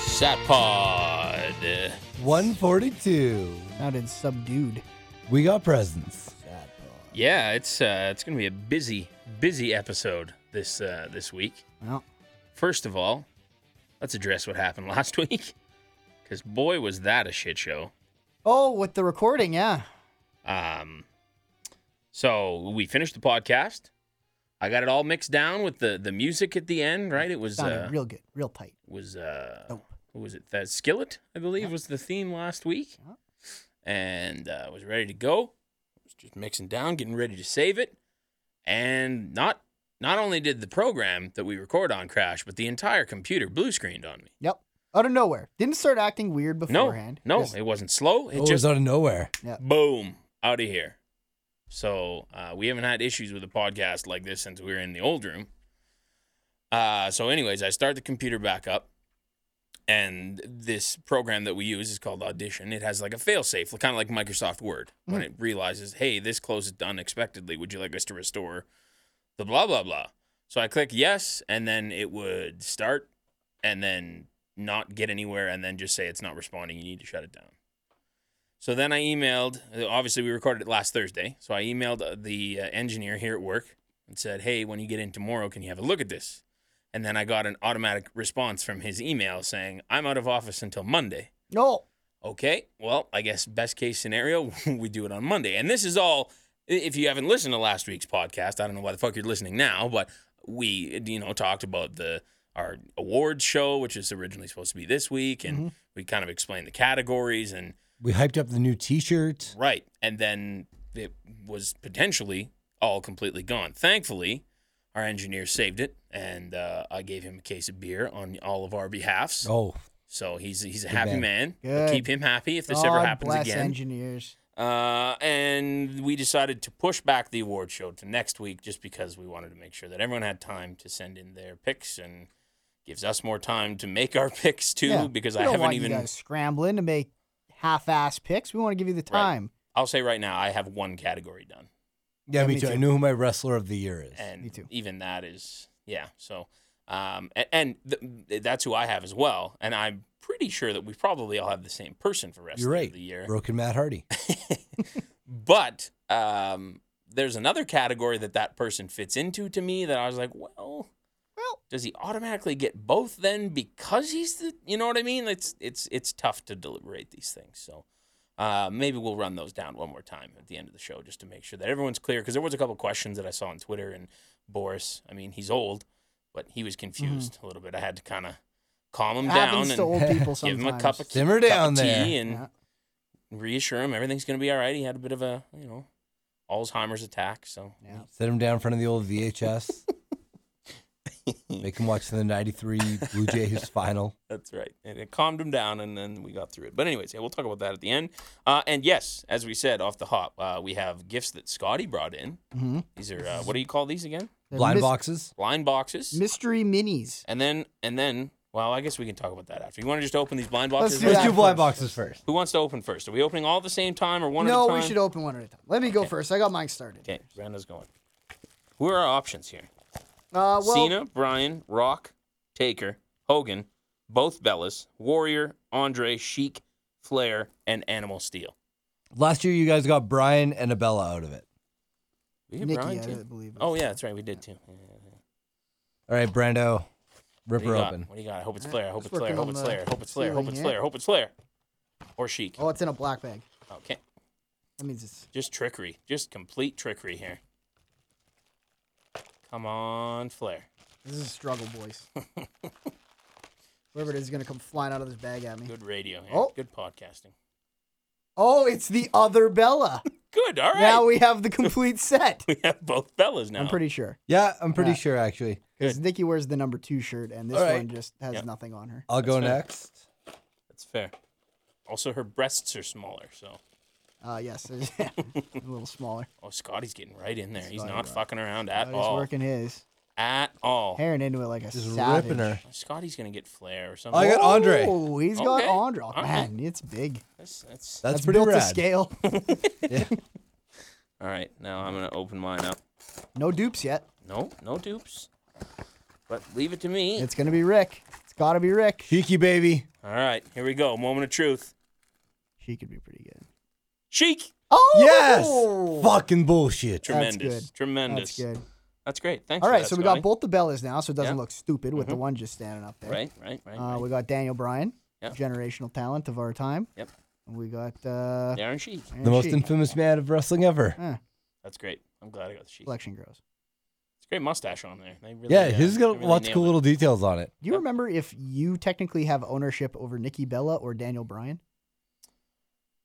Sat Pod. 142. Now did subdued. We got presents. Yeah, it's uh, it's gonna be a busy, busy episode this uh, this week. Well, First of all, let's address what happened last week, because boy was that a shit show. oh, with the recording, yeah. Um, so we finished the podcast. I got it all mixed down with the the music at the end. Right, it was Sounded uh, real good, real tight. was uh Dope. what was it that skillet i believe was the theme last week Yeah. and uh, was ready to go was just mixing down getting ready to save it and not not only did the program that we record on crash but the entire computer blue screened on me Yep. Out of nowhere. Didn't start acting weird beforehand. no no Just- it wasn't slow it Oh, it was just out of nowhere. boom out of here so uh, we haven't had issues with a podcast like this since we were in the old room uh, so anyways i start the computer back up and this program that we use is called audition it has like a failsafe kind of like microsoft word when it realizes hey this closed unexpectedly would you like us to restore the blah blah blah so i click yes and then it would start and then not get anywhere and then just say it's not responding you need to shut it down so then I emailed, obviously, we recorded it last Thursday. So I emailed uh, the uh, engineer here at work and said, hey, when you get in tomorrow, can you have a look at this? And then I got an automatic response from his email saying, I'm out of office until Monday. no. Okay, well, I guess best case scenario, we do it on Monday. And this is all, i- if you haven't listened to last week's podcast, I don't know why the fuck you're listening now, but we, you know, talked about the our awards show, which is originally supposed to be this week. And we kind of explained the categories and We hyped up the new t shirt. Right. And then it was potentially all completely gone. Thankfully, our engineer saved it, and uh, I gave him a case of beer on all of our behalfs. Oh, So he's he's a happy man. man. We'll Good. keep him happy if this God ever happens Oh, bless again. engineers. Uh, and we decided to push back the award show to next week just because we wanted to make sure that everyone had time to send in their picks and gives us more time to make our picks too Yeah, because we I don't haven't want even you guys scrambling to make half-ass picks. We want to give you the Right. time. I'll say right now I have one category done. yeah, Yeah, me, me too. I too. know who my wrestler of the year is. and Me too. even that is yeah so um and, and th- that's who i have as well and i'm pretty sure that we probably all have the same person for rest You're right. of the year Broken Matt Hardy. but um there's another category that that person fits into to me that i was like well Well, does he automatically get both then because he's the you know what i mean it's it's it's tough to deliberate these things so uh, maybe we'll run those down one more time at the end of the show just to make sure that everyone's clear because there was a couple questions that i saw on twitter and boris i mean he's old but he was confused a little bit i had to kind of calm him down Mm-hmm. happens to and old people sometimes. give him a cup of, Simmer cup down of tea there. and Yeah. reassure him everything's going to be all right he had a bit of a you know alzheimer's attack so Yeah. Set him down in front of the old VHS. Make him watch the 93 Blue Jays final. That's right. And it calmed him down, and then we got through it. But anyways, yeah, we'll talk about that at the end. Uh, and yes, as we said off the hop, uh, we have gifts that Scotty brought in. Mhm. These are uh, what do you call these again? They're Blind mys- boxes. Blind boxes. Mystery minis. and then and then, well, I guess we can talk about that after. You want to just open these blind boxes? do Let's that do first. blind boxes first. Who wants to open first? Are we opening all at the same time or one No, at a time? we should open one at a time. Let me go Okay. first. I got mine started. Okay, Brandon's going. Who are our options here? Uh, well, Cena, Brian, Rock, Taker, Hogan, both Bellas, Warrior, Andre, Sheik, Flair, and Animal Steel. Last year, you guys got Brian and Abella out of it. We get Nikki, Brian I too. believe. Oh yeah, that's right. We did too. Yeah, yeah, yeah. All right, Brando, What rip do you her got? open. What do you got? I hope it's Flair. I hope Just it's Flair. I working hope on it's the Flair. I hope it's Flair. I hope ceiling it's here. Flair. I hope it's Flair. Or Sheik. Oh, it's in a black bag. Okay. That means it's Just trickery. Just complete trickery here. Come on, Flair. this is a struggle, boys. Whoever it is is gonna come flying out of this bag at me. Good radio here. Oh. Good podcasting. Oh, it's the other Bella. Good. All right. Now we... we have the complete set. have both Bellas now. I'm pretty sure. Yeah, I'm pretty Yeah. sure, actually. Because Nikki wears the number two shirt, and this All right. one just has Yep. nothing on her. I'll go That's fair. next. That's fair. Also, her breasts are smaller, so Uh, yes, a little smaller. Oh, Scotty's getting right in there. He's Scotty, not bro. fucking around at He's all. working his. At all. Tearing into it like a Just savage. ripping her. Scotty's gonna get flair or I something. got Andre. Oh, he's got Okay. Andre. All right. Man, it's big. That's, that's That's, That's pretty built rad. to scale. all right. Now I'm gonna open mine up. No dupes yet. No, no dupes. But leave it to me. It's gonna be Rick. It's gotta be Rick. Cheeky baby. All right, here we go. Moment of truth. She could be pretty good. Chic. Oh, Yes. Fucking bullshit. Tremendous. good. Tremendous. That's good. That's great. Thanks. All for right, that, so we got Scotty. both the Bellas now, so it doesn't Yeah. Mm-hmm. look stupid with the one just standing up there. Right, right, right. Uh, right. we got Daniel Bryan, Yeah. generational talent of our time. Yep. And we got uh, Darren Sheik. Iron The most Sheik, Eh, infamous man of wrestling ever. That's great. I'm glad I got the Sheik. Collection Girls. It's a great mustache on there. They really, Yeah, uh, he's got they really lots of nailed cool it. little details on it. Do you Yep. remember if you technically have ownership over Nikki Bella or Daniel Bryan?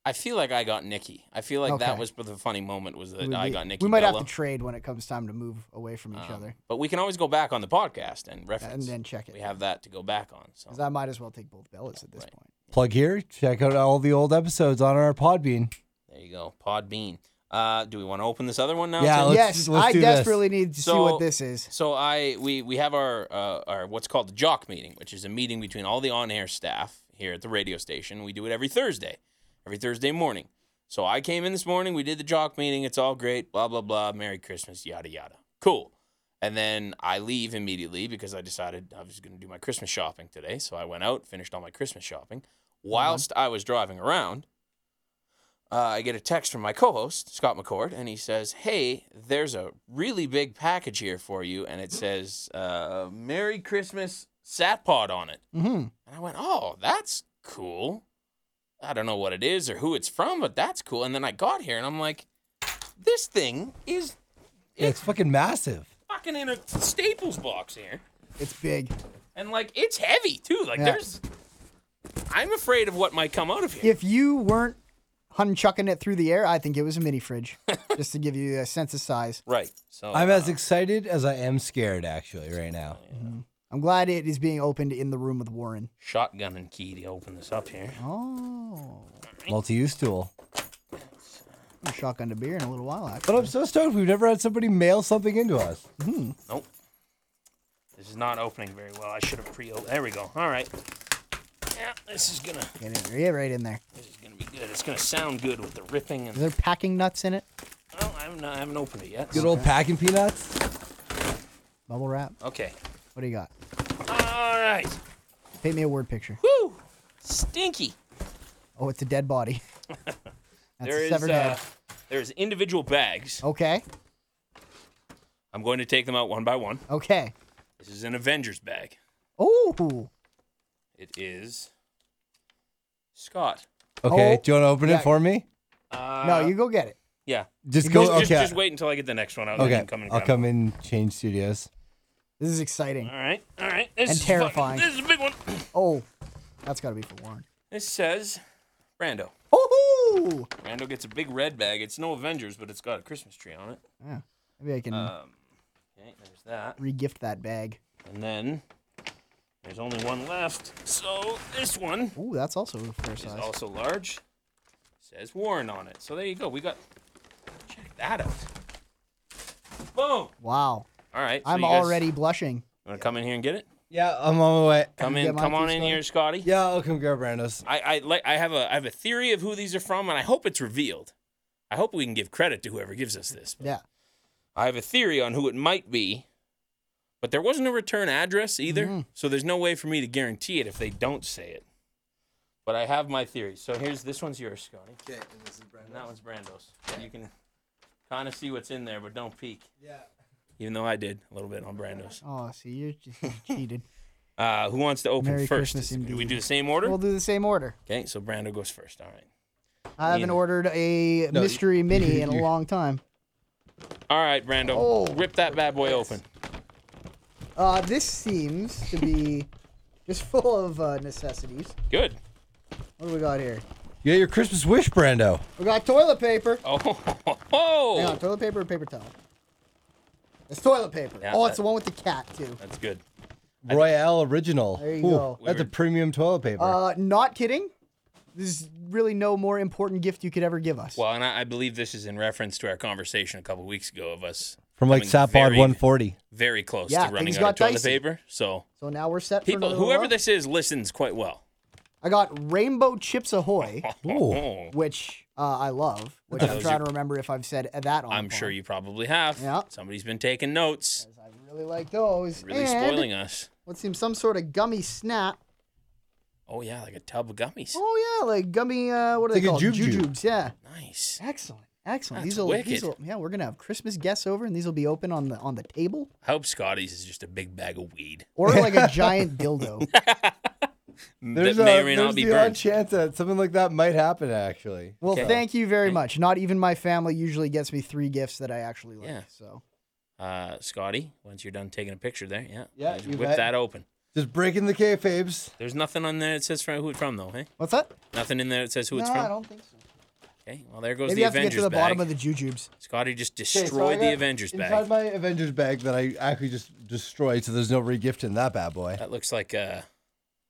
I feel like I got Nikki. I feel like that Okay. was the funny moment was that would I be- got Nikki. We might Bella. have to trade when it comes time to move away from each Um, other But we can always go back on the podcast and and reference. then check it. we have that to go back on. So Because I might as well take both Bellas at this Right. point. Plug here. Check out all the old episodes on our Podbean. there you go. Pod Bean. Uh, do we want to open this other one now? Yeah, Tim? let's- yes, let's I do this. desperately need to see So- what this is. So I we we have our uh, our what's called the jock meeting, which is a meeting between all the on-air staff here at the radio station. We do it every Thursday, every Thursday morning. So I came in this morning. We did the jock meeting. It's all great. Blah blah blah. Merry Christmas. Yada yada. Cool. And then I leave immediately because I decided I was going to do my Christmas shopping today. So I went out, finished all my Christmas shopping. Whilst I was driving around, uh, I get a text from my co-host Scott McCord, and he says, "Hey, there's a really big package here for you, and it says uh, Merry Christmas Satpod on it." hmm And I went, "Oh, that's cool. I don't know what it is or who it's from, but that's cool." And then I got here, and I'm like, "This thing is Yeah, it's fucking massive. fucking in a Staples box here, It's big. and like it's heavy too. Like Yeah. there's, I'm afraid of what might come out of here." If you weren't hunchucking it through the air, I think it was a mini fridge, just to give you a sense of size. Right. So I'm uh, as excited as I am scared, actually, right now. I'm glad it is being opened in the room with Warren. shotgun and key to open this up here. Oh, Multi use tool. I'm shotgun to beer in a little while. But Actually. I'm so stoked we've never had somebody mail something into us. Nope. This is not opening very well. I should have pre opened. There we go. All right. Yeah, this is gonna Get in there. Yeah, right in there. this is gonna be good. It's gonna sound good with the ripping Is and. there packing nuts in it? Well, I haven't, I haven't opened it yet. Good old packing peanuts. Bubble wrap. Okay. What do you got? All right. Paint me a word picture. Woo! Stinky. Oh, it's a dead body. That's There a is severed uh, head. there is individual bags. Okay. I'm going to take them out one by one. Okay. This is an Avengers bag. Oh. It is Scott. Okay, Oh, do you want to open yeah. it for me? Uh, No, you go get it. Yeah. Just You go. Just, okay. just, just wait until I get the next one out. and then you okay. can Come and I'll grab come in, change studios. This is exciting. All right, all right. This And is fucking- terrifying. this is a big one. Oh, that's got to be for Warren. This says Brando. Oh. Brando gets a big red bag. It's no Avengers, but it's got a Christmas tree on it. Yeah. Maybe I can Um, okay, there's that. regift that bag. And then there's only one left. So this one Ooh, that's also a fair is size. also large. Says Warren on it. So there you go. We got. Check that out. Boom. Wow. All right. so I'm you guys already blushing. Wanna come in here and get it? Yeah, I'm on my way. Come you in. get mine Come too, on in Scotty? here, Scotty. Yeah, I'll come grab Brando's. I, I like I have a I have a theory of who these are from, and I hope it's revealed. I hope we can give credit to whoever gives us this. but Yeah. I have a theory on who it might be, but there wasn't a return address either, Mm-hmm. so there's no way for me to guarantee it if they don't say it. But I have my theory. So here's this one's yours, Scotty, Okay, and this is and that one's Brando's. You can kind of see what's in there, but don't peek. Yeah. Even though I did a little bit on Brando's. Oh, see, you're just you cheated. Uh, who wants to open Merry first? Christmas Is- do we indeed. do the same order? We'll do the same order. okay, so Brando goes first. All right. I haven't Neither. ordered a No, mystery mini in a long time. All right, Brando. Oh. Rip that bad boy open. Uh, this seems to be just full of uh, necessities. Good. What do we got here? You got your Christmas wish, Brando. We got toilet paper. Oh, Hang on, toilet paper or paper towel? It's toilet paper. Yeah, oh, it's that- the one with the cat too. that's good. Royale original. There you go. That's a Weird. premium toilet paper. Uh, not kidding. There's really no more important gift you could ever give us. Well, and I, I believe this is in reference to our conversation a couple weeks ago of us From like coming Sapod very, 140. very close Yeah, to running things out of got toilet dicey. paper. So so now we're set for people, another whoever row. this is, listens quite well. I got Rainbow Chips Ahoy, Oh, which uh, I love, which Yeah, I'm those trying are- to remember if I've said that on. I'm the sure pod. you probably have. Yeah. Somebody's been taking notes. 'Cause I really like those. Really and spoiling us. what seems some sort of gummy snap. Oh yeah, like a tub of gummies. Oh yeah, like gummy. Uh, what are Like they a called? jujube. Jujubes. Yeah. Nice. Excellent. Excellent. That's these will. wicked. These will. Yeah, we're gonna have Christmas guests over, and these will be open on the on the table I hope Scotty's is just a big bag of weed or like a giant dildo. that may or may there's not be the odd burnt. chance that something like that might happen, actually. Well, Okay. thank you very much. Not even my family usually gets me three gifts that I actually like. Yeah. So uh, Scotty, once you're done taking a picture there, yeah, Yeah, just you whip bet. that open. Just breaking the kayfabes. There's nothing on there that says from, who it's from, though, hey? what's that? Nothing in there that says who it's no, I from. don't think so. Okay, well there goes Maybe the you have Avengers to get to the bag. bottom of the jujubes. Scotty just Okay, so I destroyed the got Avengers bag. Inside my Avengers bag that I actually just destroyed, so there's no regift in that bad boy. That looks like uh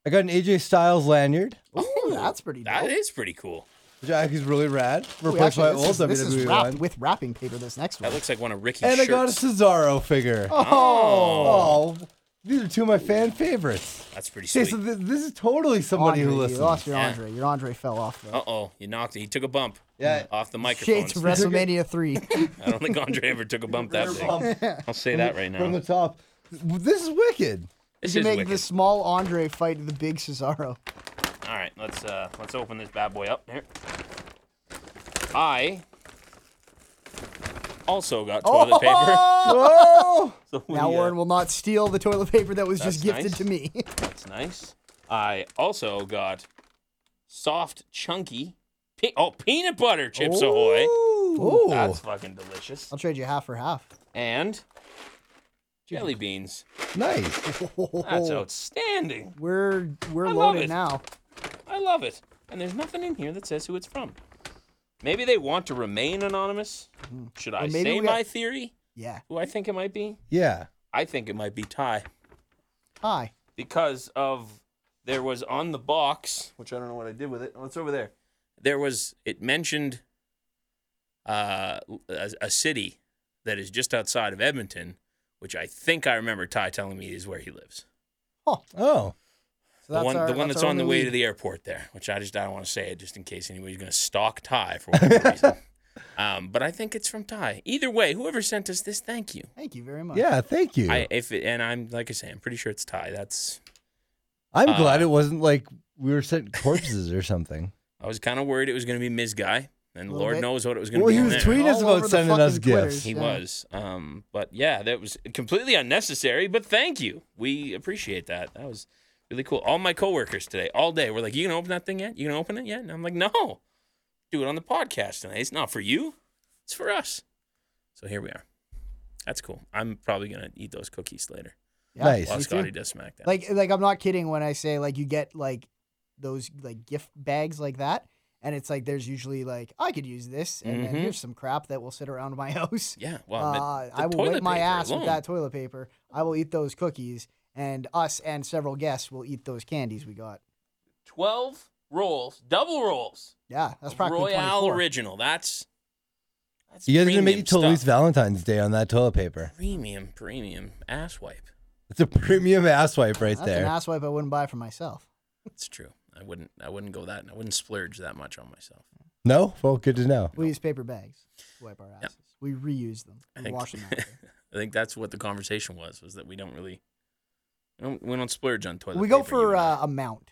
I got an AJ Styles lanyard, Ooh, that's pretty dope. that is pretty cool. which I think is really rad. Ooh, Replaced actually, my this old is, this is WWE wrapped one. with wrapping paper. This next one. That looks like one of Ricky's and I shirts. got a Cesaro figure. Oh. oh, these are two of my fan favorites. that's pretty Okay, sweet. so th- this is totally somebody Andre, who you listens. lost your Yeah. Andre. Your Andre fell off. Though. Uh oh, you knocked it. He took a bump. Yeah. Off the microphone. Shade to WrestMania three. I don't think Andre ever took a bump that big. From- I'll say that right From now. the top, this is wicked. This you is make wicked. the small Andre fight the big Cesaro. All right, let's uh let's open this bad boy up here. I also got toilet paper. Oh, So we, Now uh, Warren will not steal the toilet paper that was just That's gifted to me. That's nice. I also got soft, chunky, pe- oh peanut butter chips ahoy. Ooh. That's fucking delicious. I'll trade you half for half. And jelly beans. nice. That's Oh. outstanding. We're we're love it. loaded now. I love it. And there's nothing in here that says who it's from. Maybe they want to remain anonymous. Should I Hmm. Or maybe say we got- my theory? Yeah. Who I think it might be? Yeah. I think it might be Ty Hi. because of there was on the box, which I don't know what I did with it. Oh, it's over there. There was it mentioned uh, a, a city that is just outside of Edmonton, which I think I remember Ty telling me is where he lives. Oh. So the one, our- the one that's our on the only way lead. to the airport there, which I just I don't want to say it just in case anybody's going to stalk Ty for whatever reason. Um, but I think it's from Ty. Either way, whoever sent us this, thank you. Thank you very much. Yeah. Thank you. I if it, and I'm like I say, I'm pretty sure it's Ty. That's I'm Uh, glad it wasn't like we were sent corpses or something. I was kind of worried it was going to be Ms. Guy, and Little Lord bit. knows what it was going to Well, be. he in was there. tweeting us All over about the sending us fucking Twitters. gifts. He Yeah. was. Um, but yeah, that was completely unnecessary, but thank you. We appreciate that. That was really cool. All my coworkers today, all day, were like, You gonna open that thing yet? You gonna open it yet? And I'm like, No. Do it on the podcast tonight. It's not for you. It's for us. So here we are. That's cool. I'm probably gonna eat those cookies later. Yeah, Nice. While me too. Scotty does smack that. Like like I'm not kidding when I say like you get like those like gift bags like that. And it's like there's usually like I could use this, and Mhm. then here's some crap that will sit around my house. yeah, uh, well, the- the I will toilet wipe my paper ass alone. with that toilet paper. I will eat those cookies, and us and several guests will eat those candies we got. Twelve rolls, double rolls. Yeah, that's practically Royale 24. original. That's that's You guys didn't make premium it till at least stuff. Valentine's Day on that toilet paper. premium, premium ass wipe. It's a premium ass wipe right That's there. an ass wipe I wouldn't buy for myself. It's true. I wouldn't. I wouldn't go that. I wouldn't splurge that much on myself. no? Well, good to know. We use paper bags to wipe our asses. We reuse them. I We think- wash them. after. I think that's what the conversation was. Was that we don't really. We don't, we don't splurge on toilet. we go paper, you for and I. uh, amount.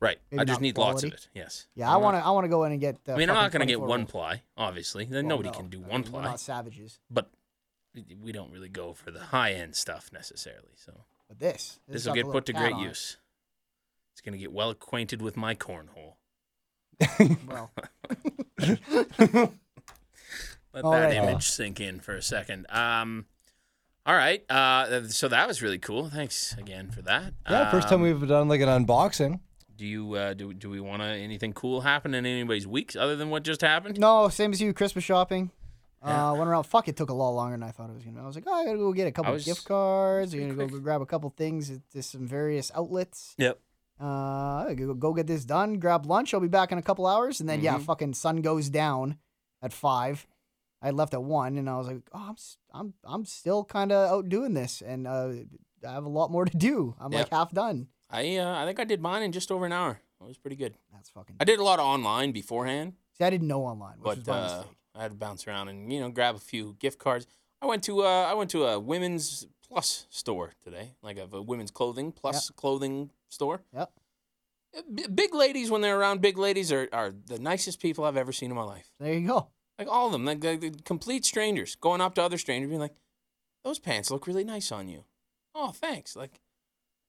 right. maybe I just not need lots of quality. it. Yes. Yeah, I want to. I want to go in and get. Uh, I mean, I'm fucking not gonna get 24 one rolls. ply, obviously. Then Well, nobody no. can do I mean, one We're ply. not savages. But we don't really go for the high end stuff necessarily. So But this. this has will got get the put to little great cat on it. use. It's gonna get well acquainted with my cornhole. Well, Let All that right. image sink in for a second. Um, all right. Uh, th- so that was really cool. Thanks again for that. Yeah, first Um, time we've done like an unboxing. Do you uh, do do we want to anything cool happen in anybody's weeks other than what just happened? no, same as you. Christmas shopping. Uh, went around. Fuck, it took a lot longer than I thought it was gonna. I was like, oh, I gotta go get a couple was- gift cards. I'm pretty gonna go, quick. grab a couple things at this, some various outlets. Yep. Uh, go, go get this done. Grab lunch. I'll be back in a couple hours. And then yeah, Mhm. fucking sun goes down at five. I left at one, and I was like, oh, I'm s- I'm I'm still kind of out doing this, and uh, I have a lot more to do. I'm like Yep. half done. I uh, I think I did mine in just over an hour. It was pretty good. That's fucking. I did a lot of online beforehand, See, I didn't know online, which was but my uh, mistake. I had to bounce around and you know grab a few gift cards. I went to uh, I went to a women's plus store today, like of a women's clothing plus clothing store. Yep. Uh, b- big ladies when they're around, big ladies are, are the nicest people I've ever seen in my life. There you go. Like all of them, like, like, like, complete strangers going up to other strangers, being like, "Those pants look really nice on you." Oh, thanks. Like,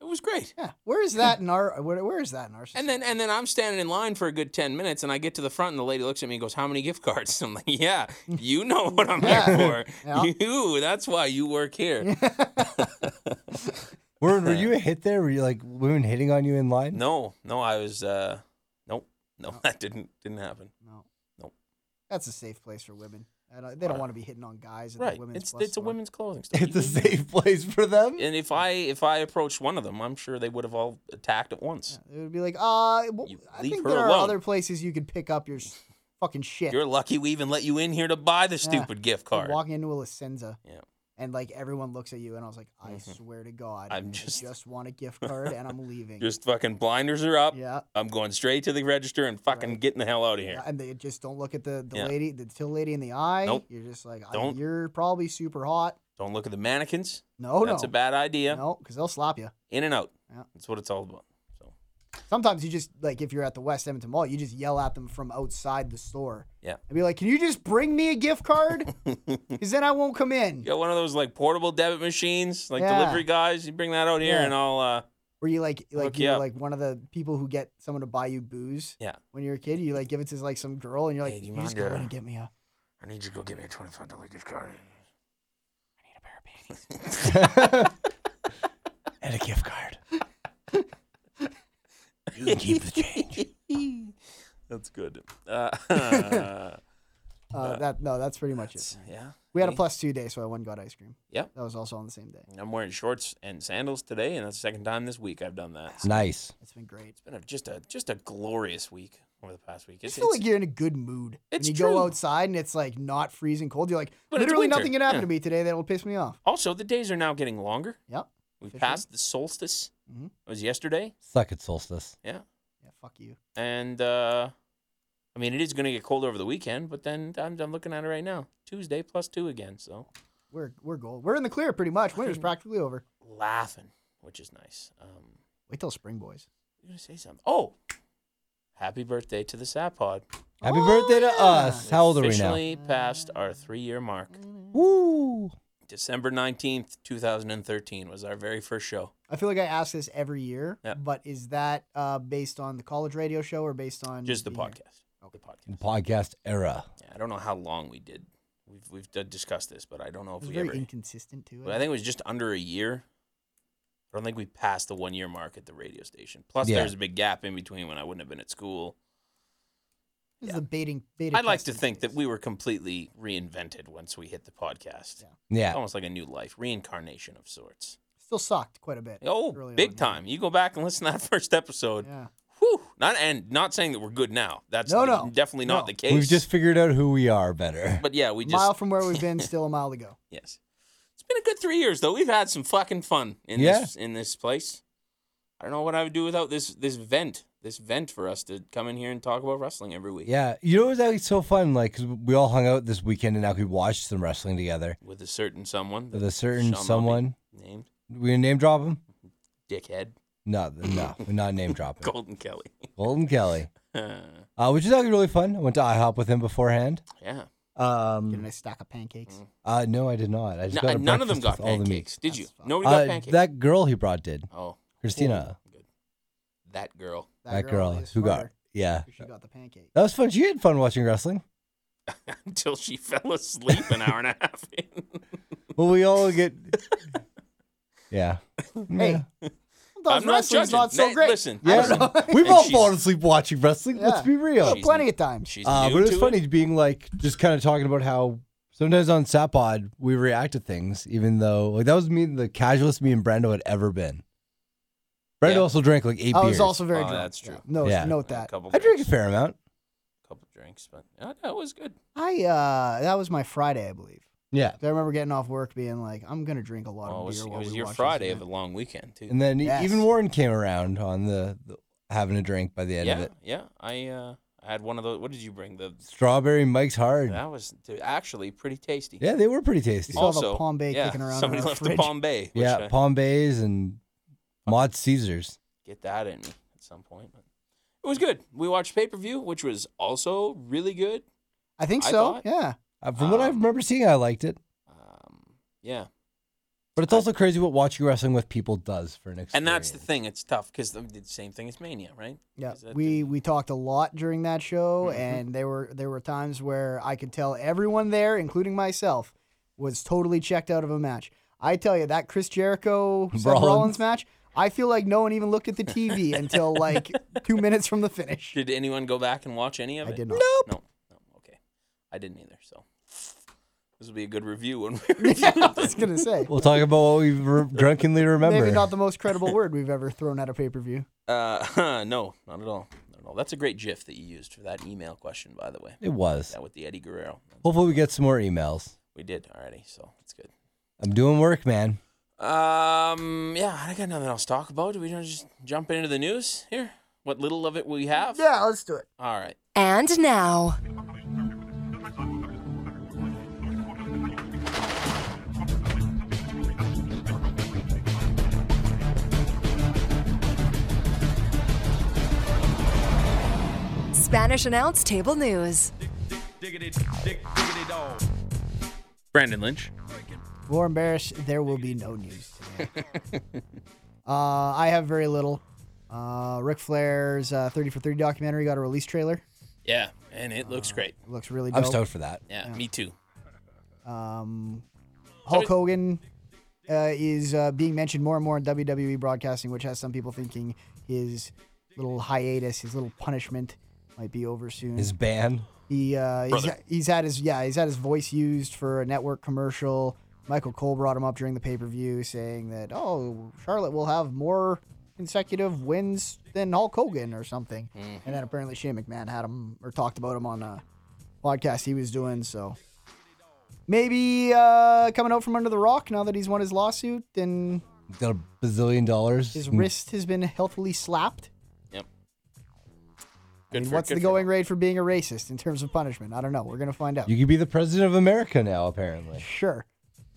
it was great. Yeah. Where is that in our? Where, where is that in our? And then and then I'm standing in line for a good ten minutes, and I get to the front, and the lady looks at me and goes, "How many gift cards?" I'm like, "Yeah, you know what I'm Yeah. here for. Yeah. You. That's why you work here." Were, were you a hit there? Were you like women hitting on you in line? no, no, I was. uh Nope, no, that didn't didn't happen. No. Nope. That's a safe place for women. I don't, they don't want to be hitting on guys at Right? the women's It's plus it's store. a women's clothing store. It's You a can- safe place for them. And if I if I approached one of them, I'm sure they would have all attacked at once. Yeah, It would be like, uh, well, You I leave think her there are alone. other places you could pick up your s- fucking shit. You're lucky we even let you in here to buy the stupid gift Like card. walking into a Licenza. Yeah. Mm-hmm. And like everyone looks at you, and I was like, I swear to God, I'm I just- just want a gift card, and I'm leaving. Just fucking blinders are up. yeah. I'm going straight to the register and fucking Right. getting the hell out of here. yeah, and they just don't look at the, the Yeah. lady, the till lady in the eye. Nope. You're just like, I- Don't. you're probably super hot. Don't look at the mannequins. No, That's Oh, no, a bad idea. no, because they'll slap you. In and out. Yeah. That's what it's all about. So Sometimes you just like if you're at the West Edmonton Mall, you just yell at them from outside the store. Yeah. And be like, "Can you just bring me a gift card? Because then I won't come in." you got one of those like portable debit machines, like Yeah. delivery guys. You bring that out here, Yeah. and I'll. Uh, Were you like like Hook you you were up. like one of the people who get someone to buy you booze? Yeah. When you're a kid, you like give it to like some girl, and you're like, Hey, do you "You mind, just go in uh, and get me a." I need you to go get me a twenty-five dollar gift card. and a gift card. you keep the change. That's good. Uh, Uh, that no, that's pretty much it. it's- yeah. We had a me. plus two day, so I one got ice cream. Yep. That was also on the same day. I'm wearing shorts and sandals today, and that's the second time this week I've done that. So Nice. It's been great. it's been a, just a just a glorious week over the past week. I It's, feel it's- like you're in a good mood it's when you true. go outside and it's like not freezing cold. You're like, But it's literally winter. nothing can happen Yeah. to me today that'll piss me off. also the days are now getting longer. Yep. We Officially. passed the solstice. Mhm. It was yesterday. Suck at solstice. Yeah. Yeah. Fuck you. And uh, I mean, it is going to get cold over the weekend, but then I'm, I'm looking at it right now. Tuesday plus two again. So We're we're gold. We're in the clear pretty much. Winter's practically over. laughing, which is nice. Um, Wait till spring, boys. I'm going to say something. Oh, happy birthday to the Sat Pod. Happy Oh, birthday to yeah. us. How old are we now? Officially passed our three year mark. Woo. December 19th, 2013 was our very first show. I feel like I ask this every year, Yeah. but is that uh, based on the college radio show or based on Just the year? podcast. The podcast. Podcast era. Yeah, I don't know how long we did. We've, we've d- discussed this, but I don't know It if was we very ever. inconsistent too. But I think it was just under a year. I don't think we passed the one year mark at the radio station. Plus, Yeah. there was a big gap in between when I wouldn't have been at school. This is yeah. the baiting, beta I'd like to testing think that phase. we were completely reinvented once we hit the podcast. Yeah. Yeah. Almost like a new life, reincarnation of sorts. still sucked quite a bit. Oh, early on, big yeah. time. You go back and listen to that first episode. Yeah. Whew. Not and not saying that we're good now. That's No, de- no. definitely not No. the case. We've just figured out who we are better. but yeah, we just mile from where we've been, still a mile to go. Yes. It's been a good three years though. We've had some fucking fun in Yeah. this in this place. I don't know what I would do without this this vent. This vent for us to come in here and talk about wrestling every week. Yeah. You know, it was actually so fun. Like, 'cause we all hung out this weekend and actually watched some wrestling together With a certain someone. with that a certain shall not be someone. named We gonna name drop him? Dickhead. No, th- no, we're not name dropping. Golden Kelly. Golden Kelly, Uh, uh, which is actually really fun. I went to IHOP with him beforehand. yeah. Mm. Get a Um, nice stack of pancakes. uh, no, I did not. I just No, got a none of them got breakfast with all the meat. pancakes. Did you? That's fine. Nobody got Uh, pancakes. that girl he brought did, oh. Christina. Good. That girl. that girl, is who got smarter. yeah. She got the pancake. That was fun. She had fun watching wrestling. Until she fell asleep an hour and a half in. Well, we all get. Yeah. Hey, sometimes I'm not wrestling's judging. not so Na- great. Listen, Yeah. listen. Yeah. We've And all she's- fallen asleep watching wrestling. Yeah. Let's be real. Oh, She's- plenty of times. She's Uh, new but it was to funny being like just kind of talking about how sometimes on Sapod we react to things, even though like that was me the casualest me and Brando had ever been. Brett Yeah. also drank like eight I beers. was also very Oh, drunk. that's true. Yeah. No, Yeah. I note had A that. couple I drank a drinks, fair amount. couple drinks, but uh, no, it was good. I uh, that was my Friday, I believe. Yeah. 'Cause I remember getting off work being like, I'm gonna drink a lot Oh, of it was, beer it while was we your watch this Friday of event." a long weekend too. And then e- Yes. even Warren came around on the, the having a drink by the end of yeah, it. yeah. I uh, I had one of those. What did you bring? The Strawberry Mike's Hard. that was dude, actually pretty tasty. Yeah, they were pretty tasty. saw the Palm Bay yeah, kicking around in Somebody our left fridge. the Palm Bay. Which uh, yeah, I- Palm Bays and Mod Caesars. get that in me at some point. But it was good. We watched pay per view, which was also really good. I think I so. thought- yeah. Uh, from what I Um, remember seeing, I liked it. Um, yeah, But it's I- also crazy what watching wrestling with people does for an experience. and that's the thing. It's tough because they did the same thing as Mania, right? Yeah, Is that we we talked a lot during that show, Mhm. and there were there were times where I could tell everyone there, including myself, was totally checked out of a match. I tell you that Chris Jericho Seth Rollins. Rollins. match, I feel like no one even looked at the TV until like two minutes from the finish. Did anyone go back and watch any of I it? did not. No, no. Okay, I didn't either. So this will be a good review when we review. I it. was gonna say We'll talk about what we re- drunkenly remember. maybe not the most credible word we've ever thrown at a pay per view. Uh, no, not at all. Not at all. That's a great GIF that you used for that email question, by the way. It was. That with the Eddie Guerrero. Hopefully, we get some more emails. We did already, so that's good. I'm doing work, man. Um, yeah, I got nothing else to talk about. Do we just jump into the news here? What little of it we have? Yeah, let's do it. All right. And now, Spanish announce table news. Brandon Lynch. More embarrassed, there will be no news. today. uh, I have very little. Uh, Ric Flair's uh, 30 for 30 documentary got a release trailer. Yeah, and it looks great. It looks really dope. I'm stoked for that. Yeah, me too. Um, Hulk Hogan uh, is uh, being mentioned more and more in WWE broadcasting, which has some people thinking his little hiatus, his little punishment, might be over soon. His ban. he uh, he's, Brother. he's had his yeah he's had his voice used for a network commercial. Michael Cole brought him up during the pay per view, saying that oh Charlotte will have more consecutive wins than Hulk Hogan or something, Mm-hmm. and then apparently Shane McMahon had him or talked about him on a podcast he was doing. So maybe uh, coming out from under the rock now that he's won his lawsuit and He's got a bazillion dollars. his Mm. wrist has been healthily slapped. Yep. I Good mean, for- what's good the for going rate for being a racist in terms of punishment? I don't know. We're gonna find out. You could be the president of America now, apparently. Sure.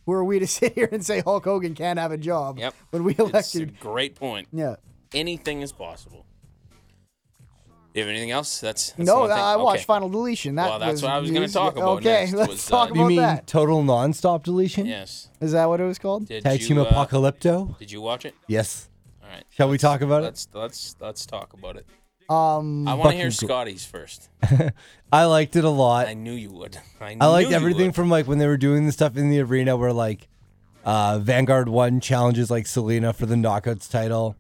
Who are we to sit here and say Hulk Hogan can't have a job Yep. when we It's a elected? great point. Yeah. Anything is possible. You have anything else? That's, that's the No, one thing. I watched Okay. Final Deletion. That Well, that's was what I was gonna news. talk about Okay, next let's was, uh, talk You You about mean that. total nonstop deletion? Yes. Is that what it was called? Did Tag you, team uh, Apocalypto? Did you watch it? Yes. All right. Shall we talk about it? Let's let's let's talk about it. Um, I want to hear fucking cool. Scotty's first. I liked it a lot. I knew you would. I, knew I liked you everything would. from like when they were doing the stuff in the arena where like uh, Vanguard One challenges like Selena for the Knockouts title.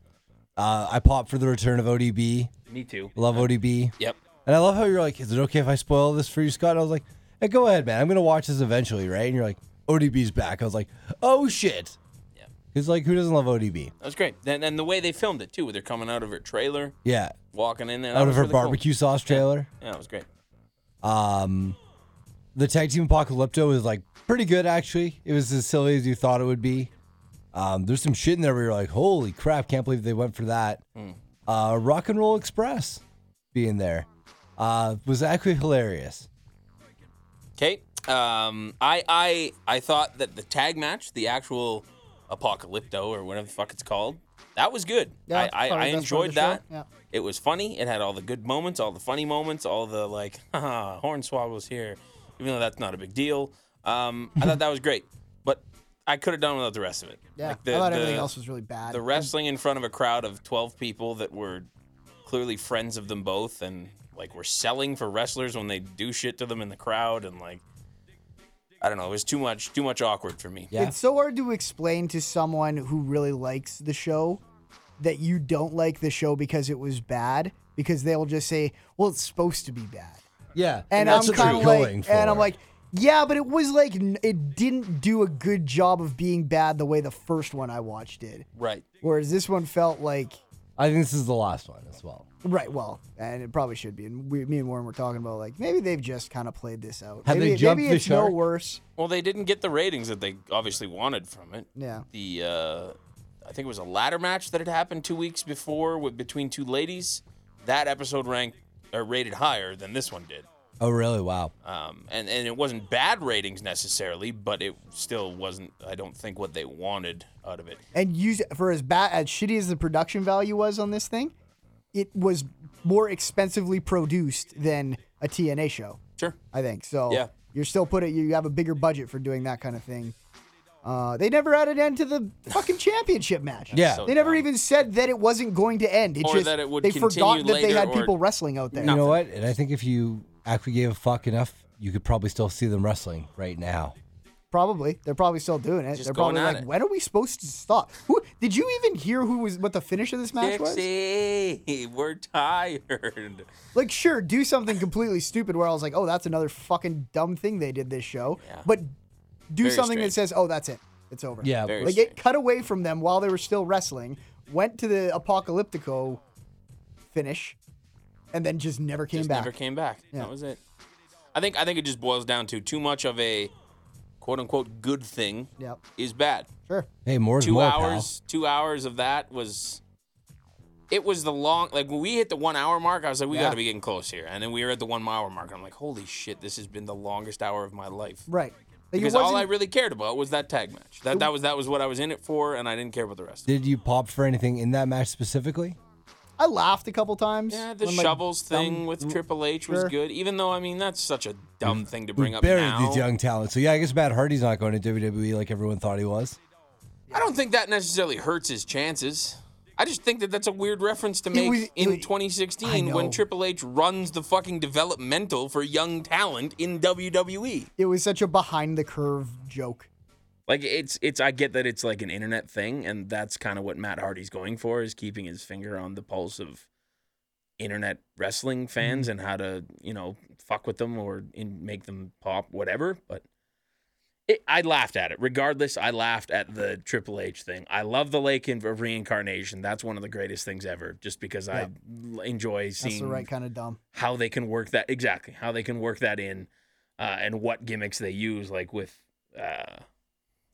Uh, I popped for the return of ODB. Me too. Love ODB. Yep. And I love how you're like, is it okay if I spoil this for you, Scott? And I was like, hey, go ahead, man. I'm going to watch this eventually, right? And you're like, ODB's back. I was like, oh shit. Yeah. Because like, who doesn't love ODB? That was great. And, and the way they filmed it too, where they're coming out of her trailer, Yeah. walking in there, that Out was of her really cool. barbecue sauce trailer. Yeah, it was great. Um, the tag team Apocalypto was like pretty good actually. It was as silly as you thought it would be. Um, there's some shit in there where you're like, holy crap, can't believe they went for that. Hmm. Uh, Rock and Roll Express being there uh, was actually hilarious. Okay. Um, I I I thought that the tag match, the actual Apocalypto or whatever the fuck it's called, that was good. Yeah, it's I, I, I probably the best part enjoyed of the show. that. Yeah. It was funny. It had all the good moments, all the funny moments, all the like, haha, Hornswoggle's here, even though that's not a big deal. Um, I thought that was great, but I could have done without the rest of it. yeah. Like, the- I thought the- everything else was really bad. the wrestling in front of a crowd of 12 people that were clearly friends of them both and like were selling for wrestlers when they do shit to them in the crowd and like I don't know, it was too much too much awkward for me. Yeah. It's so hard to explain to someone who really likes the show that you don't like the show because it was bad because they'll just say, "Well, it's supposed to be bad." Yeah, and I'm that's what kind they're of like, going and I'm for. like, yeah, but it was like n- it didn't do a good job of being bad the way the first one I watched did. Right. Whereas this one felt like I think this is the last one as well. Right. Well, and it probably should be. And we, me and Warren were talking about like maybe they've just kind of played this out. Have they maybe, jumped maybe the it's shark? no worse. Well, they didn't get the ratings that they obviously wanted from it. Yeah. The uh, I think it was a ladder match that had happened two weeks before with between two ladies. That episode ranked or rated higher than this one did. Oh, really? Wow. Um, and and it wasn't bad ratings necessarily, but it still wasn't. I don't think what they wanted out of it. And use for as bad as shitty as the production value was on this thing, it was more expensively produced than a TNA show. Sure. I think so. Yeah. You're still putting you have a bigger budget for doing that kind of thing. Uh, they never added end to the fucking championship match. Yeah. So they never dumb. even said that it wasn't going to end. It Or just that it would they continue forgot that they later had or- people wrestling out there. You know what? And I think if you actually gave a fuck enough, you could probably still see them wrestling right now. Probably. They're probably still doing it. Just They're going probably at like, it. when are we supposed to stop? Who did you even hear who was what the finish of this match was? Dixie, we're tired. Like, sure, do something completely stupid where I was like, oh, that's another fucking dumb thing they did this show. But do Very something that strange. says, oh, that's it. It's over. Yeah. Very like it cut away from them while they were still wrestling, went to the apocalyptico finish, and then just never came just back. never came back. Yeah. That was it. I think I think it just boils down to too much of a quote unquote good thing Yep. is bad. Sure. Hey, more's Two more, hours, two hours of that was it was the long like when we hit the one hour mark, I was like, we gotta be getting close here. And then we were at the one hour mark, and I'm like, holy shit, this has been the longest hour of my life. Right. Like, Because it all I wasn't- really cared about was that tag match. That that was that was what I was in it for, and I didn't care about the rest. pal. Did you pop for anything in that match specifically? I laughed a couple times. Yeah, the when, like, shovels thing dumb- with Triple H was Sure. Mm. good, even though I mean that's such a dumb thing to bring up Buried now. these young talents. So yeah, I guess Matt Hardy's not going to WWE like everyone thought he was. I don't think that necessarily hurts his chances. I just think that that's a weird reference to make was- in it- I 2016 know. when Triple H runs the fucking developmental for young talent in E. WWE. It was such a behind the curve joke. Like it's it's I get that it's like an internet thing, and that's kind of what Matt Hardy's going for is keeping his finger on the pulse of internet wrestling fans Mm-hmm. and how to you know fuck with them or in, make them pop whatever. But it, I laughed at it. Regardless, I laughed at the Triple H thing. I love the Lake in- of Reincarnation. That's one of the greatest things ever. Just because I l- enjoy seeing That's the right kind of dumb. how they can work that exactly how they can work that in uh, and what gimmicks they use like with uh,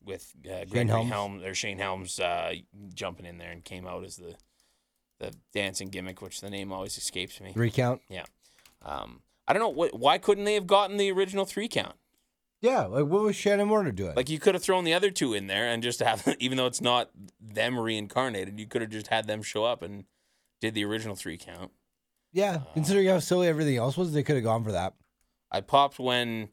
With uh, Gregory Helms. Helm or Shane Helms uh, jumping in there and came out as the the dancing gimmick, which the name always escapes me. Three count. Yeah, um, I don't know what, why couldn't they have gotten the original three count. Yeah, like what was Shannon Warner doing? Like you could have thrown the other two in there and just have, even though it's not them reincarnated, you could have just had them show up and did the original three count. yeah, uh, considering how silly everything else was, they could have gone for that. I popped when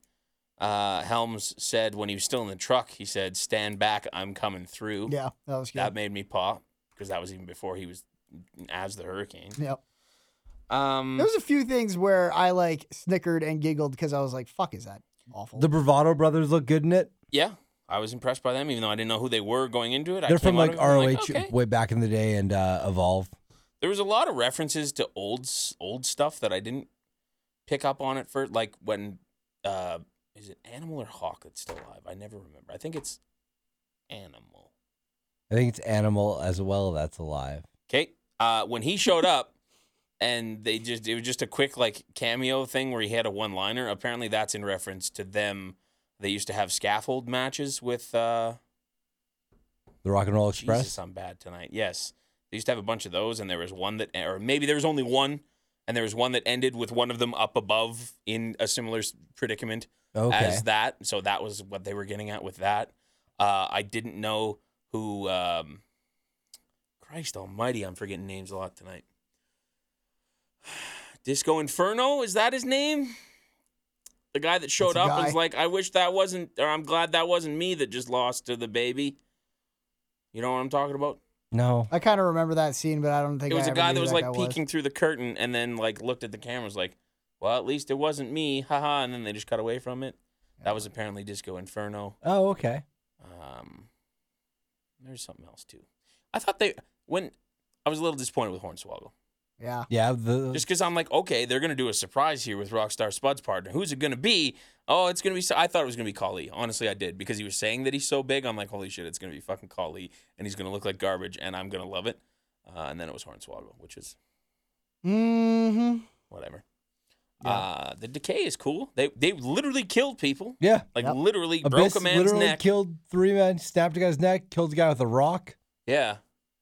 uh, Helms said when he was still in the truck, he said, "Stand back, I'm coming through." Yeah, that was good. that made me pop because that was even before he was as the Hurricane. yep. Um, There was a few things where I like snickered and giggled because I was like, "Fuck, is that awful?" The Bravado brothers look good in it. yeah, I was impressed by them, even though I didn't know who they were going into it. I They're came from out of like it, ROH I'm like, okay. way back in the day and uh, Evolve. there was a lot of references to old s- old stuff that I didn't pick up on at first. Like when uh, is it Animal or Hawk that's still alive? I never remember. I think it's Animal. I think it's Animal as well that's alive. Okay. Uh, when he showed up, and they just it was just a quick like cameo thing where he had a one liner. Apparently, that's in reference to them. They used to have scaffold matches with. Uh, The Rock and Roll Express. Jesus, I'm bad tonight. Yes, they used to have a bunch of those, and there was one that, or maybe there was only one, and there was one that ended with one of them up above in a similar s- predicament Okay. as that. So that was what they were getting at with that. Uh, I didn't know who. Um, Christ Almighty, I'm forgetting names a lot tonight. Disco Inferno is that his name? The guy that showed That's up a guy. and was like, "I wish that wasn't," or "I'm glad that wasn't me that just lost to the baby." You know what I'm talking about? no. I kind of remember that scene, but I don't think it was I a ever guy knew that was who like guy peeking through the curtain and then like looked at the camera was like well at least it wasn't me haha and then they just cut away from it that was apparently disco inferno Oh, okay. um there's something else too i thought they when i was a little disappointed with hornswoggle Yeah, Yeah, the just because i'm like okay they're gonna do a surprise here with rockstar spud's partner who's it gonna be oh it's gonna be so- i thought it was gonna be kali honestly i did because he was saying that he's so big i'm like holy shit it's gonna be fucking kali and he's gonna look like garbage and i'm gonna love it uh, and then it was Hornswoggle, which is Mm-hmm. whatever. Uh, the decay is cool. They they literally killed people. Yeah. Like Yep. literally Abyss broke a man's literally neck. killed three men, snapped a guy's neck, killed a guy with a rock. yeah.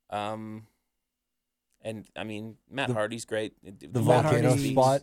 Um, and I mean Matt The- Hardy's great. The Matt volcano Hardy's- spot.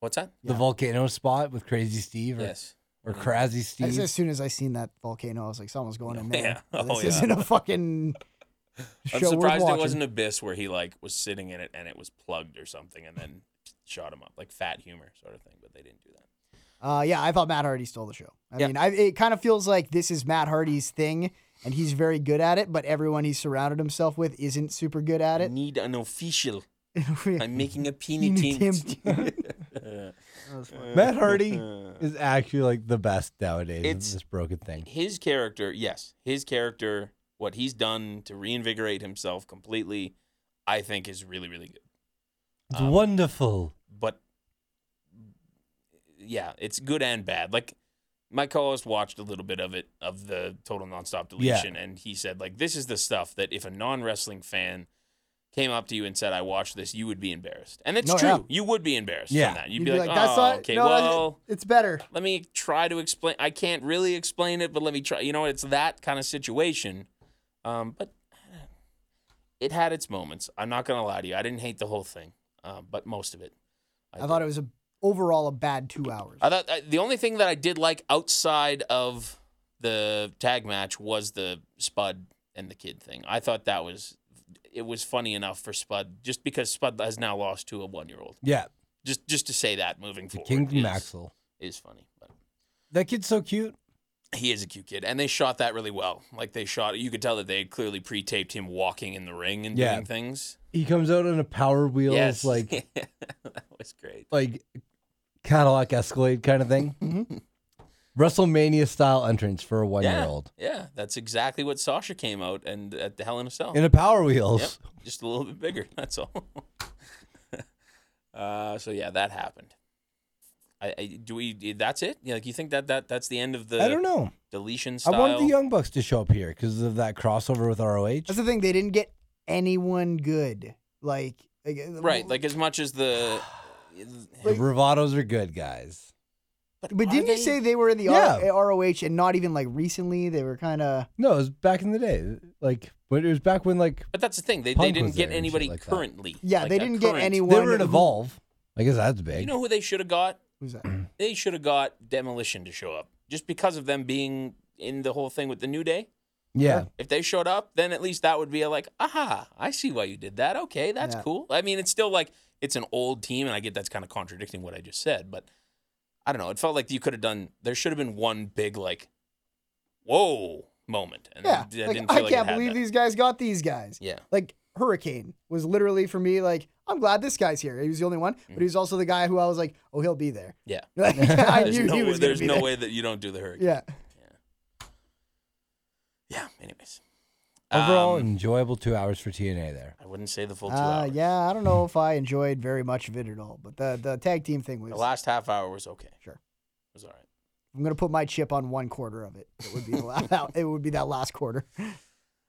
What's that? The Yeah. volcano spot with Crazy Steve or, Yes. or Crazy Steve. As, as soon as I seen that volcano, I was like, someone's going in there. Yeah. This Oh, yeah. isn't a fucking I'm show worth surprised it watching. wasn't Abyss where he like was sitting in it and it was plugged or something and then shot him up like fat humor sort of thing, but they didn't do that. Uh, yeah, I thought Matt Hardy stole the show. I Yeah. mean, I, it kind of feels like this is Matt Hardy's thing, and he's very good at it. But everyone he's surrounded himself with isn't super good at I it. need an official. that I'm making a peony Peony tint. was funny. Matt Hardy is actually like the best nowadays. It's It's- this broken thing. his character, yes, his character, what he's done to reinvigorate himself completely, I think is really, really good. It's wonderful. But yeah, it's good and bad. Like my co-host watched a little bit of it of the total nonstop Yeah. deletion, and he said like this is the stuff that if a non-wrestling fan came up to you and said I watched this, you would be embarrassed, and it's No, true. yeah. You would be embarrassed. Yeah. from that. you'd, be, like, that's oh, not. okay, no, that's- well. it's better. let me try to explain. I can't really explain it, but let me try. You know, it's that kind of situation. Um, but it had its moments. I'm not gonna lie to you. I didn't hate the whole thing, uh, but most of it. I, thought it was a overall a bad two hours. I thought I, the only thing that I did like outside of the tag match was the Spud and the kid thing. I thought that was it was funny enough for Spud, just because Spud has now lost to a one year old. Yeah. Just just to say that moving The forward, Kingdom is, Axel. is funny. But. That kid's so cute. he is a cute kid and they shot that really well like they shot you could tell that they had clearly pre-taped him walking in the ring and Yeah. doing things He comes out on a power wheels yes like that was great like Cadillac Escalade kind of thing. WrestleMania style entrance for a one year Mm-hmm. yeah old. yeah that's exactly what sasha came out and at the hell in a cell In a power wheels. yep, just a little bit bigger that's all uh so yeah that happened I, I do we that's it yeah like you think that that that's the end of the I don't know. deletion style I wanted the Young Bucks to show up here because of that crossover with ROH. That's the thing. They didn't get anyone good. Like, like, uh, right like as much as the The Like- Bravados are good guys. But are didn't they- you say they were in the Yeah. R- ROH and not even like recently? They were kind of. No, it was back in the day. Like, but it was back when like But that's the thing. They, they Punk didn't was get there and shit anybody like that. currently. Yeah, Like they a didn't get current- anyone. they were in who- Evolve. I guess that's big. You know who they should have got? Who's that? They should have got Demolition to show up just because of them being in the whole thing with the New Day. yeah, If they showed up, then at least that would be a like, aha, I see why you did that. Okay, that's Yeah. cool. I mean, it's still like it's an old team, and I get that's kind of contradicting what I just said, but I don't know. It felt like you could have done. There should have been one big like, whoa moment. And Yeah, I, like, didn't I feel like it can't had believe that. these guys got these guys. Yeah. Like Hurricane was literally for me like I'm glad this guy's here. He was the only one, Mm. but he was also the guy who I was like, oh, he'll be there. Yeah. Like, I There's knew no, he way, was going there's to be no there. way that you don't do the hurricane. Yeah, Yeah. Anyways. overall Um, enjoyable two hours for TNA there. I wouldn't say the full two uh, hours. yeah. I don't know if I enjoyed very much of it at all, but the the tag team thing was. The last half hour was okay. Sure. It was all right. I'm gonna put my chip on one quarter of it. It would be the la- it would be that last quarter.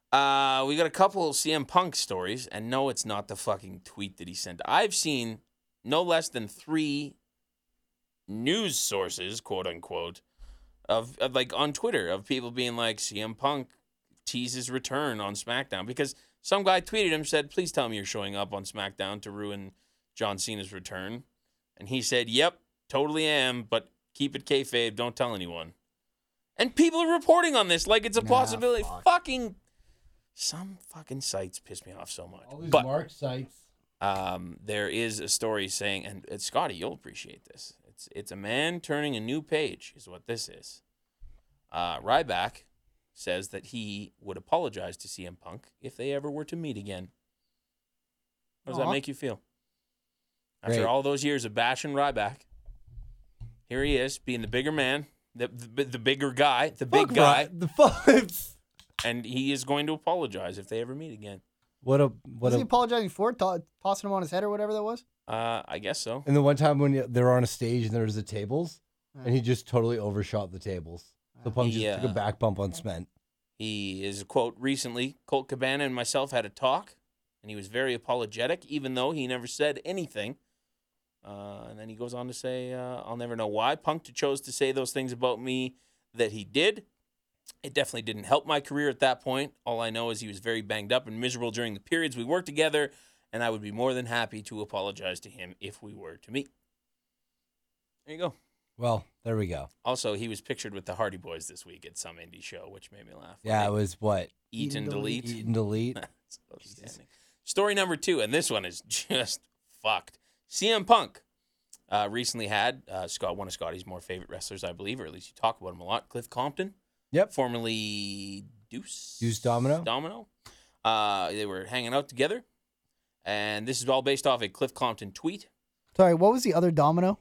Uh, we got a couple CM Punk stories, and no, it's not the fucking tweet that he sent. I've seen no less than three news sources, quote unquote, of, of like on Twitter of people being like CM Punk teases return on SmackDown because some guy tweeted him said, "Please tell me you're showing up on SmackDown to ruin John Cena's return," and he said, "Yep, totally am, but keep it kayfabe. Don't tell anyone." And people are reporting on this like it's a possibility. Fucking some fucking sites piss me off so much. but Mark sites. um, there is a story saying, and it's Scotty, you'll appreciate this. It's it's a man turning a new page, is what this is. Uh, Ryback says that he would apologize to CM Punk if they ever were to meet again. How does Aw. that make you feel? After Great. all those years of bashing Ryback, here he is being the bigger man, the the, the bigger guy, the big guy, The fuck. and he is going to apologize if they ever meet again. What a what Was he a. apologizing for it, to- tossing him on his head or whatever that was? Uh, I guess so. And the one time when you- they were on a stage and there was the tables, and he just totally overshot the tables. The punk just took Yeah. a back bump on Cement. He is, quote, recently, Colt Cabana and myself had a talk, and he was very apologetic, even though he never said anything. Uh, and then he goes on to say, uh, "I'll never know why Punk chose to say those things about me that he did. It definitely didn't help my career at that point. All I know is he was very banged up and miserable during the periods we worked together, and I would be more than happy to apologize to him if we were to meet." There you go. Well, there we go. Also, he was pictured with the Hardy Boys this week at some indie show, which made me laugh. Yeah, Like, it was what? eat and delete. Eat and delete. It's outstanding. Story number two, and this one is just fucked. CM Punk uh, recently had uh, Scott, one of Scotty's more favorite wrestlers, I believe, or at least you talk about him a lot, Cliff Compton. Yep. Formerly Deuce. Deuce Domino? Domino. Uh, they were hanging out together, and this is all based off a Cliff Compton tweet. Sorry, what was the other domino?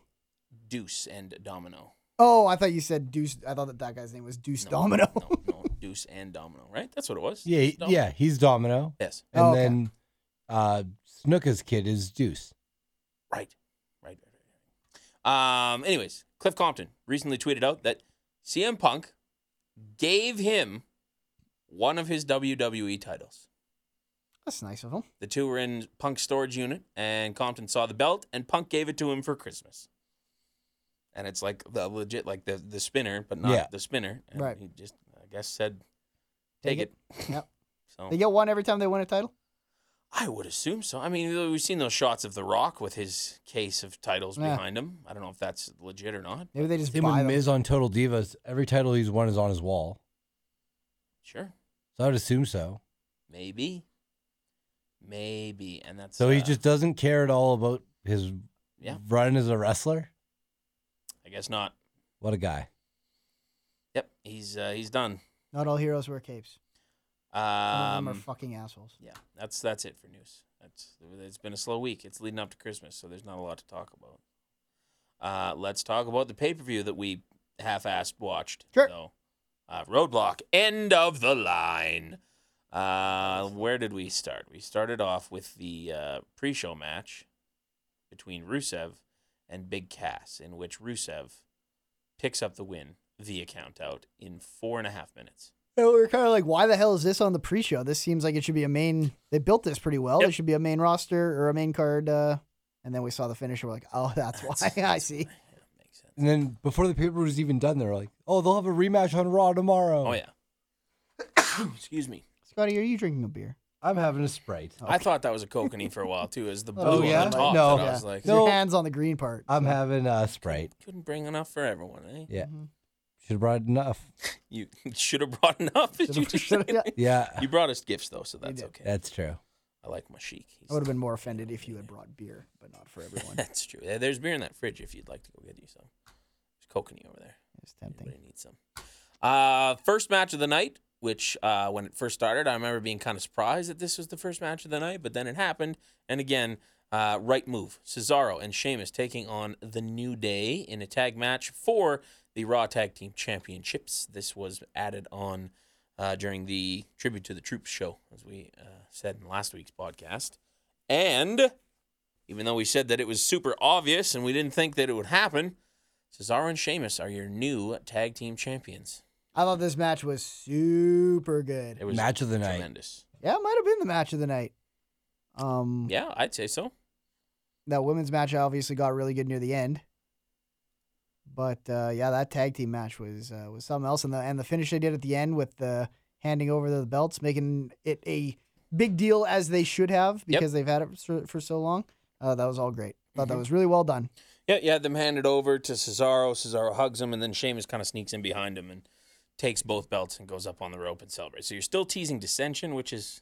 Deuce and Domino. Oh, I thought you said Deuce. I thought that that guy's name was Deuce No, Domino. No, no, Deuce and Domino, right? That's what it was. Yeah, Deuce Domino. yeah, he's Domino. Yes. And Oh, okay. then uh Snooka's kid is Deuce. Right. Right. right, right. Um, anyways, Cliff Compton recently tweeted out that CM Punk gave him one of his WWE titles. That's nice of him. The two were in Punk's storage unit, and Compton saw the belt, and Punk gave it to him for Christmas. And it's like the legit, like the, the spinner, but not Yeah. the spinner. And Right. He just, I guess, said, Take take it. Yep. So They get one every time they win a title. I would assume so. I mean, we've seen those shots of The Rock with his case of titles Yeah. behind him. I don't know if that's legit or not. Maybe they just Same buy with them. Miz on Total Divas. Every title he's won is on his wall. Sure. So I would assume so. Maybe. Maybe. And that's So he uh, just doesn't care at all about his Yeah. run as a wrestler? I guess not. What a guy. Yep. He's uh, he's done. Not all heroes wear capes. Some of them are Um fucking assholes. yeah, that's that's it for news. That's it's been a slow week. It's leading up to Christmas, so there's not a lot to talk about. Uh let's talk about the pay-per-view that we half-assed watched. Sure. So, uh, roadblock end of the line. Uh where did we start? We started off with the uh pre-show match between Rusev and Big Cass, in which Rusev picks up the win via count out in four and a half minutes. And we were kind of like, why the hell is this on the pre-show? This seems like it should be a main. They built this pretty well. Yep. It should be a main roster or a main card. Uh, and then we saw the finish. and We're like, oh, that's why. I see. Yeah, makes sense. And then before the paper was even done, they're like, "Oh, they'll have a rematch on Raw tomorrow." Oh yeah. Excuse me. Scotty, are you drinking a beer? I'm having a sprite. I thought that was a coconine for a while too, as the blue Oh, yeah? on the top. No. No. I was Yeah. like, No. Your hands on the green part. I'm so. having a sprite. couldn't bring enough for everyone. Eh? Yeah, should have brought enough. You should have brought enough. Did you, Should've- just should've- say? yeah. Yeah, you brought us gifts though, so that's did. okay. that's true. I like my chic. He's- I would have been more offended if you had brought beer, but not for everyone. That's true. Yeah, There's beer in that fridge if you'd like to go get you some. There's coconut over there. It's tempting. Everybody needs some. Uh, first match of the night, which uh, when it first started, I remember being kind of surprised that this was the first match of the night, but then it happened. And again, uh, right move. Cesaro and Sheamus taking on the New Day in a tag match for the Raw Tag Team Championships. This was added on uh, during the Tribute to the Troops show, as we uh, said in last week's podcast. And even though we said that it was super obvious and we didn't think that it would happen, Cesaro and Sheamus are your new tag team champions. I thought this match was super good. It was Match of the night. tremendous. Yeah, it might have been the match of the night. Um, Yeah, I'd say so. that women's match obviously got really good near the end. But uh, yeah, that tag team match was uh, was something else, and the and the finish they did at the end with the handing over the belts, making it a big deal as they should have because they've had it for, for so long. Uh, that was all great. Thought Mm-hmm. that was really well done. Yeah, you had them handed over to Cesaro. Cesaro hugs him, and then Sheamus kind of sneaks in behind him and takes both belts and goes up on the rope and celebrates. So you're still teasing dissension, which is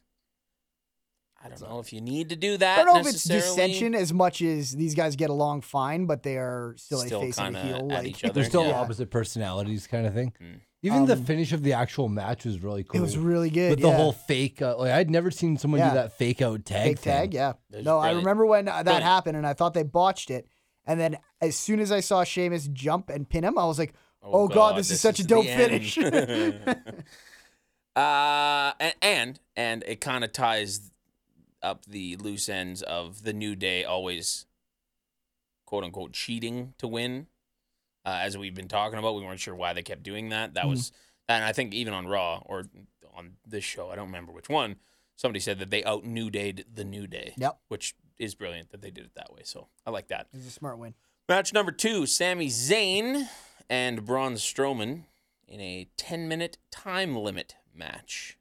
I don't know if you need to do that. I don't know if it's necessarily. dissension as much as these guys get along fine, but they are still, Still a face and a kinda heel. at Like each other, They're still Yeah. Mm. opposite personalities, kind of thing. Even the Um, finish of the actual match was really cool. it was really good. With yeah. the whole fake, uh, like I'd never seen someone Yeah. do that fake out tag Big thing. tag, yeah. That was no, I brilliant. remember when uh, that Brilliant. happened, and I thought they botched it. And then as soon as I saw Sheamus jump and pin him, I was like, "Oh, God, this, is such a the dope end." finish." uh, and, and and it kind of ties up the loose ends of the new day always quote unquote cheating to win. Uh, as we've been talking about, we weren't sure why they kept Mm-hmm. doing that. That was, and I think even on Raw or on this show, I don't remember which one, somebody said that they out New Dayed the New Day. Yep. Which is brilliant that they did it that way. So I like that. It was a smart win. Match number two Sami Zayn and Braun Strowman in a 10 minute time limit match.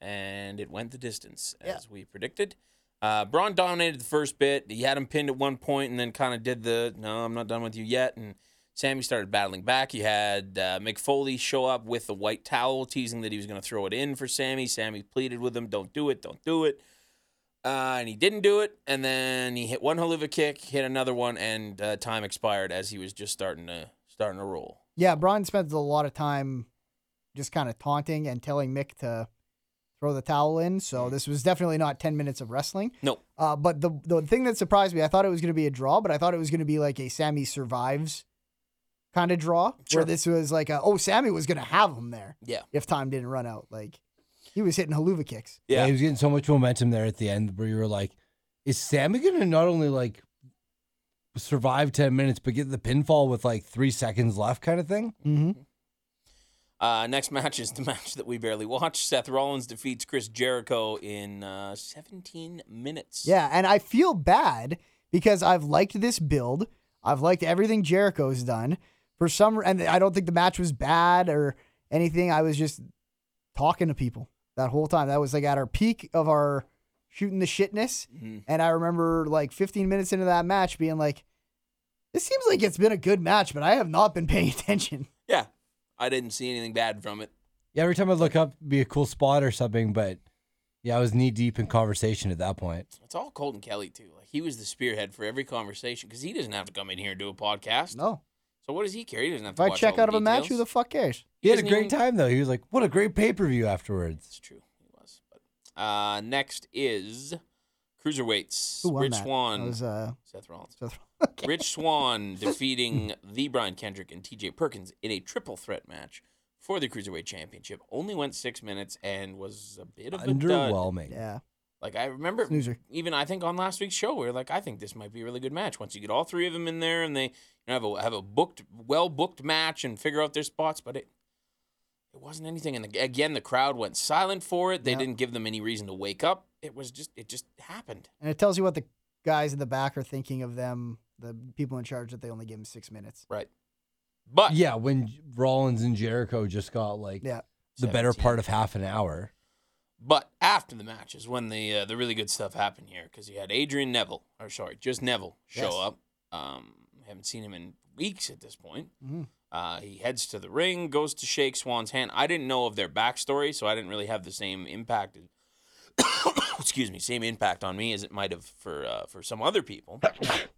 And it went the distance, as Yeah. we predicted. Uh, Braun dominated the first bit. He had him pinned at one point and then kind of did the, no, I'm not done with you yet. And Sammy started battling back. You had uh, McFoley show up with the white towel, teasing that he was going to throw it in for Sammy. Sammy pleaded with him, don't do it, don't do it. Uh, and he didn't do it. And then he hit one haluva kick, hit another one, and uh, time expired as he was just starting to starting to roll. Yeah, Braun spends a lot of time just kind of taunting and telling Mick to throw the towel in. So this was definitely not 10 minutes of wrestling. No. Uh, but the the thing that surprised me, I thought it was going to be a draw, but I thought it was going to be like a Sammy survives kind of draw, Sure. where this was like, a, oh, Sammy was going to have him there Yeah. if time didn't run out. Like he was hitting haluva kicks. Yeah. Yeah. he was getting so much momentum there at the end where you were like, is Sammy going to not only like survive 10 minutes, but get the pinfall with like three seconds left kind of thing? Mm-hmm. Uh, next match is the match that we barely watched. Seth Rollins defeats Chris Jericho in uh, 17 minutes. Yeah, and I feel bad because I've liked this build. I've liked everything Jericho's done. For some, and I don't think the match was bad or anything. I was just talking to people that whole time. That was like at our peak of our shooting the shitness. Mhm. And I remember like 15 minutes into that match being like, "This seems like it's been a good match, but I have not been paying attention." Yeah. I didn't see anything bad from it. Yeah, every time I look up, it'd be a cool spot or something, but yeah, I was knee deep in conversation at that point. It's all Colton Kelly, too. Like, he was the spearhead for every conversation because he doesn't have to come in here and do a podcast. No, So, what does he care? He doesn't have if to I watch check all out the of a match, who details. the fuck cares? He had a doesn't great even- time though. He was like, what a great pay per view afterwards. It's true. He was. But, uh, next is Cruiserweights. Who won Rich that? Swan. That was uh, Seth Rollins. Seth- Rich Swan defeating the Brian Kendrick and TJ Perkins in a triple threat match for the Cruiserweight Championship. Only went six minutes and was a bit of a dud. Underwhelming. yeah, Like I remember, Snoozer. even I think on last week's show, we are like, I think this might be a really good match. Once you get all three of them in there and they you know, have a have a booked, well booked match and figure out their spots, but it it wasn't anything. And ag- again, the crowd went silent for it. They Yeah. didn't give them any reason to wake up. It was just it just happened. and it tells you what the guys in the back are thinking of them. The people in charge that they only give them six minutes. Right. But Yeah, when Rollins and Jericho just got like Yeah, the better 17. part of half an hour. But after the match is when the uh, the really good stuff happened here because you had Adrian Neville, or sorry, just Neville show Yes. up. Um, haven't seen him in weeks at this point. Mhm. Uh, he heads to the ring, goes to shake Swan's hand. I didn't know of their backstory, so I didn't really have the same impact. excuse me, same impact on me as it might have for uh, for some other people.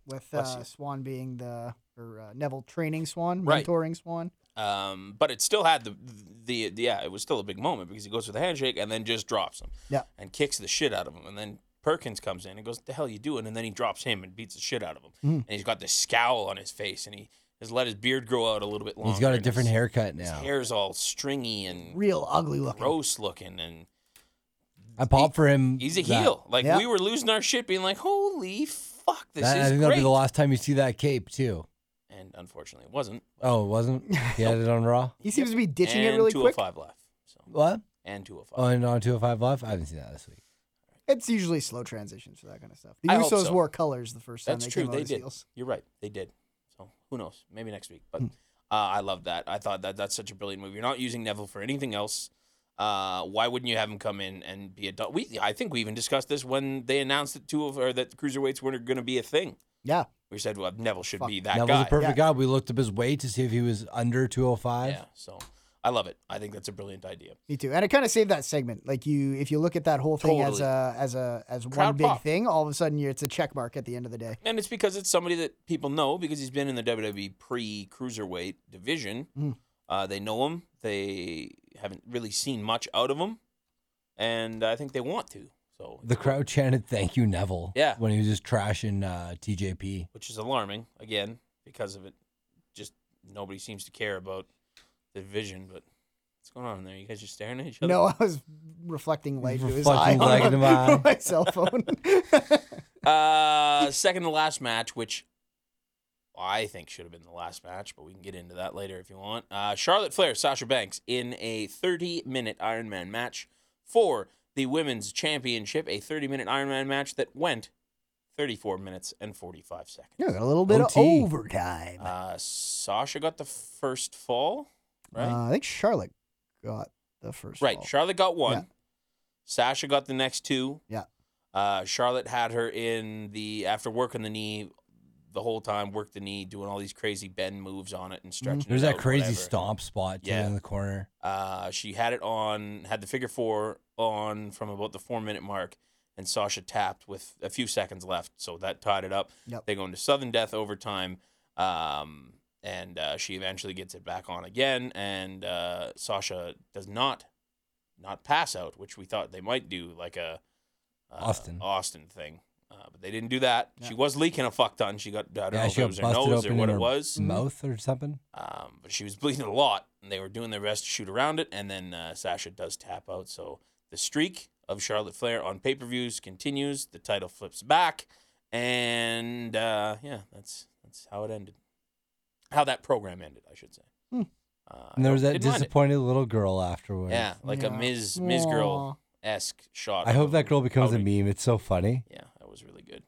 with Bless uh, you. Swan being the or uh, Neville training Swan, Right. mentoring Swan. Um, but it still had the, the the yeah, it was still a big moment because he goes for the handshake and then just drops him. Yeah. And kicks the shit out of him. And then Perkins comes in and goes, the hell you doing? And then he drops him and beats the shit out of him. Hmm. And he's got this scowl on his face and he has let his beard grow out a little bit longer. He's got a and different his, haircut His now. hair's all stringy and Real ugly looking. gross looking and I popped for him. he's a that- heel. Like Yeah. we were losing our shit being like, holy fuck, this that- is I think that'll great. be the last time you see that cape too. and unfortunately it wasn't. Oh, it wasn't? He had it on Raw? He seems to be ditching and it really quick. 205 live. So What? and 205. Oh, and on 205 Live? I haven't seen that this week. It's usually slow transitions for that kind of stuff. The I hope Usos so. wore colors the first time That's they true. came out They as did. heels. You're right. They did. So who knows? Maybe next week. Hmm. But uh, I love that. I thought that that's such a brilliant move. You're not using Neville for anything else. Uh, why wouldn't you have him come in and be a dog? We I think we even discussed this when they announced that two of or that cruiserweights weren't going to be a thing. Yeah, We said well Neville should Fuck. be that that guy. was a perfect guy. We looked up his weight to see if he was under 205. yeah. So I love it. I think that's a brilliant idea. me too. And it kind of saved that segment. Like you, if you look at that whole thing as Totally. a as a as one Crowd big pop. thing, all of a sudden you're, it's a check mark at the end of the day. And it's because it's somebody that people know because he's been in the WWE pre cruiserweight division. Mm. Uh, they know him. They haven't really seen much out of him, and I think they want to. So, The crowd chanted, Thank you, Neville. Yeah. When he was just trashing uh, TJP. which is alarming again because of it. Just nobody seems to care about the division. But what's going on in there? You guys just staring at each other. No, I was reflecting light to his eye Reflecting light on into my, my eye. my cell phone. Uh, second to last match, which I think should have been the last match, but we can get into that later if you want. Uh, Charlotte Flair, Sasha Banks in a 30 minute Iron Man match for the women's championship, a 30 minute Ironman match that went 34 minutes and 45 seconds. Yeah, got a little bit OT. of overtime. Uh, Sasha got the first fall, right? Uh, I think Charlotte got the first. right. fall. Charlotte got one. Yeah. Sasha got the next two. Yeah. Uh, Charlotte had her in the after working the knee the whole time, worked the knee, doing all these crazy bend moves on it and Mm-hmm. stretching. it There's that out, crazy whatever. stomp spot too Yeah. in the corner. Uh, she had it on, had the figure four on from about the four minute mark, and Sasha tapped with a few seconds left, so that tied it up. Yep. They go into sudden death overtime, um, and uh, she eventually gets it back on again, and uh, Sasha does not not pass out, which we thought they might do, like a uh, Austin. Austin thing. Uh, but they didn't do that. Yeah. She was leaking a fuck ton. She got I don't Yeah, know if she it got was her busted nose open or in what it her was. Mouth or something. Um, but she was bleeding a lot, and they were doing their best to shoot around it. And then uh, Sasha does tap out. So the streak of Charlotte Flair on pay per views continues. The title flips back, and uh, yeah, that's that's how it ended. How that program ended, I should say. Hmm. Uh, I And there was hope you that didn't mind it. disappointed little girl afterwards. Yeah, like a Yeah. Ms. Ms. Girl esque shot. I of hope a that girl becomes a outing. meme. It's so funny. Yeah, that was really good.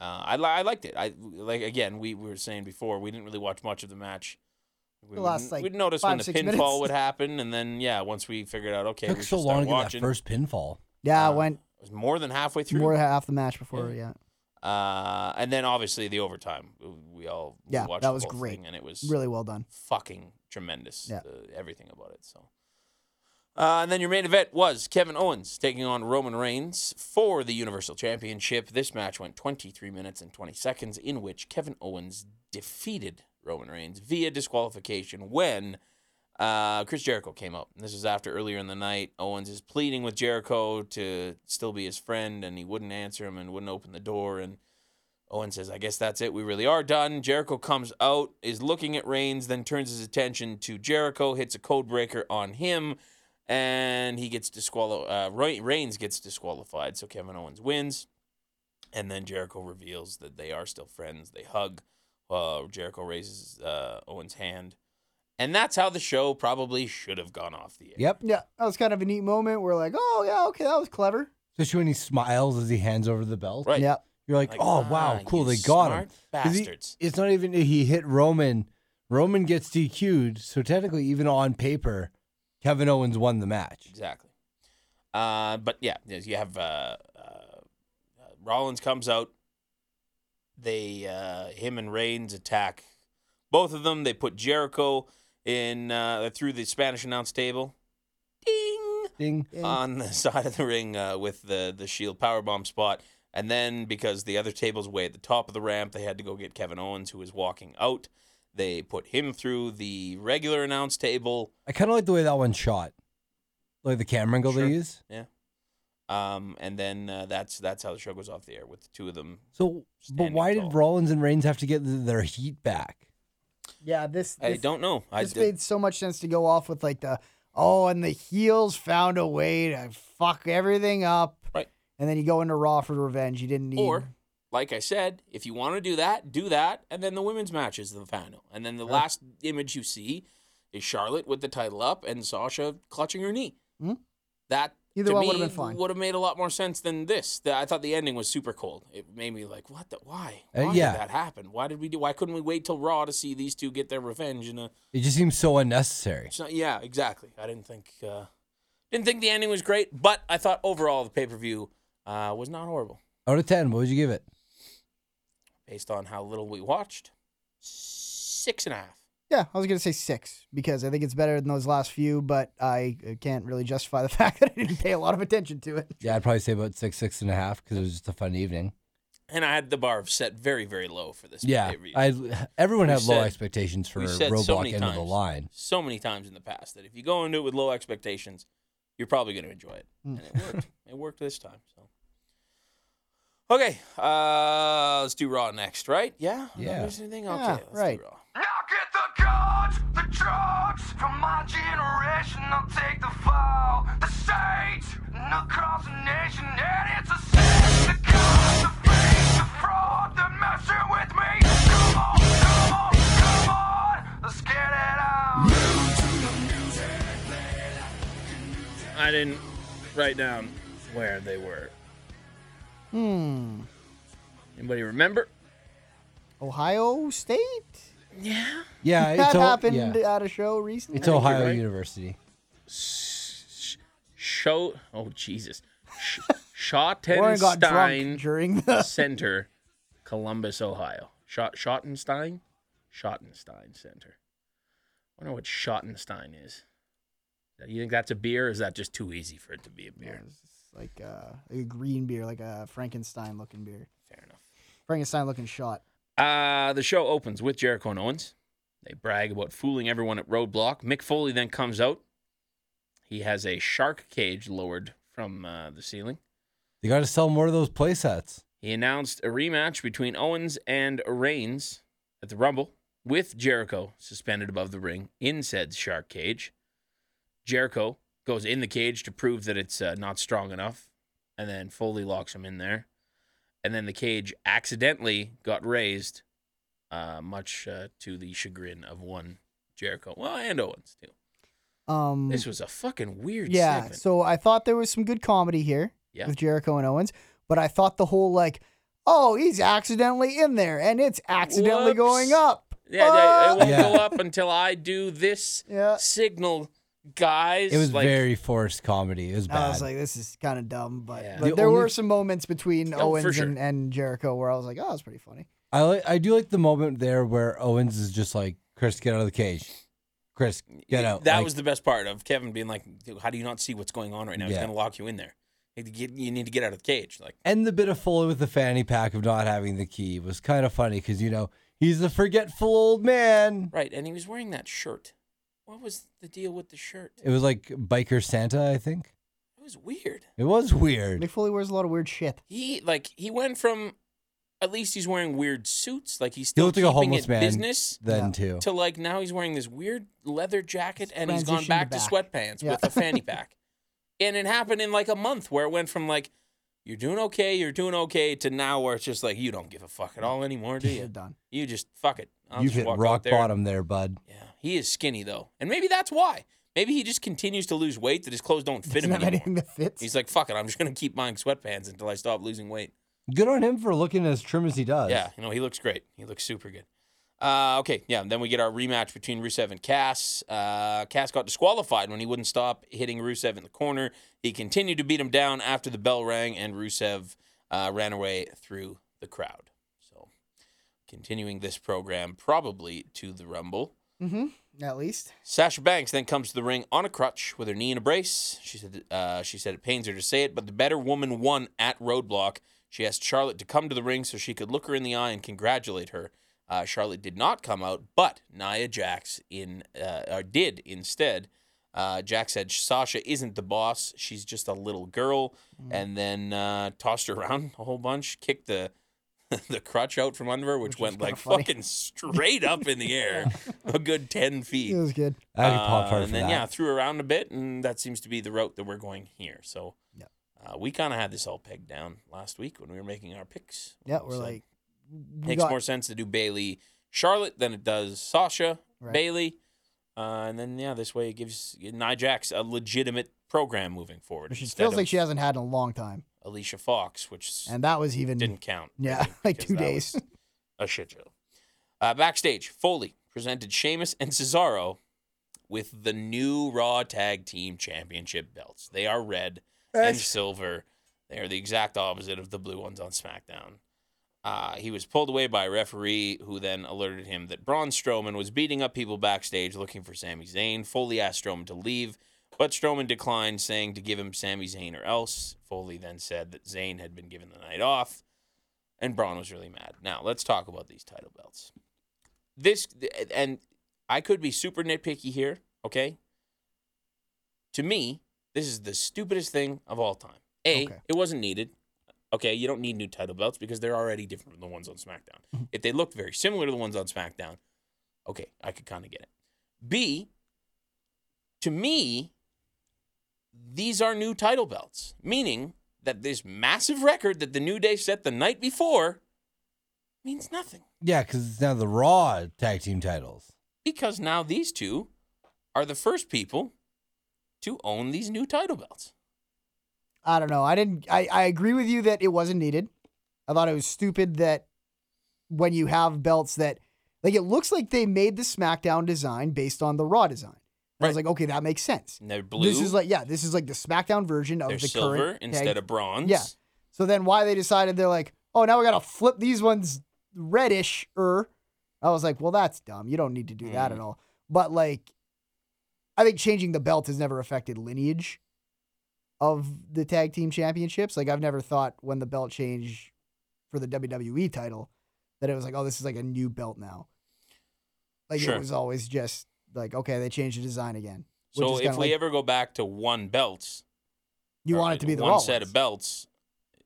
Uh, I li- I liked it. I like again. We, we were saying before we didn't really watch much of the match. We The last, would- like, we'd notice five, when the six pinfall minutes. would happen, and then yeah, once we figured out okay, we Took should so start long to get that watching. first pinfall. Yeah, uh, it went It was more than halfway through. more than half the match before. Yeah. Yeah, uh, and then obviously the overtime. We all we Yeah, watched that the was whole great. thing, and it was really well done. fucking tremendous. Yeah. the- everything about it. So. Uh, and then your main event was Kevin Owens taking on Roman Reigns for the Universal Championship. This match went 23 minutes and 20 seconds, in which Kevin Owens defeated Roman Reigns via disqualification when uh, Chris Jericho came out. And this is after earlier in the night. Owens is pleading with Jericho to still be his friend, and he wouldn't answer him and wouldn't open the door. And Owen says, I guess that's it. We really are done. Jericho comes out, is looking at Reigns, then turns his attention to Jericho, hits a code breaker on him, and he gets disqualified. Uh, Re- Reigns gets disqualified, so Kevin Owens wins. And then Jericho reveals that they are still friends. They hug. Uh, Jericho raises uh, Owen's hand. And that's how the show probably should have gone off the air. Yep. Yeah, that was kind of a neat moment. We're like, oh yeah, okay, that was clever. Especially when he smiles as he hands over the belt. Right. Yeah, You're like, oh, wow, ah, cool. you They got him. smart 'Cause he- Bastards. it's not even he hit Roman. Roman gets DQ'd. So technically, even on paper, Kevin Owens won the match. Exactly. Uh, but yeah, there's- you have uh, uh, uh, Rollins comes out. They uh, him and Reigns attack both of them. They put Jericho in uh, through the Spanish announce table. Ding Ding. Yeah. on the side of the ring uh, with the the Shield powerbomb spot. And then because the other table's way at the top of the ramp, they had to go get Kevin Owens, who was walking out. They put him through the regular announce table. I kind of like the way that one shot, like the camera angle Sure. they use. Um, and then uh, that's that's how the show goes off the air with the two of them. So, but Standing why tall. did Rollins and Reigns have to get th- their heat back? yeah. This, I this don't know. I This did, made so much sense to go off with like the oh, and the heels found a way to fuck everything up. Right. And then you go into Raw for revenge. You didn't need. or like I said, if you want to do that, do that, and then the women's match is the final, and then the Oh. last image you see is Charlotte with the title up and Sasha clutching her knee. Mhm. That Either to one me would've been fine. Would have made a lot more sense than this. The- I thought the ending was super cold. It made me like, what the why? Uh, Why yeah. did that happen? Why did we do? Why couldn't we wait till Raw to see these two get their revenge in a It just seems so unnecessary. It's not, yeah, exactly. I didn't think uh, didn't think the ending was great, but I thought overall the pay per view uh, was not horrible Out of ten, what would you give it? based on how little we watched. Six and a half. Yeah, I was gonna say six because I think it's better than those last few, but I uh, can't really justify the fact that I didn't pay a lot of attention to it. Yeah, I'd probably say about six, six and a half because it was just a fun evening. And I had the bar set very very low for this. Yeah, pay-per-view. I everyone We had low said- expectations for we said Roblox so many end of the times. line. so many times in the past that if you go into it with low expectations, you're probably going to enjoy it, Hmm. and it worked. it worked this time. So. Okay, uh, let's do Raw next, right? Yeah. Yeah. There's anything? Okay, Yeah, let's right. do Raw. I'll get the cards, the drugs from my generation. I'll take the fall, the shades, and across the nation. And it's a sin. The cards, the fakes, the fraud, they're messing with me. Come on, come on, come on, let's get it on. I didn't write down where they were. Hmm. Anybody remember? Ohio State? Yeah. Yeah, that it's O- happened yeah. at a show recently. It's Ohio right. University. Show. Oh Jesus. Sh- Warren got Schottenstein drunk during the. Center, Columbus, Ohio. Shot Schottenstein. Schottenstein Center. I wonder what Schottenstein is. You think that's a beer? Or is that just too easy for it to be a beer? It's like uh, a green beer, like a Frankenstein looking beer. Fair enough. Frankenstein looking shot. Uh, the show opens with Jericho and Owens. They brag about fooling everyone at Roadblock. Mick Foley then comes out. He has a shark cage lowered from uh, the ceiling. They got to sell more of those play sets. He announced a rematch between Owens and Reigns at the Rumble with Jericho suspended above the ring in said shark cage. Jericho goes in the cage to prove that it's uh, not strong enough, and then Foley locks him in there. And then the cage accidentally got raised, uh, much uh, to the chagrin of one Jericho. Well, and Owens, too. Um, This was a fucking weird yeah, segment. so I thought there was some good comedy here Yeah. with Jericho and Owens, but I thought the whole like, oh, he's accidentally in there and it's accidentally Whoops. going up. Ah! yeah, yeah, it won't Yeah. go up until I do this Yeah. signal, guys. It was like, very forced comedy. It was bad. I was like, this is kind of dumb, but, Yeah. but The there only- were some moments between Oh, for Owens sure. and, and Jericho where I was like, oh, that's pretty funny. I like, I do like the moment there where Owens is just like, Chris, get out of the cage. Chris, get out. That Like, was the best part of Kevin being like, "Dude, "How do you not see what's going on right now? He's Yeah. going to lock you in there. You need to get- you need to get out of the cage." Like, and the bit of Foley with the fanny pack of not having the key was kind of funny because you know he's a forgetful old man. right? And he was wearing that shirt. What was the deal with the shirt? It was like biker Santa, I think. It was weird. It was weird. Mick Foley wears a lot of weird shit. He like he went from at least he's wearing weird suits, like he's still he looked like a keeping homeless it man. business. then Yeah. too. To like now he's wearing this weird leather jacket and he's gone Transitioned back to back. sweatpants Yeah. with a fanny pack. And it happened in like a month where it went from like you're doing okay, you're doing okay to now where it's just like you don't give a fuck at all anymore, do Should you? have done. You just fuck it. I'll You've just hit walk out rock there. bottom there, bud. Yeah, he is skinny though, and maybe that's why. Maybe he just continues to lose weight that his clothes don't fit Doesn't him have anymore. anything that fits. He's like, fuck it, I'm just gonna keep buying sweatpants until I stop losing weight. Good on him for looking as trim as he does. Yeah, you know, he looks great. He looks super good. Uh, okay, yeah. Then we get our rematch between Rusev and Cass. Uh, Cass got disqualified when he wouldn't stop hitting Rusev in the corner. He continued to beat him down after the bell rang, and Rusev uh, ran away through the crowd. So, continuing this program probably to the Rumble. hmm At least. Sasha Banks then comes to the ring on a crutch with her knee in a brace. She said, uh, "She said it pains her to say it, but the better woman won at Roadblock. She asked Charlotte to come to the ring so she could look her in the eye and congratulate her. Uh, Charlotte did not come out, but Nia Jax in uh, or did instead. Uh, Jax said Sasha isn't the boss; she's just a little girl, Mm. and then uh, tossed her around a whole bunch, kicked the the crutch out from under her, which, Which was went kinda like funny. fucking straight up in the air, a good ten feet. It was good. I could pop Uh, hard for and then that. yeah, threw around a bit, and that seems to be the route that we're going here. So Yeah. uh, we kind of had this all pegged down last week when we were making our picks. Yeah, We we're said, like, we makes got- more sense to do Bailey Charlotte than it does Sasha Right. Bailey, uh, and then yeah, this way it gives Nia Jax a legitimate program moving forward. She instead feels like of she hasn't had in a long time, Alicia Fox, which s- and that was even didn't count. I yeah, think, like because two that days. was A shit show. Uh, backstage, Foley presented Sheamus and Cesaro with the new Raw Tag Team Championship belts. They are red and silver. They are the exact opposite of the blue ones on SmackDown. Uh, he was pulled away by a referee who then alerted him that Braun Strowman was beating up people backstage looking for Sami Zayn. Foley asked Strowman to leave, but Strowman declined, saying to give him Sami Zayn or else. Foley then said that Zayn had been given the night off, and Braun was really mad. Now, let's talk about these title belts. This, and I could be super nitpicky here, okay? To me, this is the stupidest thing of all time. A, Okay. it wasn't needed. Okay, you don't need new title belts because they're already different from the ones on SmackDown. if they looked very similar to the ones on SmackDown, okay, I could kind of get it. B, to me, these are new title belts, meaning that this massive record that the New Day set the night before means nothing Yeah, because it's now the Raw tag team titles. because now these two are the first people to own these new title belts. I don't know. I didn't. I, I agree with you that it wasn't needed. I thought it was stupid that when you have belts that like it looks like they made the SmackDown design based on the Raw design. I was Right. like, okay, that makes sense. And they're blue. This is like yeah, this is like the SmackDown version of they're the silver current tag instead of bronze. Yeah. so then why they decided they're like, oh, now we got to flip these ones reddish er. I was like, well, that's dumb. You don't need to do Mm. that at all. But like, I think changing the belt has never affected lineage of the tag team championships. Like, I've never thought when the belt changed for the WWE title that it was like, oh, this is like a new belt now. Like, Sure. it was always just like, okay, they changed the design again. which So is if kinda we like- ever go back to one belt, you or want it to be the one Raw set ones. of belts,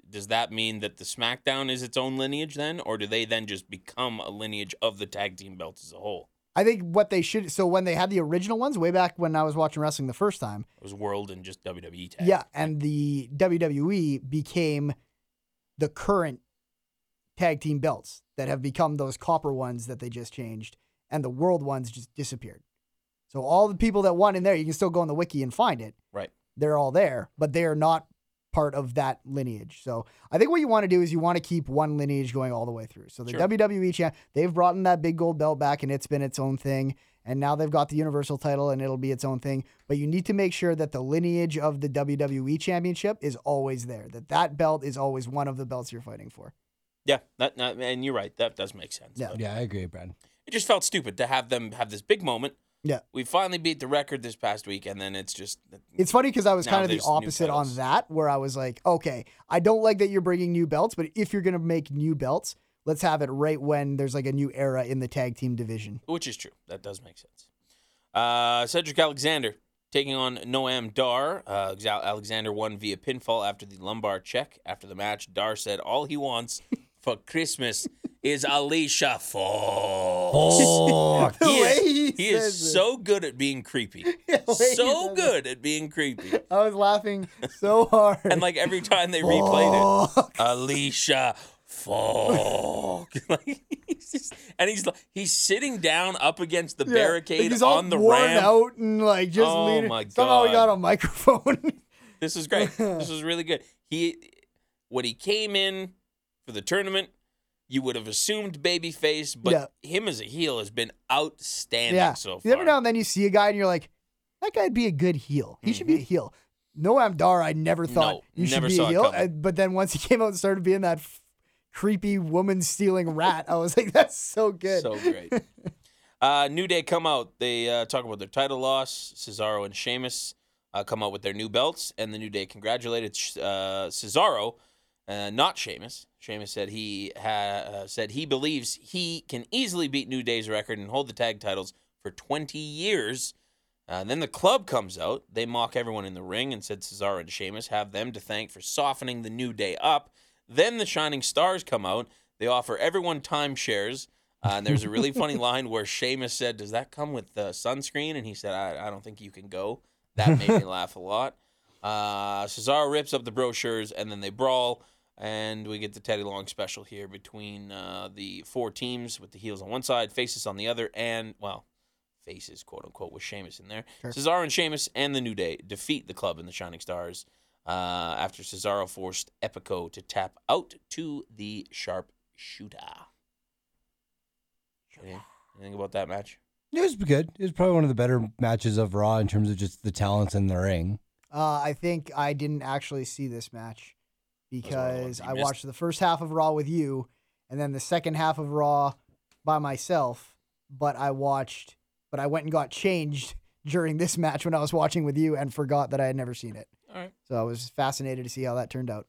does that mean that the SmackDown is its own lineage then, or do they then just become a lineage of the tag team belts as a whole? I think what they should so when they had the original ones way back when I was watching wrestling the first time. It was World and just WWE tag. Yeah, and the WWE became the current tag team belts that have become those copper ones that they just changed and the world ones just disappeared. So all the people that won in there, you can still go on the wiki and find it. Right. They're all there, but they are not part of that lineage. So I think what you want to do is you want to keep one lineage going all the way through. So the Sure. WWE champ, they've brought in that big gold belt back and it's been its own thing. And now they've got the universal title and it'll be its own thing. But you need to make sure that the lineage of the WWE championship is always there. That that belt is always one of the belts you're fighting for. Yeah, that, that- and you're right. That does make sense. Yeah. But Yeah, I agree, Brad. It just felt stupid to have them have this big moment. Yeah. We finally beat the record this past week, and then it's just It's funny because I was Now kind of the there's new opposite on titles. that, where I was like, okay, I don't like that you're bringing new belts, but if you're going to make new belts, let's have it right when there's like a new era in the tag team division. which is true. That does make sense. Uh, Cedric Alexander taking on Noam Dar. Uh, Exa- Alexander won via pinfall after the lumbar check. After the match, Dar said all he wants for Christmas is Alicia Fox. Oh, The He is, way he he is says it. so good at being creepy. way he says so it. good at being creepy. I was laughing so hard. Oh, And like every time they replayed it, Fuck. Alicia Falk. like, he's just, and he's like- he's sitting down up against the Yeah, like barricade he's all on the worn ramp. out and like just Oh leaning. my Somehow he God. got a microphone. This is great. this is really good. He when he came in for the tournament, you would have assumed babyface, but Yeah. him as a heel has been outstanding yeah. so far. Every now and then you see a guy and you're like, that guy'd be a good heel. He should be a heel. Noam Dar, I never thought Mm-hmm. No, you should never be a saw it heel. coming. And- But then once he came out and started being that f- creepy woman stealing rat, I was like, that's so good. So great. uh, New Day come out. They uh, talk about their title loss. Cesaro and Sheamus uh, come out with their new belts, and the New Day congratulated Sh- uh, Cesaro, uh, not Sheamus. Sheamus said he ha- uh, said he believes he can easily beat New Day's record and hold the tag titles for 20 years. Uh, then the club comes out. They mock everyone in the ring and said Cesaro and Sheamus have them to thank for softening the New Day up. Then the Shining Stars come out. They offer everyone timeshares. Uh, and there's a really funny line where Seamus said, Does that come with uh, sunscreen? And he said, I, I don't think you can go. That made me laugh a lot. Uh, Cesaro rips up the brochures and then they brawl. And we get the Teddy Long special here between uh, the four teams with the heels on one side, faces on the other, and, well, faces, quote unquote, with Sheamus in there. Cesaro and Sheamus and the New Day defeat the club and the Shining Stars uh, after Cesaro forced Epico to tap out to the sharp shooter. Anything, anything about that match? It was good. It was probably one of the better matches of Raw in terms of just the talents in the ring. Uh, I think I didn't actually see this match one of the ones because you I missed. watched the first half of Raw with you and then the second half of Raw by myself. But I watched, but I went and got changed during this match when I was watching with you and forgot that I had never seen it. All right. So I was fascinated to see how that turned out.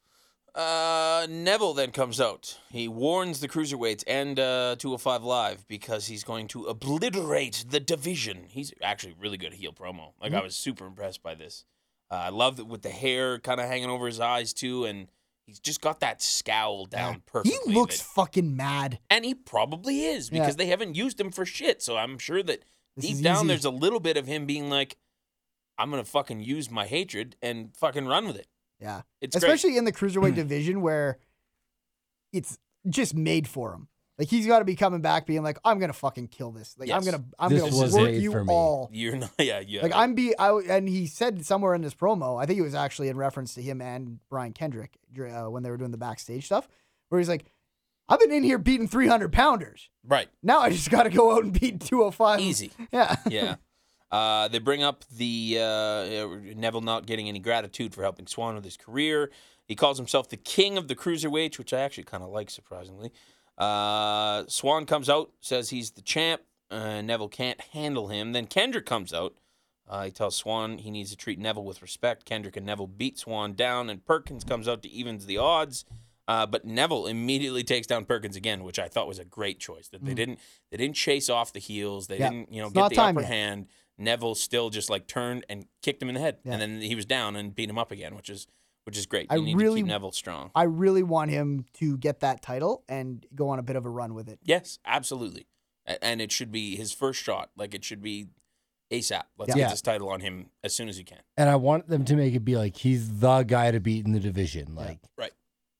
Uh, Neville then comes out. He warns the cruiserweights and uh, 205 Live because he's going to obliterate the division. He's actually really good heel promo. Like Mm-hmm. I was super impressed by this. Uh, I love that with the hair kind of hanging over his eyes too, and he's just got that scowl down perfectly. He looks that- fucking mad. and he probably is Yeah. because they haven't used him for shit. So I'm sure that This is deep down easy. there's a little bit of him being like, "I'm gonna fucking use my hatred and fucking run with it." Yeah. It's great. Especially in the cruiserweight division where it's just made for him. Like he's got to be coming back, being like, "I'm gonna fucking kill this. Like I'm Yes. gonna, I'm This gonna was work made you for me. all." You're not. Yeah, yeah. Like I'm be, I w- and he said somewhere in his promo, I think it was actually in reference to him and Brian Kendrick dr- uh, when they were doing the backstage stuff, where he's like, "I've been in here beating 300 pounders. right. Now I just got to go out and beat 205." Easy. Yeah. Yeah. Uh, they bring up the uh, uh, Neville not getting any gratitude for helping Swan with his career. He calls himself the king of the cruiserweights, which I actually kind of like, surprisingly. Uh, Swan comes out, says he's the champ. Uh, Neville can't handle him. Then Kendrick comes out. Uh, he tells Swan he needs to treat Neville with respect. Kendrick and Neville beat Swan down, and Perkins comes out to evens the odds. Uh, but Neville immediately takes down Perkins again, which I thought was a great choice. That they didn't they didn't chase off the heels. They Mm. Yeah. didn't you know It's get not the time upper yet. hand. Neville still just like turned and kicked him in the head, Yeah. and then he was down and beat him up again, which is which is great. I You need really- to keep Neville strong. I really want him to get that title and go on a bit of a run with it. Yes, absolutely. A- And it should be his first shot. Like it should be ASAP. Let's Yeah. get this title on him as soon as you can. And I want them to make it be like he's the guy to beat in the division. Like Right.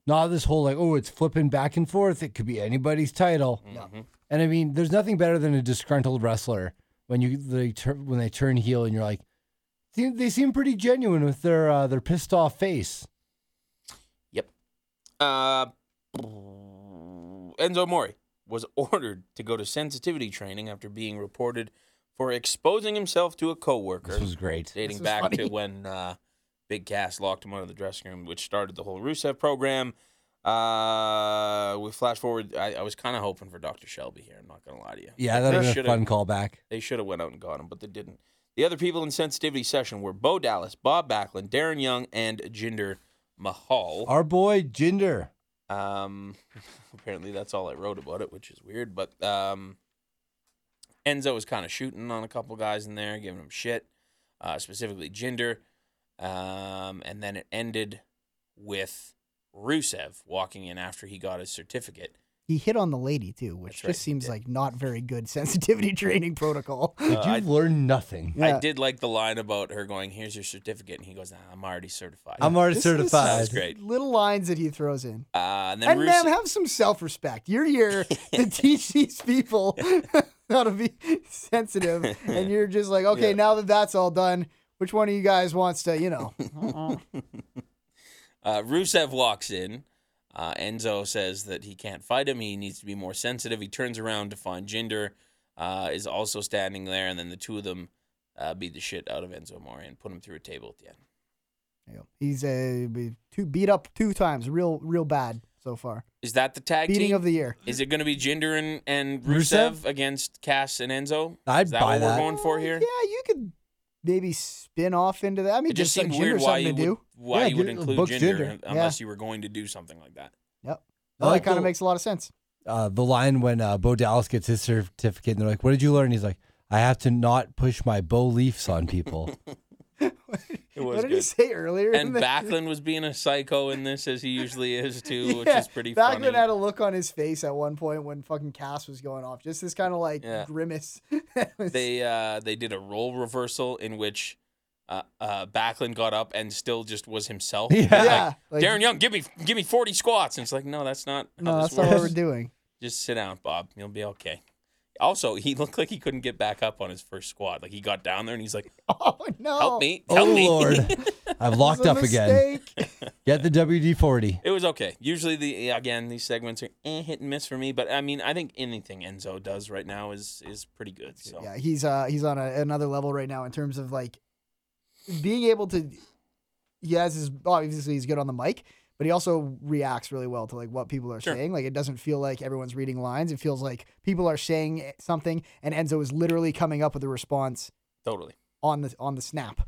not this whole like, oh, it's flipping back and forth. It could be anybody's title. Mhm. And I mean, there's nothing better than a disgruntled wrestler when you they tur- when they turn heel and you're like, "See, they seem pretty genuine with their uh, their pissed off face. Yep. Uh, Enzo Mori was ordered to go to sensitivity training after being reported for exposing himself to a coworker. This was great. dating is back to funny. when uh, Big Cass locked him out of the dressing room, which started the whole Rusev program. Uh, we flash forward. I, I was kind of hoping for Dr. Shelby here. I'm not gonna lie to you. Yeah, that was a should've- fun callback. They should have went out and got him, but they didn't. The other people in sensitivity session were Bo Dallas, Bob Backlund, Darren Young, and Jinder Mahal. Our boy Jinder. Um, apparently that's all I wrote about it, which is weird. But um, Enzo was kind of shooting on a couple guys in there, giving them shit, uh, specifically Jinder. Um, and then it ended with Rusev walking in after he got his certificate. He hit on the lady too, which That's just right, he seems did. like not very good sensitivity training protocol. Did you Uh, I- learn nothing? I did like the line about her going, "Here's your certificate," and he goes, nah, "I'm already certified." I'm already This- this is certified. That's great. Little lines that he throws in. uh, and then And Rusev, man, have some self respect. You're here to teach these people how to be sensitive. And you're just like, okay, now that that's all done, which one of you guys wants to, you know? Uh, Rusev walks in. Uh, Enzo says that he can't fight him. He needs to be more sensitive. He turns around to find Jinder uh, is also standing there, and then the two of them uh, beat the shit out of Enzo Mori and put him through a table at the end. There you go. He's uh, be- two beat up two times, real, real bad so far. Is that the tag Beating team? of the year. Is it going to be Jinder and, and Rusev? Rusev, against Cass and Enzo? I'd is that buy what that. we're going for here? Yeah, you could maybe spin off into that. I mean, It just just like seemed weird Jinder why something you to would, do. why Yeah, you would get- include book Jinder, Jinder. unless you were going to do something like that. Yep. I Oh, Well, like that kind the- of makes a lot of sense. uh, the line when uh, Bo Dallas gets his certificate and they're like, "What did you learn?" He's like, "I have to not push my Bo Leafs on people." It What was did good. he say earlier? in And the- Backlund was being a psycho in this, as he usually is too, which Yeah, is pretty Backlund funny. had a look on his face at one point when fucking Cass was going off. Just this kind of like Yeah. grimace. they uh, they did a role reversal in which uh, uh, Backlund got up and still just was himself. Yeah. Like, yeah. like, Darren Young, give me give me forty squats, and it's like, no, that's not how No, this that's not what we're works. doing. Just sit down, Bob. You'll be okay. Also, he looked like he couldn't get back up on his first squat. Like he got down there and he's like, Oh no! "Help me, help oh me!" Lord, I've locked up again. again. Get the WD forty. It was okay. Usually, the yeah, again these segments are eh, hit and miss for me, but I mean, I think anything Enzo does right now is is pretty good. So yeah, he's uh he's on a, another level right now in terms of like being able to. He has his obviously he's good on the mic, but he also reacts really well to like what people are Sure. saying. Like it doesn't feel like everyone's reading lines. It feels like people are saying something, and Enzo is literally coming up with a response totally. on the on the snap,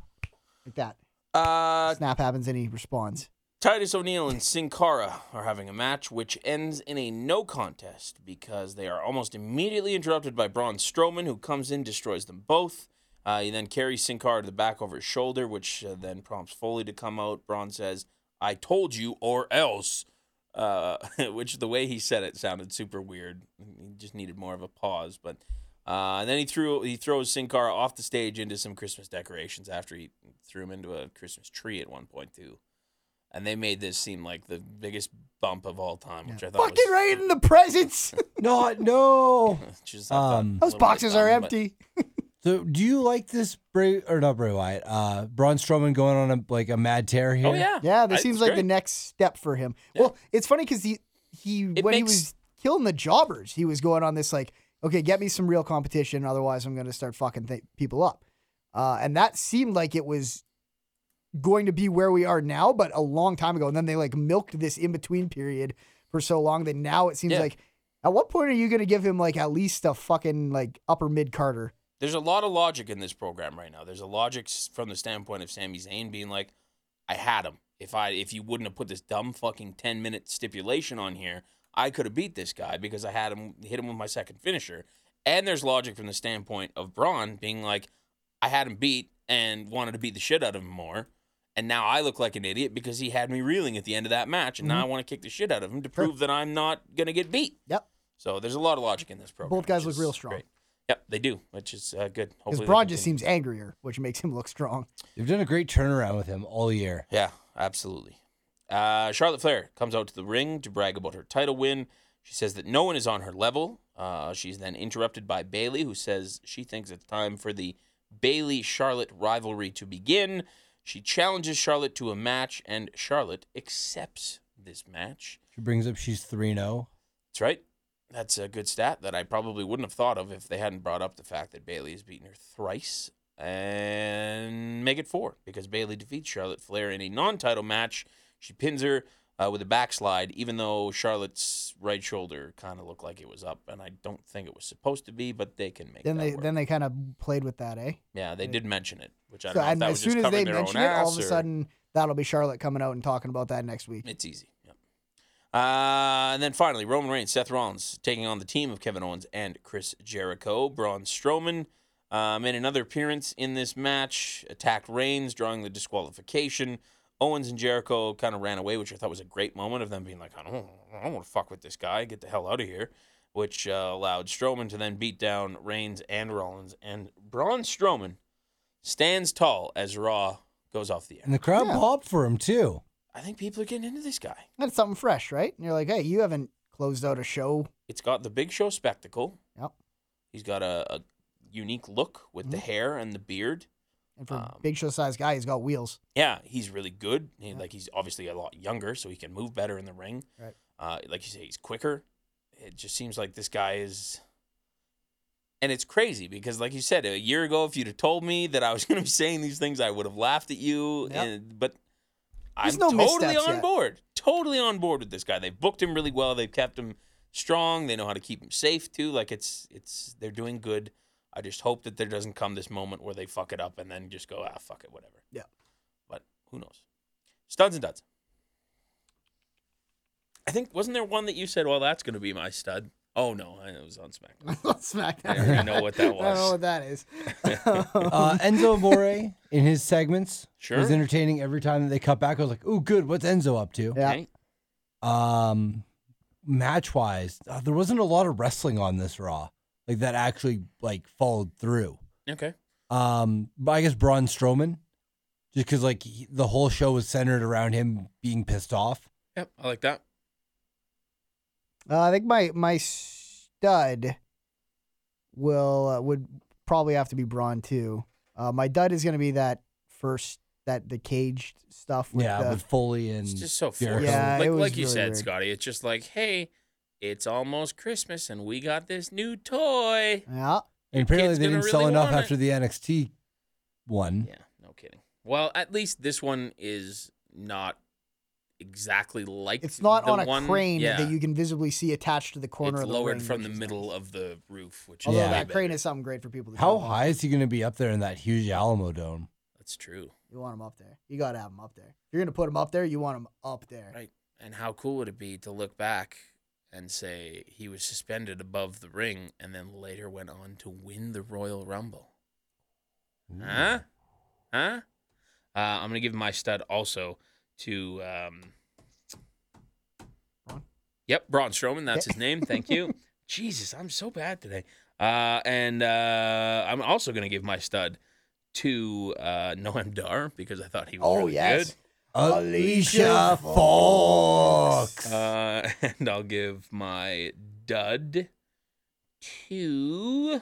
like that. Uh, snap happens and he responds. Titus O'Neil and Sin Cara are having a match, which ends in a no contest because they are almost immediately interrupted by Braun Strowman, who comes in, destroys them both. Uh, he then carries Sin Cara to the back over his shoulder, which uh, then prompts Foley to come out. Braun says, I told you or else, uh, which the way he said it sounded super weird. He just needed more of a pause, but. Uh, and then he threw he throws Sin Cara off the stage into some Christmas decorations after he threw him into a Christmas tree at one point too and they made this seem like the biggest bump of all time, which I thought Fucking was, right in the presents. Not no. Just, I thought a Um, Those little bit boxes are dumb, but empty. So do you like this Bray or not Bray Wyatt? Uh, Braun Strowman going on a like a mad tear here. Oh yeah, Yeah, I- this seems it's like the great. next step for him. Well, it's funny because he he It when he makes- was killing the jobbers, he was going on this like, okay, get me some real competition, otherwise I'm going to start fucking th- people up. Uh, and that seemed like it was going to be where we are now, but a long time ago. And then they like milked this in between period for so long that now it seems Yeah. like. At what point are you going to give him like at least a fucking like upper mid Carter? There's a lot of logic in this program right now. There's a logic s- from the standpoint of Sami Zayn being like, "I had him. If I if you wouldn't have put this dumb fucking ten minute stipulation on here, I could have beat this guy because I had him hit him with my second finisher." And there's logic from the standpoint of Braun being like, "I had him beat and wanted to beat the shit out of him more." And now I look like an idiot because he had me reeling at the end of that match, and now I want to kick the shit out of him to prove that I'm not gonna get beat. Yep. So there's a lot of logic in this program. Both guys which look is real strong. great. Yep, they do, which is uh, good. Because Hopefully, they Braun just continue. seems angrier, which makes him look strong. They've done a great turnaround with him all year. Yeah, absolutely. Uh, Charlotte Flair comes out to the ring to brag about her title win. She says that no one is on her level. Uh, she's then interrupted by Bailey, who says she thinks it's time for the Bailey Charlotte rivalry to begin. She challenges Charlotte to a match, and Charlotte accepts this match. She brings up she's three oh. 0 That's right. That's a good stat that I probably wouldn't have thought of if they hadn't brought up the fact that Bailey has beaten her thrice and make it four because Bailey defeats Charlotte Flair in a non-title match. She pins her uh, with a backslide, even though Charlotte's right shoulder kind of looked like it was up, and I don't think it was supposed to be, but they can make Then that they work. then they kind of played with that, eh? yeah, they did mention it, which I So, don't know if and that as was just soon as covering they their mention own it, all ass of a or- sudden that'll be Charlotte coming out and talking about that next week. It's easy. Yep. Uh, and then finally, Roman Reigns, Seth Rollins taking on the team of Kevin Owens and Chris Jericho. Braun Strowman uh, made another appearance in this match, attacked Reigns, drawing the disqualification. Owens and Jericho kind of ran away, which I thought was a great moment of them being like, I don't, I don't want to fuck with this guy. Get the hell out of here. Which uh, allowed Strowman to then beat down Reigns and Rollins. And Braun Strowman stands tall as Raw goes off the air. and the crowd Yeah. popped for him too. I think people are getting into this guy. That's something fresh, right? And you're like, hey, you haven't closed out a show. It's got the Big Show spectacle. Yep. He's got a, a unique look with Mm-hmm. the hair and the beard. And for Um, a big show sized guy, he's got wheels. Yeah, he's really good. He- Like he's obviously a lot younger, so he can move better in the ring. Right. Uh, like you say, he's quicker. It just seems like this guy is. And it's crazy because, like you said, a year ago, if you'd have told me that I was going to be saying these things, I would have laughed at you. Yep. And, but There's I'm no totally missteps on yet. board. Totally on board with this guy. They've booked him really well. They've kept him strong. They know how to keep him safe too. Like it's it's they're doing good. I just hope that there doesn't come this moment where they fuck it up and then just go ah fuck it whatever. Yeah. But who knows? Studs and duds. I think wasn't there one that you said, "Well, that's going to be my stud." Oh no, I it was on SmackDown. Smack I already know what that I don't know was. what that is. Uh, Enzo Amore in his segments Sure. was entertaining every time that they cut back. I was like, "Ooh, good. What's Enzo up to?" Yeah. Okay. Um, match wise, uh, there wasn't a lot of wrestling on this Raw, like that actually like followed through. Okay. Um, but I guess Braun Strowman, just because like he, the whole show was centered around him being pissed off. Yep, I like that. Uh, I think my my stud will uh, would probably have to be Braun too. Uh, my dud is going to be that first that the caged stuff with yeah, the with Foley and It's just so Jericho. forced. Yeah, like, it was like you really said, weird. Scotty, it's just like, hey, it's almost Christmas and we got this new toy. yeah. And apparently Kid's they gonna didn't sell really enough want it. after the NXT one. Yeah, no kidding. Well, at least this one is not exactly like It's not the on a one- crane yeah, that you can visibly see attached to the corner It's of the lowered ring, from which the is middle nice. of the roof, which is Although yeah. Yeah. that crane is something great for people to How jump on. high is he going to be up there in that huge Alamo Dome? That's true. You want them up there. You got to have them up there. If you're going to put them up there, you want them up there. Right. And how cool would it be to look back and say he was suspended above the ring and then later went on to win the Royal Rumble? Huh? Huh? Uh, I'm going to give my stud also to. Um, Yep, Braun Strowman. That's his name. Thank you. Jesus, I'm so bad today. Uh, and uh, I'm also going to give my stud to uh, Noam Oh, Dar because I thought he was Oh, really yes. good. Alicia Fox. Uh, And I'll give my dud to.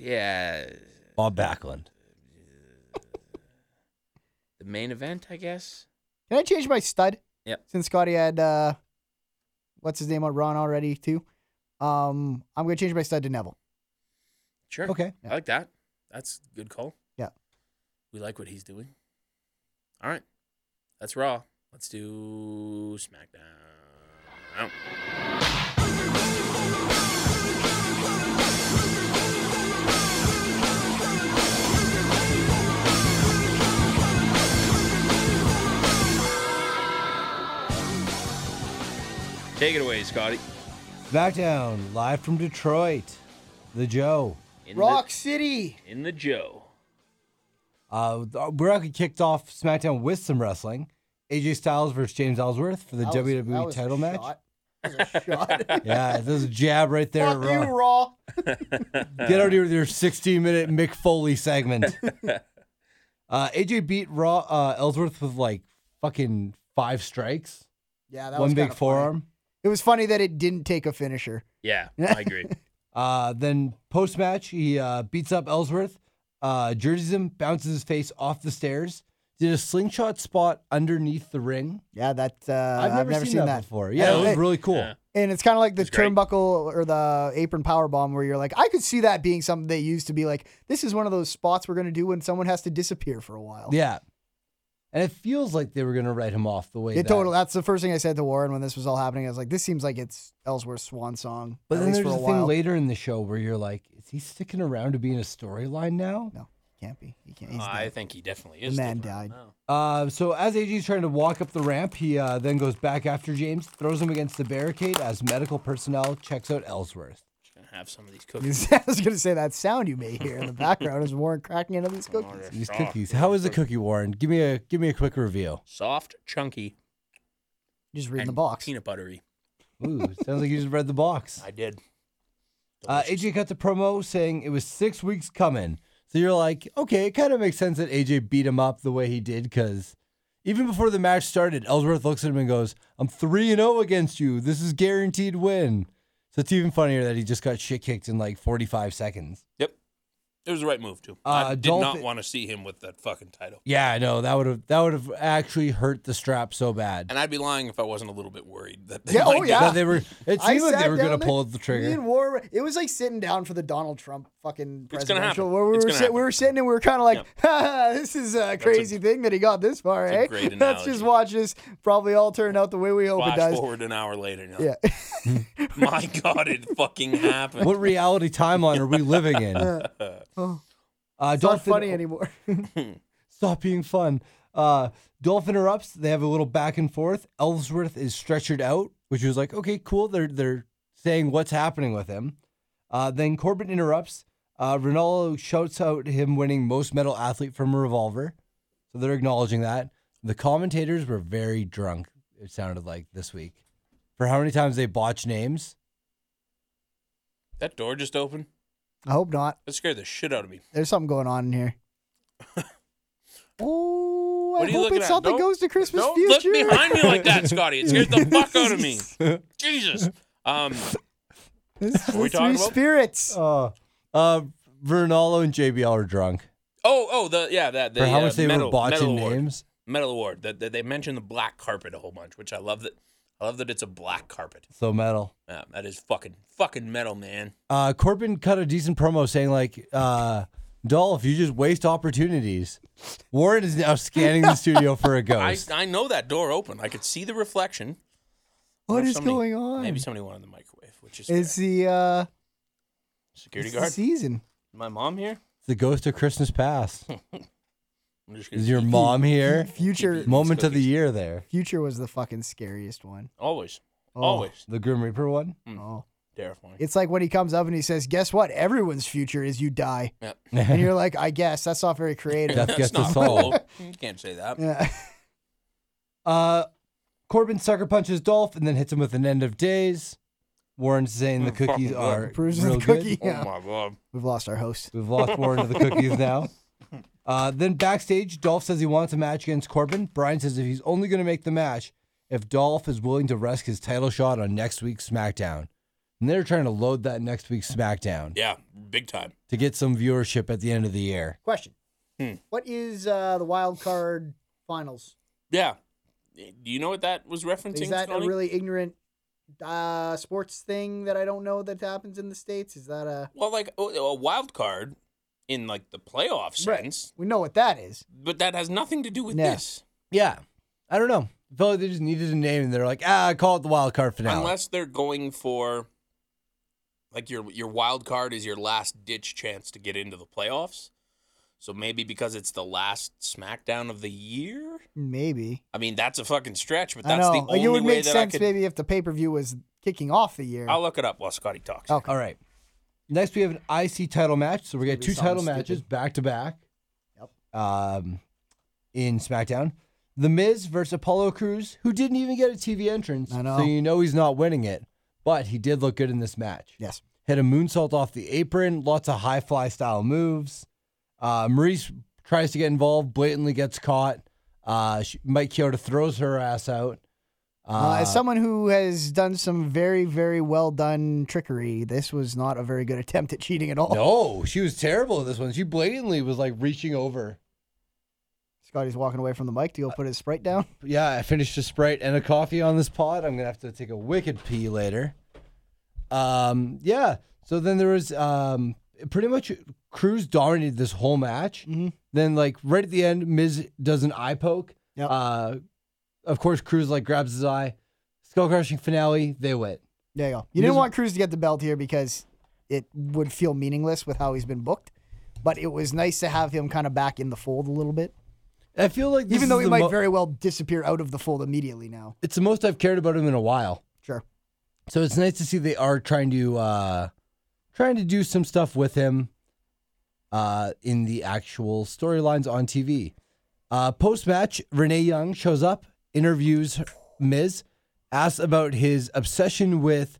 Yeah, Bob Backlund. the main event, I guess. Can I change my stud? Yep. Since Scotty had uh, what's his name on Ron already too, um, I'm gonna change my stud to Neville. Sure. Okay. I like that. That's a good call. Yeah. We like what he's doing. All right. That's Raw. Let's do SmackDown. Take it away, Scotty. SmackDown, live from Detroit. The Joe. In the- Rock City. in the Joe. Uh, we're actually kicked off SmackDown with some wrestling. AJ Styles versus James Ellsworth for the That was- WWE that was a E title match. shot. That was a shot. Yeah, there's a jab right there. Fuck you, Raw. Raw. Get out here with your 16 minute Mick Foley segment. uh, AJ beat Raw uh, Ellsworth with like fucking five strikes, Yeah, that was one big kinda funny. forearm. It was funny that it didn't take a finisher. Yeah, I agree. Uh, then post match, he uh, beats up Ellsworth, uh, jerseys him, bounces his face off the stairs, did a slingshot spot underneath the ring. Yeah, that uh, I've never, seen, that, before. Yeah, And, it was it- really cool. Yeah. and it's kind of like the It's great. turnbuckle or the apron power bomb, where you're like, I could see that being something they used to be like, this is one of those spots we're gonna do when someone has to disappear for a while. Yeah. And it feels like they were going to write him off the way It that- totally. That's the first thing I said to Warren when this was all happening. I was like, "This seems like it's Ellsworth's swan song." But at then least there's for a a thing while. later in the show where you're like, is he sticking around to be in a storyline now? No, can't be. He Oh, can't. He's Oh, I dead. think he definitely The is. Oh, man different. died. No. Uh, so as AJ's trying to walk up the ramp, he uh, then goes back after James, throws him against the barricade as medical personnel checks out Ellsworth. Gonna have some of these I cookies. was gonna say that sound you may hear in the background is Warren cracking into these cookies. These cookies. How is the cookie, Warren? Give me a give me a quick review. Soft, chunky, Just reading and the box. peanut buttery. Ooh, sounds like you just read the box. I did. Uh, AJ cut the promo saying it was six weeks coming. So you're like, okay, it kind of makes sense that AJ beat him up the way he did because even before the match started, Ellsworth looks at him and goes, I'm 3 0 against you. This is guaranteed win. So it's even funnier that he just got shit kicked in like 45 seconds. Yep. It was the right move too. Uh, I did not Dolphin- want to see him with that fucking title, Yeah, I know. That would have that would have actually hurt the strap so bad. and I'd be lying if I wasn't a little bit worried that they Yeah, might oh, do yeah. That they were it I seemed like sat they were down gonna there, pull Me the trigger. and Warren, it was like sitting down for the Donald Trump fucking It's gonna happen. presidential. Where we It's were, gonna sit, we happen. were sitting and we were kind of like, "Ha, "This is a crazy thing that he got this far." a Eh? great Let's just analogy. watch this probably all turn out the way we hope it Flash does. forward an hour later. and you're Yeah. like, My God, it fucking happened. What reality timeline are we living in? Oh, Uh, it's not Dolphin- funny anymore. Stop being fun. Uh, Dolph interrupts. They have a little back and forth. Ellsworth is stretchered out, which was like, okay, cool. They're they're saying what's happening with him. Uh, then Corbin interrupts. Uh, Ronaldo shouts out him winning most medal athlete from a revolver. So they're acknowledging that. The commentators were very drunk, it sounded like this week. For how many times they botch names? That door just opened. I hope not. That scared the shit out of me. There's something going on in here. oh, What I are you hope looking it's at? something Don't- goes to Christmas Don't look future. behind me like that, Scotty. It scared the fuck out of me. Jesus. Um, This we talking is three about? spirits. Uh, uh, Ronaldo and JBL are drunk. oh, oh, the yeah, that the For how uh, much they medal, were botching medal award. names? Medal award. That that they mentioned the black carpet a whole bunch, which I love. That I love that it's a black carpet. So metal. Yeah, that is fucking fucking metal, man. uh, Corbin cut a decent promo saying like, uh, "Dolph, you just waste opportunities." Warren is now scanning the studio for a I, ghost. I know that door opened. I could see the reflection. what Or is somebody- going on? Maybe somebody wanted the microwave, which is it's is the uh, security it's the guard. season. My mom here. It's the ghost of Christmas past. I'm just gonna Is your mom here? Future Moment of the year there. future was the fucking scariest one. always, Oh, always The Grim Reaper one. Mm. oh. terrifying. It's like when he comes up and he says, "Guess what? Everyone's future is you die." Yep. And you're like, "I guess that's not very creative." Death gets not us all. cool. You can't say that. yeah. Uh, Corbin sucker punches Dolph and then hits him with an end of days. Warren's saying the Mm, fucking cookies good. are Proves real the good. cookie. Oh Yeah. my god. We've lost our host. We've lost Warren to the cookies now. Uh, then backstage, Dolph says he wants a match against Corbin. Brian says if he's only going to make the match if Dolph is willing to risk his title shot on next week's SmackDown. And they're trying to load that next week's SmackDown Yeah, big time. to get some viewership at the end of the year. Question. Hmm. What is uh, the wild card finals? Yeah. Do you know what that was referencing? Is that a Scotty? really ignorant uh, sports thing that I don't know that happens in the States? Is that a. well, like a- a wild card in like the playoff sense, We know what that is. but that has nothing to do with No. this. Yeah. I don't know. I feel like they just needed a name and they're like, ah, call it the wild card finale. Unless they're going for like your your wild card is your last ditch chance to get into the playoffs. So maybe because it's the last SmackDown of the year. Maybe. I mean, that's a fucking stretch, but I that's know. the Like, only it would way make that sense I could. maybe if the pay per view was kicking off the year. I'll look it up while Scotty talks. okay. All right. Next, we have an IC title match. So we got be two something title matches stupid. back to back. Yep. Um, in SmackDown, The Miz versus Apollo Cruz, who didn't even get a TV entrance. I know. So you know he's not winning it, but he did look good in this match. Yes. Hit a moonsault off the apron, lots of high fly style moves. Uh, Maurice tries to get involved, blatantly gets caught. Uh, she, Mike Chioda throws her ass out. Uh, as someone who has done some very, very well done trickery, this was not a very good attempt at cheating at all. Uh, no, she was terrible at this one. She blatantly was like reaching over. Scotty's walking away from the mic to Uh, go put his sprite down. yeah, I finished a sprite and a coffee on this pod. I'm gonna have to take a wicked pee later. Um, yeah. So then there was um, pretty much Cruz dominated this whole match. Then like right at the end, Miz does an eye poke. Yep. Uh, of course, Cruz like grabs his eye. Skull crushing finale. They win. There you go. You Miz- didn't want Cruz to get the belt here because it would feel meaningless with how he's been booked. But it was nice to have him kind of back in the fold a little bit, I feel like this even though he is the might mo- very well disappear out of the fold immediately now. it's the most I've cared about him in a while. Sure. So it's nice to see they are trying to uh trying to do some stuff with him uh in the actual storylines on TV. Uh post match, Renee Young shows up, interviews Miz, asks about his obsession with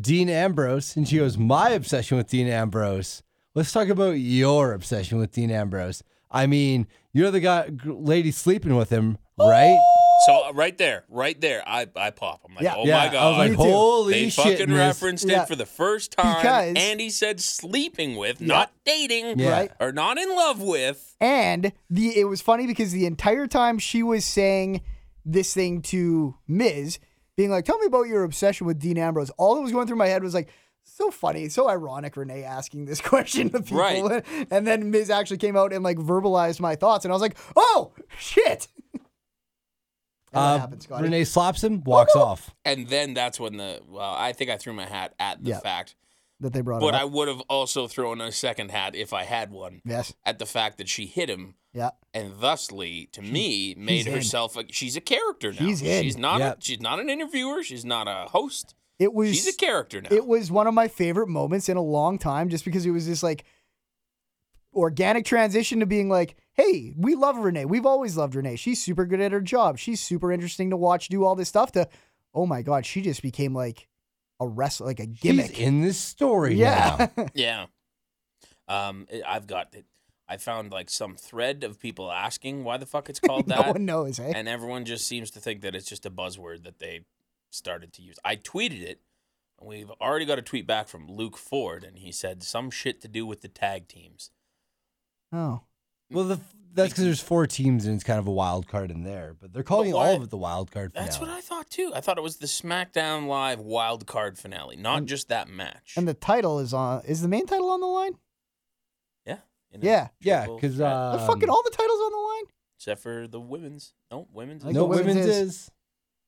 Dean Ambrose, and she goes, My obsession with Dean Ambrose. Let's talk about your obsession with Dean Ambrose. I mean, you're the guy g- lady sleeping with him, right? So uh, right there, right there, I, I pop. I'm like, Yeah. oh Yeah, my god, I was Me like, too. holy they shit. fucking Miz." referenced Yeah. it for the first time. Because- and he said sleeping with, not dating, Yeah. Right. or not in love with. And the it was funny because the entire time she was saying this thing to Miz, being like, "Tell me about your obsession with Dean Ambrose." All that was going through my head was like, "So funny, so ironic." Renee asking this question to people, Right. and then Miz actually came out and like verbalized my thoughts, and I was like, "Oh shit!" And Uh, Um, what happened, Scotty? Renee slaps him, walks off. And then that's when the well, I think I threw my hat at the Yeah. fact, that they brought but it I up. would have also thrown a second hat if I had one yes, at the fact that she hit him. yeah, And thusly, to me, made in. herself a, she's a character now. She's in. She's not Yeah. a, she's not an interviewer. She's not a host. it was She's a character now. It was one of my favorite moments in a long time just because it was this like organic transition to being like, hey, we love Renee. We've always loved Renee. She's super good at her job. She's super interesting to watch do all this stuff to, oh my God, she just became like a wrestler, like a He's gimmick. in this story yeah. now. Yeah. Um, I- I've got it. I found like some thread of people asking why the fuck it's called no that, one knows, eh? and everyone just seems to think that it's just a buzzword that they started to use. I tweeted it, and we've already got a tweet back from Luke Ford, and he said some shit to do with the tag teams. Oh. Well, the, that's because there's four teams and it's kind of a wild card in there, but they're calling But all why- of it the wild card. That's finale. what I thought too. I thought it was the SmackDown Live Wild Card finale, not just that match. And the title is on, is the main title on the line? yeah, in a Yeah. uh, Yeah, triple because threat, Are fucking all the titles on the line? except for the women's. No, women's. I think no the women's women's is. is-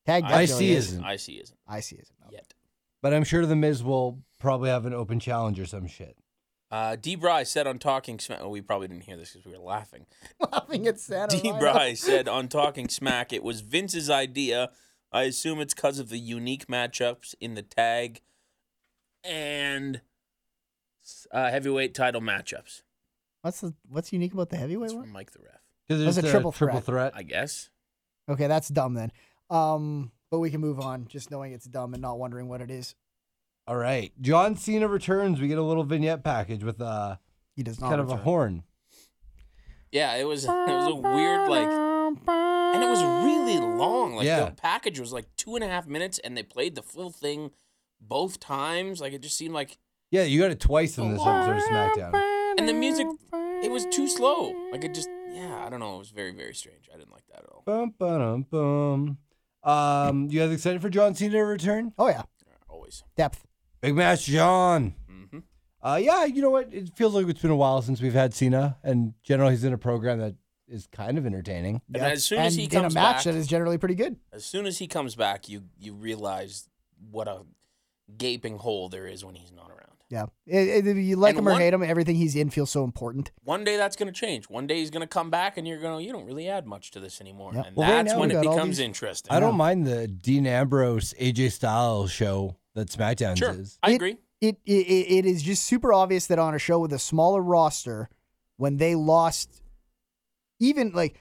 Tag I definitely see is. isn't. I see isn't I see isn't. yet. but I'm sure the Miz will probably have an open challenge or some shit. Uh, D. Bry said on Talking Smack. Oh, we probably didn't hear this because we were laughing. Laughing at Santa. D. lineup. Bry said on Talking Smack, it was Vince's idea. I assume it's because of the unique matchups in the tag and uh, heavyweight title matchups. What's the what's unique about the heavyweight It's one? from Mike the Ref, Because That's there's a a triple triple, threat. I guess. Okay, that's dumb then. Um, but we can move on, just knowing it's dumb and not wondering what it is. All right, John Cena returns. We get a little vignette package with uh, He does not. kind of a return. horn. Yeah, it was it was a weird like, and it was really long. Like Yeah. the package was like two and a half minutes, and they played the full thing both times. Like it just seemed like, Yeah, you got it twice in this episode of SmackDown. and the music, it was too slow. Like it just, yeah, I don't know. It was very very strange. I didn't like that at all. Bum, ba-dum, bum. Um, you guys excited for John Cena to return? Oh yeah, Always. depth. Big match, John. hmm Uh, yeah, you know what? It feels like it's been a while since we've had Cena, and generally he's in a program that is kind of entertaining. And Yeah. as soon as And he in comes a match back- that is generally pretty good. As soon as he comes back, you you realize what a gaping hole there is when he's not around. Yeah, It- it- you like And him or one- hate him, everything he's in feels so important. One day that's going to change. One day he's going to come back, and you're going to you don't really add much to this anymore. Yeah. And Well, right that's now when we it got all becomes these- interesting. I don't mind the Dean Ambrose AJ Styles show that SmackDown Sure, is. I It- agree. It, it it is just super obvious that on a show with a smaller roster, when they lost, even like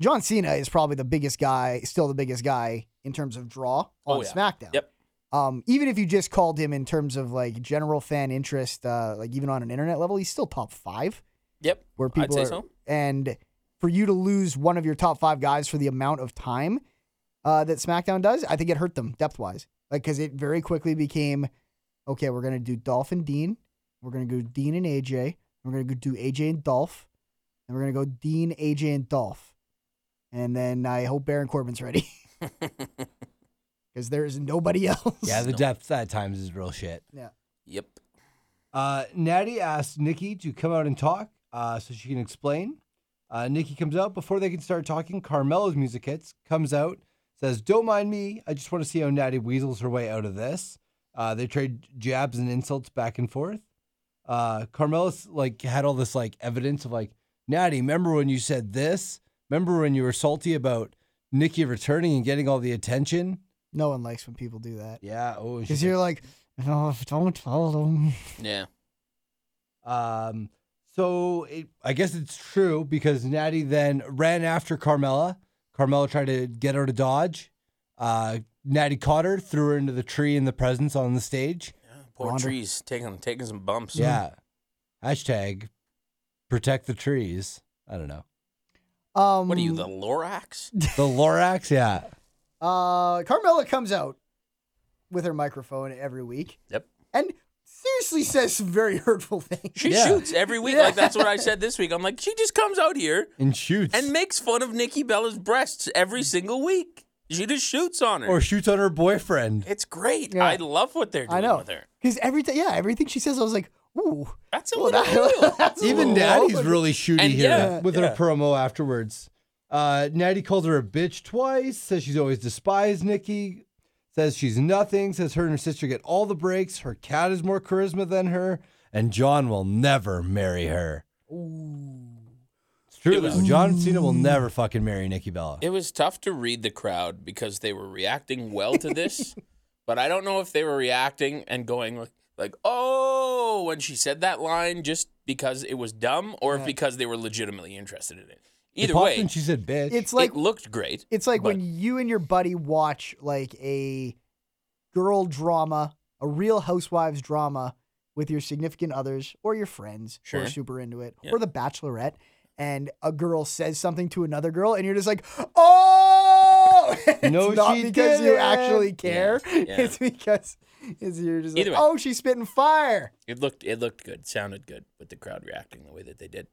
John Cena is probably the biggest guy, still the biggest guy in terms of draw on Oh, yeah. SmackDown. Yep. Um, even if you just called him in terms of like general fan interest, uh, like even on an internet level, he's still top five. Yep. where people I'd say are, so. and for you to lose one of your top five guys for the amount of time uh, that SmackDown does, I think it hurt them depth wise. Like because it very quickly became, okay, we're gonna do Dolph and Dean, we're gonna go Dean and AJ, we're gonna go do AJ and Dolph, and we're gonna go Dean, AJ, and Dolph, and then I hope Baron Corbin's ready because there is nobody else. Yeah, the depth at times is real shit. Yep. Uh, Natty asks Nikki to come out and talk uh, so she can explain. Uh, Nikki comes out before they can start talking. Carmelo's music hits, comes out, says, Don't mind me. I just want to see how Natty weasels her way out of this. Uh, they trade jabs and insults back and forth. Uh, Carmelo's like had all this like evidence of like, Natty, remember when you said this? Remember when you were salty about Nikki returning and getting all the attention? no one likes when people do that Yeah. Oh, because you're like, no, don't follow them. Yeah. Um, so it, I guess it's true because Natty then ran after Carmella. Carmella tried to get her to dodge. Uh, Natty caught her, threw her into the tree in the presence on the stage. Poor Rhonda. trees taking taking some bumps. Yeah. Hashtag protect the trees. I don't know. Um, What are you, the Lorax? The Lorax, yeah. Uh, Carmella comes out with her microphone every week Yep. and seriously says some very hurtful things. She Yeah. shoots every week. Like that's what I said this week. I'm like, she just comes out here And shoots. and makes fun of Nikki Bella's breasts every single week. She just shoots on her. or shoots on her boyfriend. it's great. Yeah. I love what they're doing I know with her. because every time, yeah, everything she says, I was like, ooh, That's a well, little that- real. that's a Even little Natty's low, but- really shooty And here yeah, with yeah. her promo afterwards. Uh, Natty calls her a bitch twice, says she's always despised Nikki, says she's nothing, says her and her sister get all the breaks, her cat is more charisma than her, and John will never marry her. It's true, It was- Mm. though. John Cena will never fucking marry Nikki Bella. It was tough to read the crowd because they were reacting well to this, but I don't know if they were reacting and going like, like, "Oh," when she said that line just because it was dumb, or if because they were legitimately interested in it. They Either popped way, in, she said bitch. It's like it looked great. it's like but- when you and your buddy watch like a girl drama, a Real Housewives drama with your significant others or your friends who are Sure. super into it, Yeah. or The Bachelorette, and a girl says something to another girl, and you're just like, oh, it's No, not she because you didn't. actually care. yeah. It's because it's you're just Either like, way. oh, she's spitting fire. It looked it looked good, sounded good with the crowd reacting the way that they did.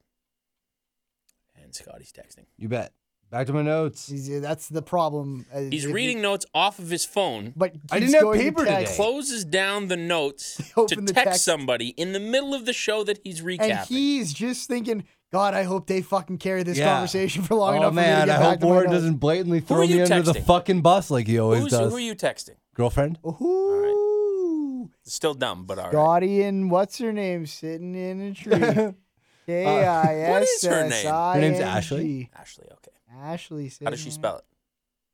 And Scotty's texting. you bet. Back to my notes. He's- That's the problem. uh, He's if you- reading notes off of his phone, but I keeps didn't have going to paper text. today. closes down the notes to opened the text, text. somebody in the middle of the show that he's recapping. and he's just thinking, God, I hope they fucking carry this Yeah. conversation for long oh enough. for man, me to get I back hope to my Warren notes." doesn't blatantly throw are me you under the texting? fucking bus like he always Who's, does. who are you texting? Girlfriend? Ooh, It's still dumb, but all right. Scotty and what's her name sitting in a tree. K I S S I. Uh, Her name's Ashley? Ashley, okay. Ashley. Sitting How does she spell it?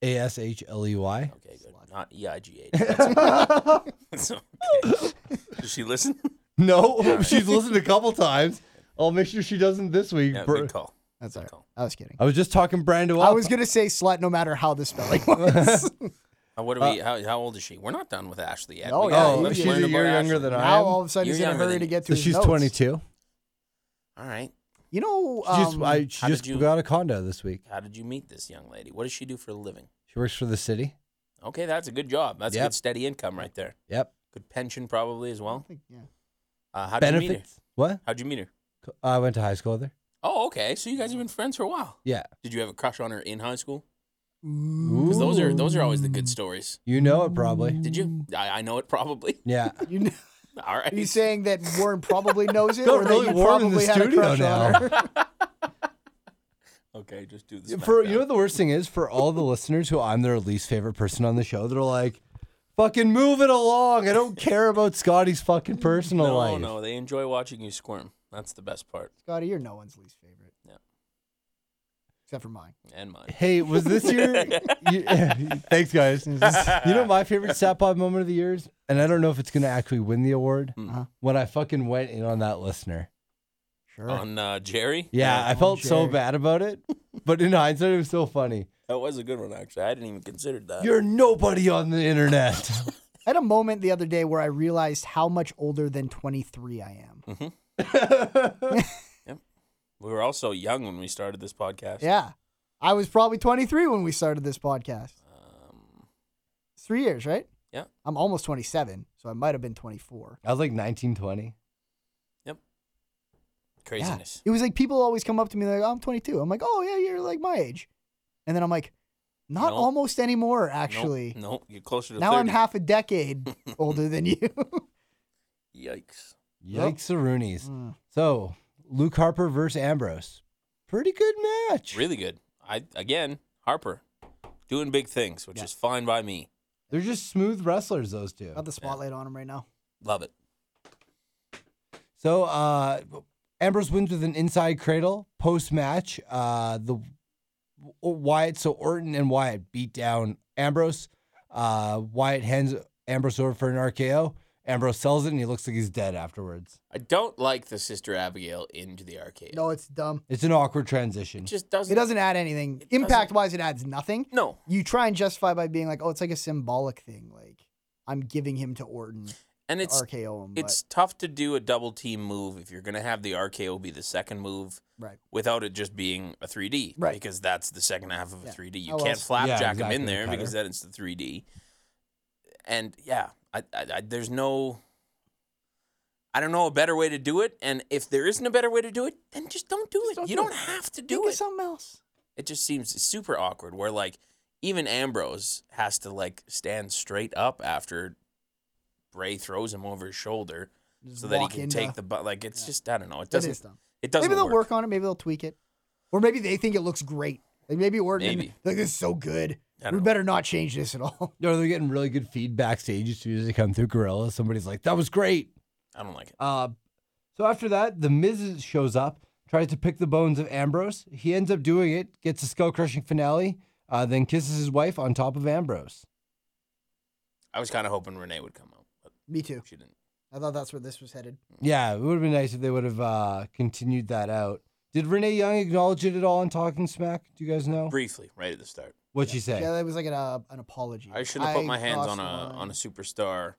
A S H L E Y. Okay, good. Not E I G H. That's okay. Does she listen? No, she's listened a couple times. I'll make sure she doesn't this week. Yeah, Br- good call. That's all Good right. call. I was kidding. I was just talking Brando up. I was gonna say slut, no matter how the spelling was. Uh, what are we? how, how old is she? We're not done with Ashley yet. Oh, We yeah, gotta oh, keep she's learning a about year younger Ashley. than I now am. all of a sudden You're he's in a younger hurry than to you. get to So his she's notes. 22. All right. You know, She just, um, I, she how did just you- got a condo this week. How did you meet this young lady? What does she do for a living? She works for the city. Okay, that's a good job. That's a Yep. good steady income right there. Yep. Good pension probably as well. I think, yeah. Uh, how did you meet her? Benefits. What? How'd you meet her? I went to high school there. Oh, okay. So you guys have been friends for a while. Yeah. Did you have a crush on her in high school? Because those are those are always the good stories. You know it probably. Did you? I, I know it probably. Yeah. You kn- All right. are you saying that Warren probably knows it, Got or really that you warm in probably the had a studio crush on now. her? okay, just do this. For you know what the worst thing is for all the listeners who I'm their least favorite person on the show. They're like, "Fucking move it along. I don't care about Scotty's fucking personal no, life." no, they enjoy watching you squirm. That's the best part, Scotty, you're no one's least favorite. Yeah. Except for mine. and mine. Hey, was this your? you- thanks, guys. You know my favorite Satpod moment of the year is, and I don't know if it's gonna actually win the award. Uh-huh. When I fucking went in on that listener. Sure. On uh, Jerry, Yeah, I on felt so Jerry. bad about it, but in hindsight, it was so funny. that was a good one actually. I didn't even consider that. You're nobody on the internet. I had a moment the other day where I realized how much older than 23 I am. we were all so young when we started this podcast. Yeah. I was probably 23 when we started this podcast. Um, It's three years, right? Yeah. I'm almost 27, so I might have been 24. I was like 1920. Yeah. craziness. It was like people always come up to me like, oh, I'm 22. I'm like, oh, yeah, you're like my age. And then I'm like, not No. almost anymore, Nope, actually. nope, You're closer to now 30. I'm half a decade older than you. Yikes. Yikes, Rooney's. Mm. So Luke Harper versus Ambrose, pretty good match. Really good. I again Harper doing big things, which is fine by me. They're just smooth wrestlers, those two. Got the spotlight on him right now. Love it. So uh, Ambrose wins with an inside cradle post match. Uh, the Wyatt, so Orton and Wyatt beat down Ambrose. Uh, Wyatt hands Ambrose over for an RKO. Ambrose sells it, and he looks like he's dead afterwards. I don't like the Sister Abigail into the arcade. No, it's dumb. It's an awkward transition. it just doesn't. It doesn't add anything. doesn't- Impact wise, it adds nothing. No, You try and justify by being like, oh, it's like a symbolic thing. Like, I'm giving him to Orton, and to it's RKO him. it's tough to do a double team move if you're gonna have the RKO be the second move but, right. without it just being a 3D. Right. Because that's the second half of a Yeah. 3D. You How can't else- flapjack Yeah, him exactly, in there Cutter. because then it's the 3D. And yeah, I, I, I there's no. I don't know a better way to do it, and if there isn't a better way to do it, then just don't do it. don't you do don't it. have to do Think of it. something else. it just seems super awkward where like even ambrose has to like stand straight up after bray throws him over his shoulder Just so that he walk can into- take the butt like it's just i don't know it It is doesn't dumb. it doesn't maybe they'll work. work. on it. Maybe they'll tweak it, or maybe they think it looks great. Like maybe Orton, Maybe. like this is so good, I we don't know. better not change this at all. No, they're getting really good feed backstage as soon as they come through Gorilla. Somebody's like, that was great. i don't like it Uh, so after that, the Miz shows up, tries to pick the bones of Ambrose. He ends up doing it, gets a skull crushing finale, uh, then kisses his wife on top of Ambrose. i was kind of hoping renee would come out but Me too. she didn't I thought that's where this was headed. Yeah, it would have been nice if they would have uh, continued that out. Did Renee Young acknowledge it at all in Talking Smack? Do you guys know briefly right at the start what she said? Yeah, that was like an uh, an apology. i shouldn't have put my hands crossed on a the on line. a superstar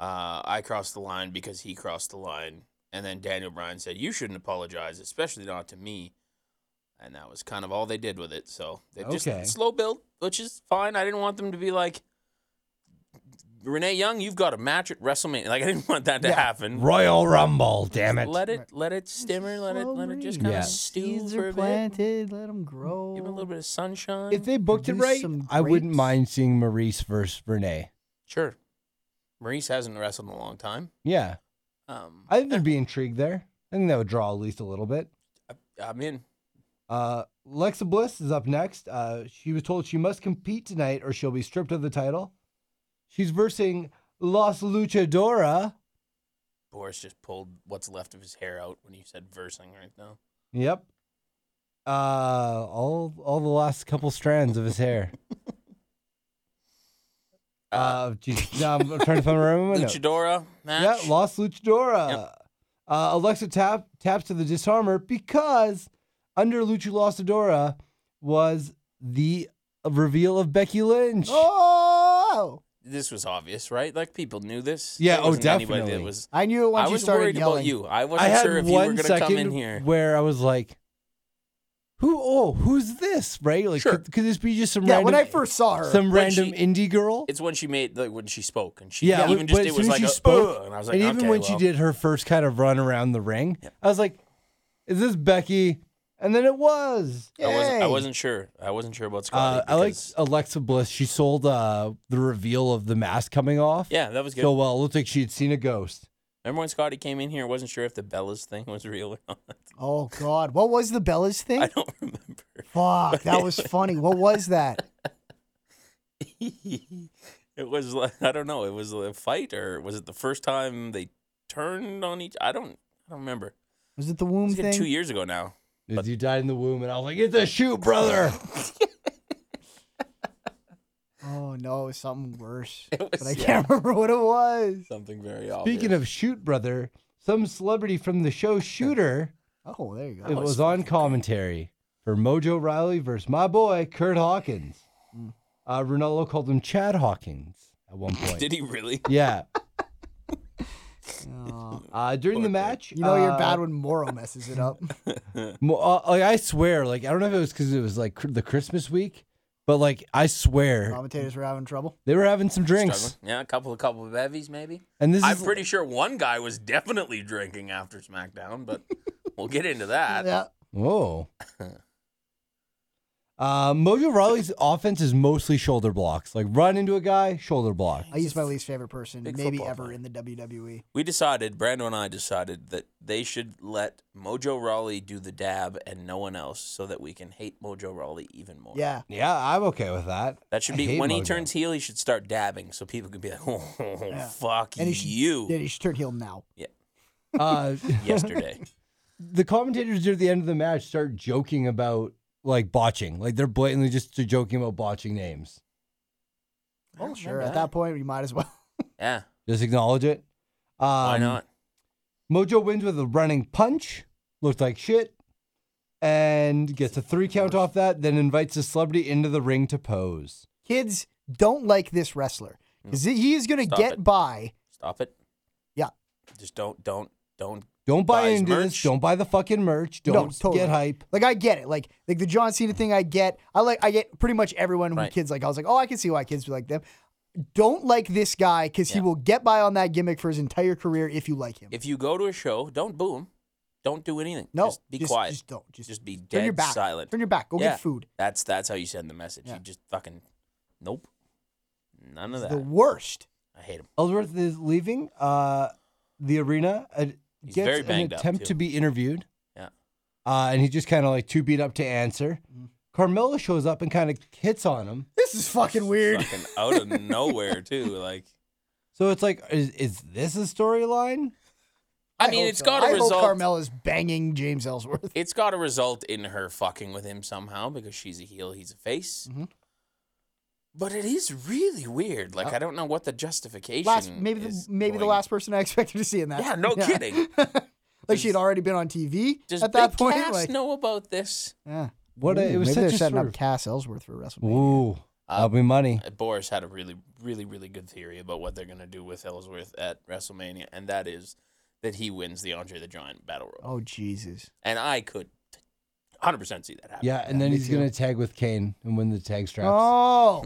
uh, i crossed the line because he crossed the line and then daniel bryan said you shouldn't apologize especially not to me and that was kind of all they did with it so they just Okay. slow build which is fine i didn't want them to be like renee young you've got a match at wrestlemania like i didn't want that to Yeah. happen Royal Rumble, damn it. let it let it simmer let it let it just breeze. kind Yeah. of stew Seeds for are a bit planted. Let them grow. give it a little bit of sunshine If they booked it Produce right, some I wouldn't grapes. mind seeing Maurice versus Renee. sure maurice hasn't wrestled in a long time Yeah. um, I think there'd be intrigue there. I think that would draw at least a little bit. i'm in Uh, Lexa Bliss is up next. Uh, she was told she must compete tonight or she'll be stripped of the title. She's versing Los Luchadora. Boris just pulled what's left of his hair out when you said versing right now. Yep. Uh, all all the last couple strands of his hair. Uh, geez, now I'm trying to find where I'm Luchadora match. Yeah, Los Luchadora. Uh, Alexa tap, taps to the disarmer because under Lucha Luchadora was the reveal of Becky Lynch. Oh, this was obvious, right? Like people knew this. Yeah, There oh, wasn't anybody that definitely. was- I knew it once I you was started worried yelling. about you. I I wasn't had sure if you were one going to come in here. second where I was like, "Who? Oh, who's this? Right? Like, Sure. could, could this be just some Yeah, random? when I first saw her, some When random she- indie girl? It's when she made like when she spoke and she yeah, even but- just but it as was soon as like she a, spoke, "Ugh," and I was like, and even okay, when she well, did her first kind of run around the ring, I was like, "Is this Becky?" And then it was. I wasn't, I Yay. wasn't sure. I wasn't sure about Scotty. Uh, I like because- Alexa Bliss. She sold uh, the reveal of the mask coming off Yeah, that was good. so well. It looked like she had seen a ghost. Remember when Scotty came in here? and wasn't sure if the Bellas thing was real or not. Oh God, what was the Bellas thing? I don't remember. Fuck, that was funny. What was that? it was like I don't know. It was a fight, or was it the first time they turned on each? I don't. I don't remember. Was it the It's womb been thing? two years ago now. If you died in the womb, and I was like, "It's a shoot, brother." Oh no, it was something worse. was- but I can't remember what it was. Something very obvious. Speaking of shoot, brother, some celebrity from the show Shooter Oh, there you it go. was on commentary for Mojo Riley versus my boy Kurt Hawkins. Mm. Uh, Ronaldo called him Chad Hawkins at one point. did he really? Yeah. Oh. Uh, during the match, You know you're uh, bad when Moro messes it up. Mo- uh, like I swear, like I don't know if it was because it was like cr- the Christmas week, but like I swear Commentators were having trouble. they were having some drinks, Struggling? Yeah, a couple, a couple of bevies maybe. and this I'm is pretty sure one guy was definitely drinking after SmackDown, but we'll get into that. Yeah. whoa. Uh, Mojo Riley's offense is mostly shoulder blocks, like run into a guy, shoulder block. I used my least favorite person Big maybe football ever player. in the E. WWE. We decided, Brando and I decided that they should let Mojo Rawley do the dab and no one else so that we can hate Mojo Rawley even more. Yeah. Yeah, I'm okay with that. That should I be hate when he Mojo. turns heel, he should start dabbing so people can be like, oh, fuck And he should, you. Yeah, he should turn heel now. Uh, Yesterday. the commentators near the end of the match start joking about like botching, like they're blatantly just joking about botching names. Oh, sure. At that point, you might as well. yeah. Just acknowledge it. Um, Why not? Mojo wins with a running punch, looked like shit, and gets a three count off that, then invites a celebrity into the ring to pose. Kids don't like this wrestler because he is going Hmm. to Stop get it. by. Stop it. Yeah. Just don't, don't, don't. Don't buy Buys into this. merch. Don't buy the fucking merch. Don't totally. get hype. Like I get it. Like like the John Cena thing, I get. I like I get pretty much everyone who Right. kids like. I was like, oh, I can see why kids be like them. Don't like this guy because he will get by on that gimmick for his entire career if you like him. If you go to a show, don't boo him. Don't do anything. no, Just be quiet. Just don't. Just, Just be turn your dead back. silent. Turn your back. Go Yeah. get food. That's that's how you send the message. Yeah. You just fucking nope. None of that. It's the worst. I hate him. Ellsworth is leaving uh, the arena. and He's gets very an banged up, attempt too. to be interviewed. Yeah. Uh, and he's just kind of like too beat up to answer. Carmella shows up and kind of hits on him. This is fucking weird. Fucking out of nowhere too. Like So it's like, is, is this a storyline? I, mean, hope it's so. got I a hope result. Carmel is banging James Ellsworth. It's got to result in her fucking with him somehow because she's a heel, he's a face. Mhm. But it is really weird. Like I don't know what the justification. Last, maybe the, is maybe the going- last person I expected to see in that. Yeah, no kidding. like she had already been on TV Does at that Big point. Cass like, know about this? yeah. What a, it was maybe such they're a setting sort up of- Cass Ellsworth for WrestleMania. Ooh, that'll be money. Uh, Boris had a really, really, really good theory about what they're going to do with Ellsworth at WrestleMania, and that is that he wins the Andre the Giant Battle Royal. Oh Jesus! And I could 100% see that happen. Yeah, and then me he's too. gonna tag with Kane and win the tag straps. Oh,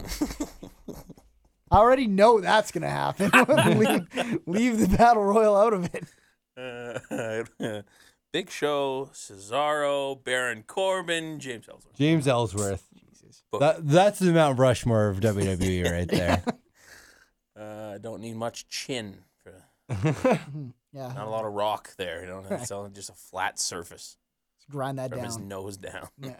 I already know that's gonna happen. leave, leave the battle royal out of it. Uh, Big Show, Cesaro, Baron Corbin, James Ellsworth. James Ellsworth. That, that's the Mount Rushmore of WWE right there. Uh, don't need much chin. For, Yeah, not a lot of rock there. You know, it's all just a flat surface let's grind that from his down. nose down.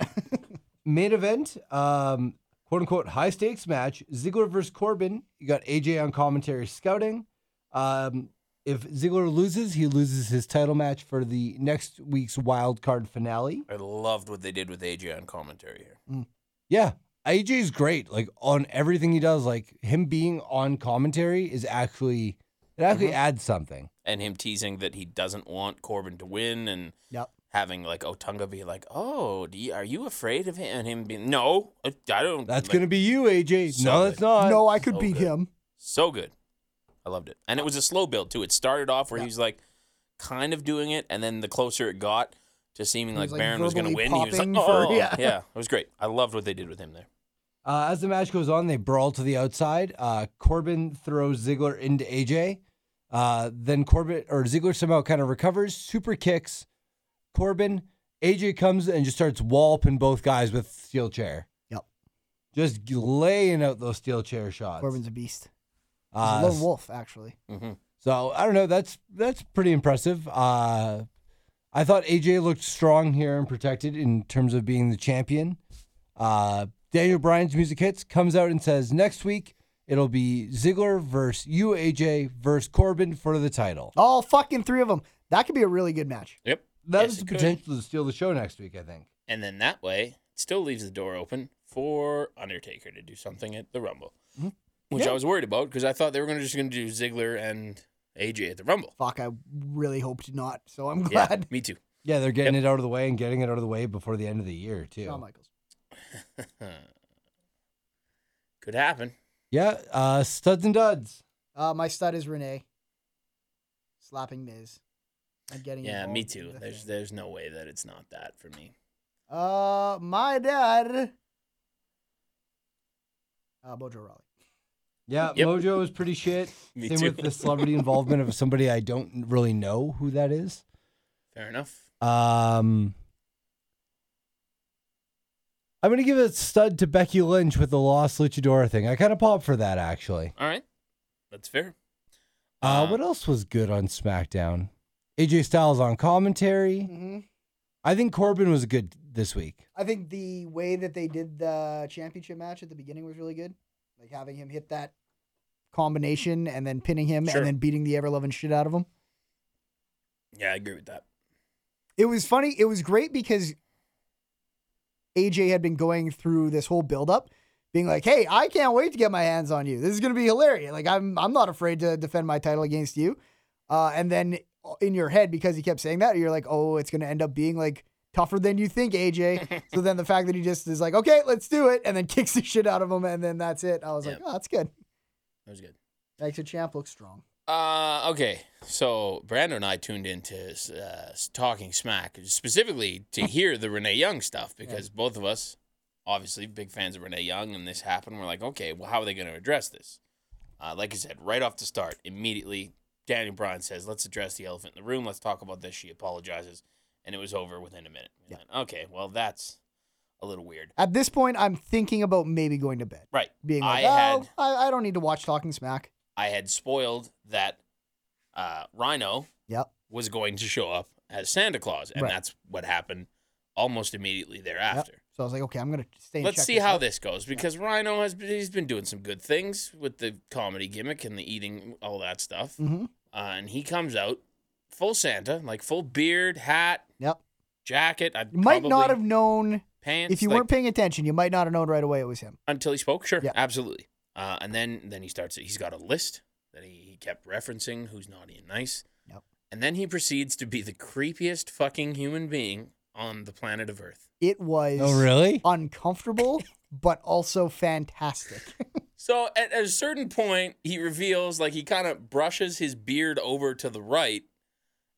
Main event, um, quote unquote, high stakes match: Ziggler versus Corbin. You got AJ on commentary scouting. Um, if Ziggler loses, he loses his title match for the next week's wild card finale. I loved what they did with AJ on commentary here. Yeah, AJ's great. Like on everything he does, like him being on commentary is actually it actually adds something. and him teasing that he doesn't want Corbin to win and Yep. having like Otunga be like, "Oh, do you, are you afraid of him?" and him being, "No, I I don't." That's like, gonna be you, AJ. So no, good. that's not. No, I could so be good. him. So good. I loved it. And it was a slow build too. It started off where he was like kind of doing it, and then the closer it got to seeming like, was, like, Baron was going to verbally win, he was like, popping oh, for- yeah. yeah. It was great. I loved what they did with him there. Uh, as the match goes on, they brawl to the outside. Uh, Corbin throws Ziggler into AJ. Uh, then Corbin or Ziggler somehow kind of recovers, super kicks Corbin. AJ comes and just starts walloping both guys with steel chair. Yep. Just laying out those steel chair shots. Corbin's a beast. He's Uh, a lone wolf, actually. So I don't know. That's that's pretty impressive. Uh, I thought AJ looked strong here and protected in terms of being the champion. Uh, Daniel Bryan's music hits comes out and says next week it'll be Ziggler versus you AJ versus Corbin for the title. All fucking three of them. That could be a really good match. Yep. That Yes, is it the could. potential to steal the show next week. I think. And then that way, it still leaves the door open for Undertaker to do something at the Rumble, Mm-hmm. which I was worried about because I thought they were gonna just going to do Ziggler and AJ at the Rumble. Fuck, I really hoped not. So I'm Yeah, glad. me too. Yeah, they're getting it out of the way and getting it out of the way before the end of the year too. Shawn Michaels. Could happen. yeah, uh, studs and duds. Uh, my stud is Renee. Slapping Miz. And getting Yeah, involved me in too. the There's thing. there's no way that it's not that for me. Uh, my dad. Uh, Bojo Raleigh. Yeah, Yep. Mojo is pretty shit. Me Same too. with the celebrity involvement of somebody I don't really know who that is. Fair enough. Um, I'm gonna give a stud to Becky Lynch with the lost luchadora thing. I kind of popped for that actually. All right, that's fair. Uh, Uh, what else was good on SmackDown? AJ Styles on commentary. Mm-hmm. I think Corbin was good this week. I think the way that they did the championship match at the beginning was really good. Like having him hit that combination and then pinning him Sure. and then beating the ever loving shit out of him. Yeah, I agree with that. It was funny. It was great because AJ had been going through this whole buildup, being like, "Hey, I can't wait to get my hands on you. This is gonna be hilarious. Like, I'm I'm not afraid to defend my title against you." Uh, and then in your head, because he kept saying that, you're like, "Oh, it's gonna end up being like tougher than you think, AJ." so then the fact that he just is like, "Okay, let's do it," and then kicks the shit out of him, and then that's it. I was like, Yeah. "Oh, that's good." That was good. Makes a champ look strong. Uh, okay. So Brando and I tuned into uh, talking smack specifically to hear the Renee Young stuff because both of us, obviously, big fans of Renee Young, and this happened. We're like, okay, well, how are they going to address this? Uh, like I said, right off the start, immediately, Daniel Bryan says, "Let's address the elephant in the room. Let's talk about this." She apologizes, and it was over within a minute. We went, okay, well, that's a little weird. At this point, I'm thinking about maybe going to bed, Right. being like, I "Oh, had- I, I don't need to watch Talking Smack." I had spoiled that uh, Rhino Yep. was going to show up as Santa Claus, and Right. that's what happened almost immediately thereafter. So I was like, okay, I'm gonna stay. And Let's check see how out. this goes because Rhino has been, he's been doing some good things with the comedy gimmick and the eating all that stuff, Mhm. uh, and he comes out full Santa, like full beard, hat, Yep. jacket. I You might not have probably- known pants if you like, weren't paying attention. You might not have known right away it was him. until he spoke. Sure, Yeah. absolutely. Uh, and then then he starts. He's got a list that he, he kept referencing. Who's naughty and nice. Yep. And then he proceeds to be the creepiest fucking human being on the planet of Earth. It was Oh, really? uncomfortable, but also fantastic. So at a certain point, he reveals like he kind of brushes his beard over to the right,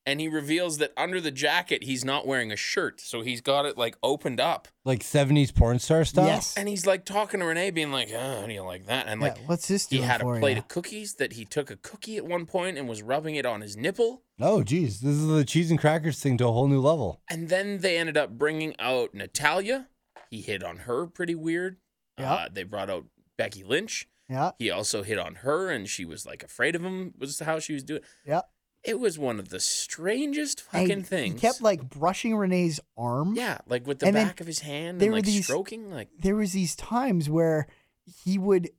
and he reveals that under the jacket he's not wearing a shirt, so he's got it like opened up, Like '70s porn star stuff. Yes. and he's like talking to Renee, being like, "Oh, how do you like that?" And like yeah, what's this he doing had for a plate ya? of cookies that he took a cookie at one point and was rubbing it on his nipple. Oh, geez, this is the cheese and crackers thing to a whole new level. And then they ended up bringing out Natalia. He hit on her pretty weird. Yeah. Uh, they brought out Becky Lynch. Yeah, He also hit on her, and she was like afraid of him. Was how she was doing. yeah. It was one of the strangest And fucking things. He kept like brushing Renee's arm. yeah, like with the and then back of his hand there and were like these- stroking. Like There was these times where he would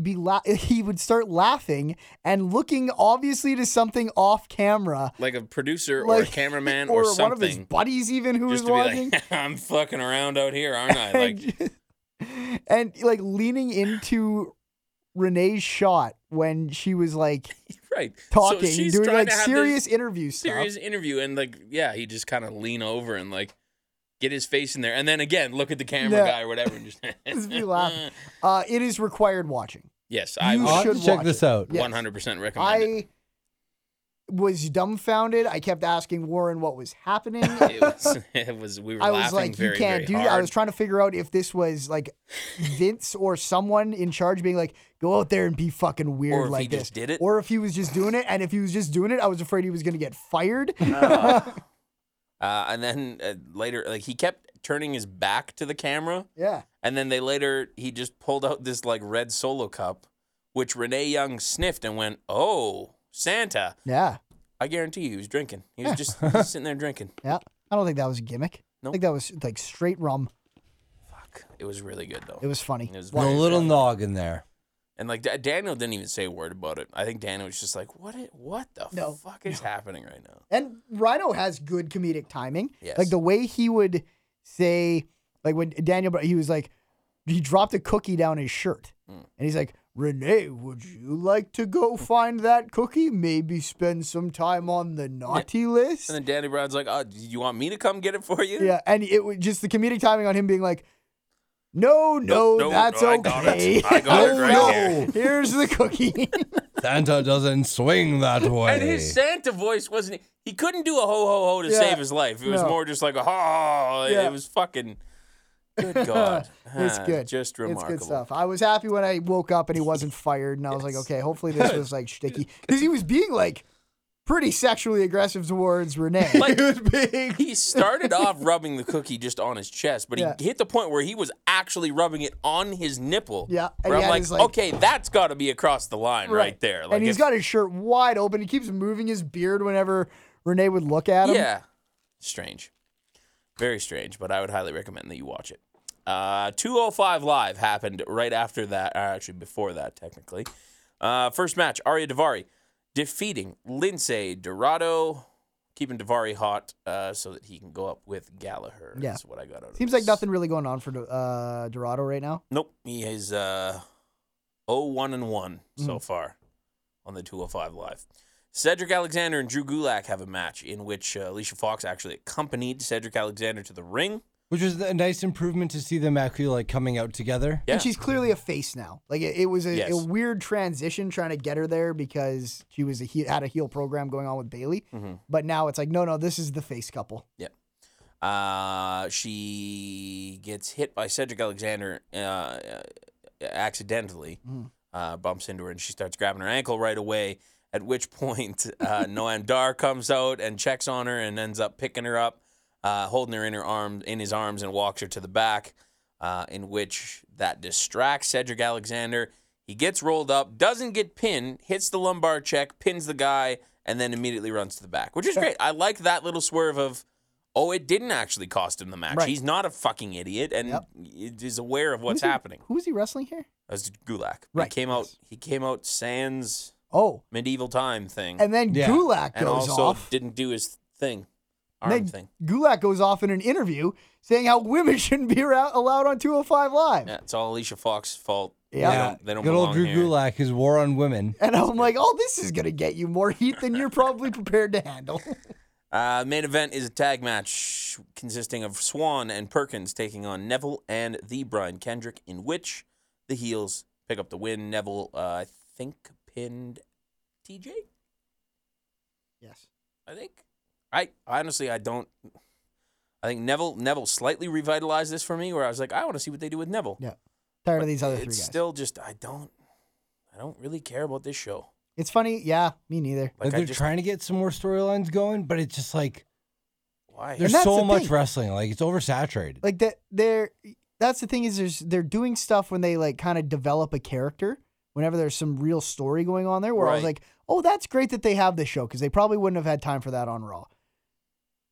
be la- he would start laughing and looking obviously to something off camera. like a producer or a like cameraman or, something. one of his buddies even who just was to be watching. like, I'm fucking around out here, aren't I? Like and, like leaning into Renee's shot when she was like right. talking, so she's doing trying like to have this- serious interview stuff. serious interview and like yeah he just kind of lean over and like get his face in there and then again look at the camera Yeah. guy or whatever and just Just be laughing. Uh, it is required watching. Yes, I You would I'll have should to check watch this it. out. Yes. 100% recommend it. I was dumbfounded. I kept asking Warren what was happening. It was, it was we were I was laughing like, very, you can't very do hard. that. I was trying to figure out if this was like Vince or someone in charge being like, go out there and be fucking weird Or if like he this. just did it. Or if he was just doing it. And if he was just doing it, I was afraid he was going to get fired. Uh, and then uh, later, like he kept turning his back to the camera, yeah. and then they later he just pulled out this like red solo cup, which Renee Young sniffed and went, "Oh, Santa!" Yeah. I guarantee you, he was drinking. He was just, just sitting there drinking. Yeah. I don't think that was a gimmick. I Nope. think that was like straight rum. Fuck, it was really good though. It was funny. It was The very little good. noggin there. And like Da- Daniel didn't even say a word about it. I think Daniel was just like, "What? i- What the No. fuck is happening right now?" And Rhino has good comedic timing. Yes. Like the way he would say, like when Daniel, Br- he was like, he dropped a cookie down his shirt. Hmm. And he's like, Renee, would you like to go find that cookie? Maybe spend some time on the naughty list? And then Danny Brown's like, "Oh, do you want me to come get it for you?" yeah. And it was just the comedic timing on him being like, no, Nope, no, no, that's no, I got it. okay. Oh, I got it right no, here." Here's the cookie. Santa doesn't swing that way. And his Santa voice wasn't. e, He couldn't do a ho ho ho to Yeah. save his life. It was No. more just like a ha. Yeah. It was fucking. Good God. It's Ah, good. Just remarkable. It's good stuff. I was happy when I woke up and he wasn't fired, and I was like, okay, hopefully this was like shticky because he was being like pretty sexually aggressive towards Renee. Like- was being. He started off rubbing the cookie just on his chest, but Yeah. he hit the point where he was actually rubbing it on his nipple. Yeah, and Where I'm he had like, his, like- okay, that's got to be across the line right, there. Like and he's if- got his shirt wide open. He keeps moving his beard whenever Renee would look at him. Yeah. Strange. Very strange, but I would highly recommend that you watch it. Uh, 205 Live happened right after that, or actually before that, technically. Uh, first match, Aria Davari defeating Lindsay Dorado, keeping Davari hot uh, so that he can go up with Gallagher. Yeah. That's what I got out of Seems this. like nothing really going on for uh, Dorado right now. Nope. He is uh, 01 and 1 so far on the 205 Live. Cedric Alexander and Drew Gulak have a match in which uh, Alicia Fox actually accompanied Cedric Alexander to the ring. Which was a nice improvement to see them actually like coming out together. Yeah. And she's clearly a face now. Like it, it was a, Yes. a weird transition trying to get her there because she was a he- had a heel program going on with Bailey, Mm-hmm. but now it's like no, no, this is the face couple. Uh, she gets hit by Cedric Alexander uh, accidentally, uh, bumps into her, and she starts grabbing her ankle right away. At which point, uh, Noam Dar comes out and checks on her and ends up picking her up, uh, holding her in her arms, in his arms, and walks her to the back. Uh, in which that distracts Cedric Alexander. He gets rolled up, doesn't get pinned, hits the lumbar check, pins the guy, and then immediately runs to the back, which is great. I like that little swerve of, oh, it didn't actually cost him the match. Right. He's not a fucking idiot and is aware of what's Who's he- happening. Who is he wrestling here? That was Gulak. Right, He came out. He came out sans Oh, medieval time thing, and then Yeah. Gulak and goes also off. didn't do his thing, arm And thing. then Gulak goes off in an interview saying how women shouldn't be arou- allowed on 205 Live. Yeah, it's all Alicia Fox's fault. Yeah. they don't, they don't Good old belong Drew here. Gulak, his war on women. And I'm like, oh, this is going to get you more heat than you're probably prepared to handle. Uh, main event is a tag match consisting of Swan and Perkins taking on Neville and the Brian Kendrick, in which the heels pick up the win. Neville, uh, I think, pinned TJ. yes. I think. I honestly, I don't. I think Neville Neville slightly revitalized this for me, where I was like, I want to see what they do with Neville. Yeah. Tired of these other three it's guys. still just I don't. I don't really care about this show. it's funny. Yeah, me neither. Like, Like I they're just trying to get some more storylines going, but it's just like why there's that's so the much thing. wrestling. Like it's oversaturated. Like that they're that's the thing is there's they're doing stuff when they like kind of develop a character whenever there's some real story going on there where I was Right. like, "Oh, that's great that they have this show because they probably wouldn't have had time for that on Raw."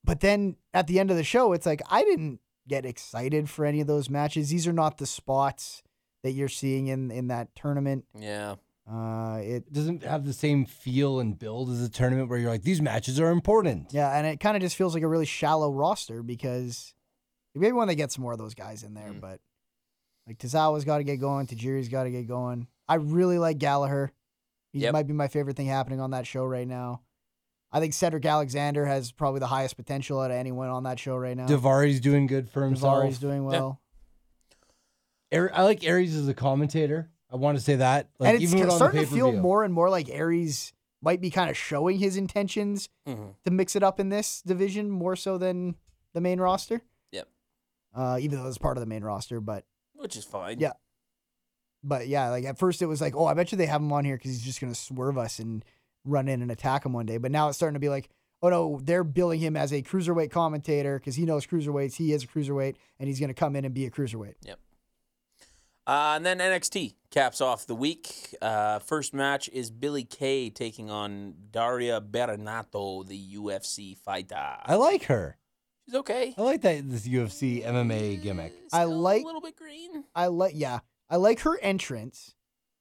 But then at the end of the show, it's like I didn't get excited for any of those matches. These are not the spots that you're seeing in in that tournament. yeah. Uh it it doesn't have the same feel and build as a tournament where you're like, these matches are important. Yeah, and it kind of just feels like a really shallow roster because maybe when they get some more of those guys in Hmm. there, but like Tozawa's got to get going, Tajiri's got to get going. I really like Gallagher. He Yep. might be my favorite thing happening on that show right now. I think Cedric Alexander has probably the highest potential out of anyone on that show right now. Davari's doing good for himself. Davari's doing well. Ari- I like Aries as a commentator. I want to say that. Like, and it's even ca- on the starting to feel pay-per-view. more and more like Aries might be kind of showing his intentions Mhm. to mix it up in this division more so than the main roster. Yep. Uh, even though it's part of the main roster, but which is fine. Yeah. but yeah, like at first it was like, oh, I bet you they have him on here because he's just gonna swerve us and run in and attack him one day. But now it's starting to be like, oh no, they're billing him as a cruiserweight commentator because he knows cruiserweights, he is a cruiserweight, and he's gonna come in and be a cruiserweight. Uh, and then NXT caps off the week. Uh, first match is Billy Kay taking on Daria Bernato, the UFC fighter. I like her. She's okay. I like that this UFC MMA gimmick. I Still like- a little bit green. I like yeah, I like her entrance,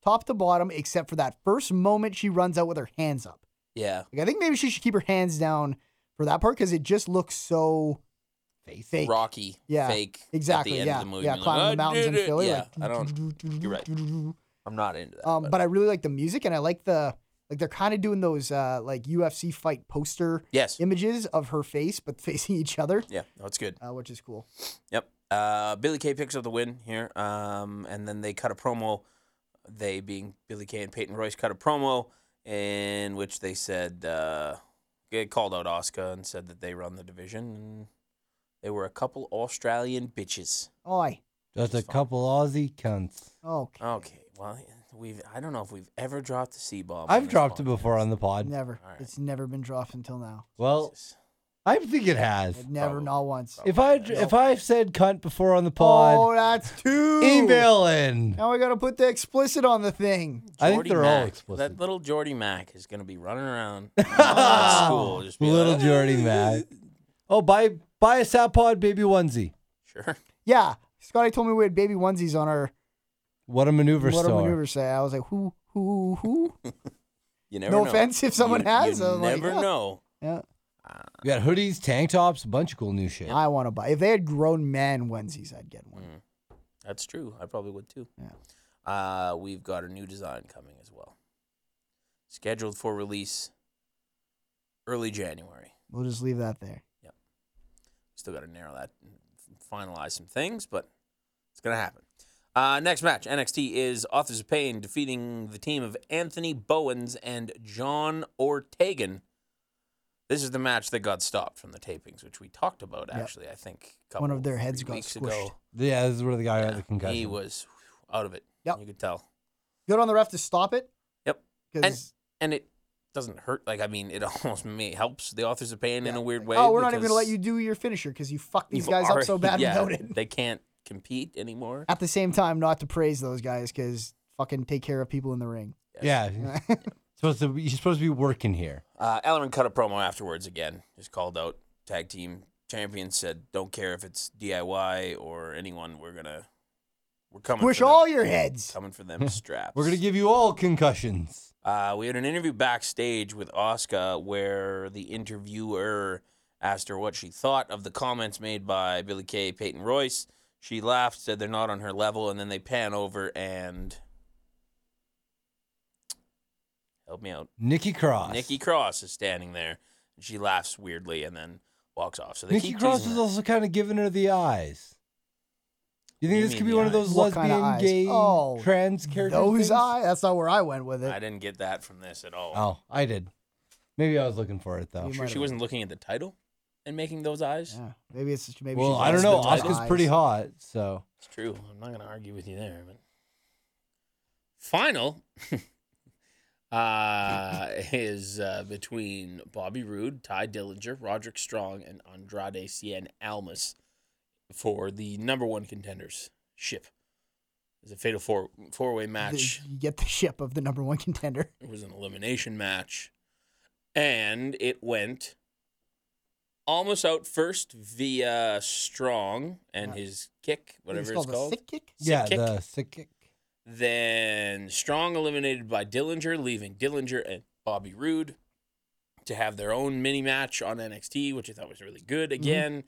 top to bottom, except for that first moment she runs out with her hands up. Yeah, Like I think maybe she should keep her hands down for that part because it just looks so fake. rocky. Yeah, fake. at the Exactly. end of yeah. the movie, yeah. you're like, Climbing "I the mountains did in it." Philly. Yeah, like, I don't. You're right. I'm not into that. Um, but- but I really like the music, and I like the like they're kind of doing those uh like UFC fight poster yes, images of her face, but facing each other, yeah, no, it's good. uh, which is cool. Yep. Uh, Billy Kay picks up the win here, um, and then they cut a promo. They being Billy Kay and Peyton Royce cut a promo in which they said uh, they called out Oscar and said that they run the division. And they were a couple Australian bitches. Oi. Just a couple Aussie cunts. Oh, Okay, well we've I don't know if we've ever dropped a C bomb. I've dropped it before on the pod. never. All right. It's never been dropped until now. Well, I think it has. It never, Probably. not once. If I if I've said cunt before on the Oh, pod, that's two. email in. Now I gotta put the explicit on the thing. I think they're all explicit. That little Jordy Mac is gonna be running around at school. Just be Little like, Jordy Mac. Oh, buy buy a sap pod baby onesie. Sure. Yeah, Scotty told me we had baby onesies on our What a maneuver what store. do maneuvers say? I was like, who, who, who? You never No know. offense if someone You- has. You I'm like, never yeah. know. Yeah. We got hoodies, tank tops, a bunch of cool new shit. I want to buy. If they had grown man onesies, I'd get one. That's true. I probably would too. Uh, we've got a new design coming as well. Scheduled for release early January. We'll just leave that there. Still got to narrow that, and finalize some things, but it's going to happen. Uh, next match NXT is Authors of Pain defeating the team of Anthony Bowens and John Ortegan. This is the match that got stopped from the tapings, which we talked about actually, I think, a couple One of their heads three got weeks squished. ago. Yeah, this is where the guy got the Yeah, concussion. he was out of it. Yep. You could tell. Good on the ref to stop it. Yep. Because and it doesn't hurt. Like I mean, it almost may helps the authors of pain in a weird way. oh, we're not even gonna let because you do your finisher because you fucked these you've guys up so already- bad yeah, without it. They can't compete anymore. At the same time, not to praise those guys because fucking take care of people in the ring. Yeah. supposed to be, you're supposed to be working here. Uh, Ellerin cut a promo afterwards again. Just called out tag team champions. Said, "Don't care if it's DIY or anyone. We're gonna we're coming. Squish for them. all your heads. coming for them straps. We're gonna give you all concussions. Uh, we had an interview backstage with Oscar where the interviewer asked her what she thought of the comments made by Billy Kay, Peyton Royce. She laughed, said they're not on her level, and then they pan over and help me out. Nikki Cross. Nikki Cross is standing there, and she laughs weirdly and then walks off. So they Nikki keep Cross teasing is her. also kind of giving her the eyes. You think What do this you could mean be the one of those What kinda lesbian, eyes? gay, Oh, trans characters? Those things? eye. That's not where I went with I it. didn't get that from this at all. Oh, I did. Maybe I was looking for it though. You Sure, might she have- wasn't looking at the title and making those eyes. Yeah, maybe it's just- maybe. Well, she's I lost don't know. the Oscar's eyes. pretty hot, so It's true. I'm not going to argue with you there, but Final uh, is uh, between Bobby Roode, Ty Dillinger, Roderick Strong, and Andrade Cien Almas for the number one contenders ship. It's a fatal four four way The- match. you get the ship of the number one contender. It was an elimination match, and it went almost out first via Strong and Yeah. his kick, I think whatever it's a called. Sick kick. Sick yeah, kick. the sick kick. Then Strong eliminated by Dillinger, leaving Dillinger and Bobby Roode to have their own mini match on NXT, which I thought was really good. Mm-hmm. Again,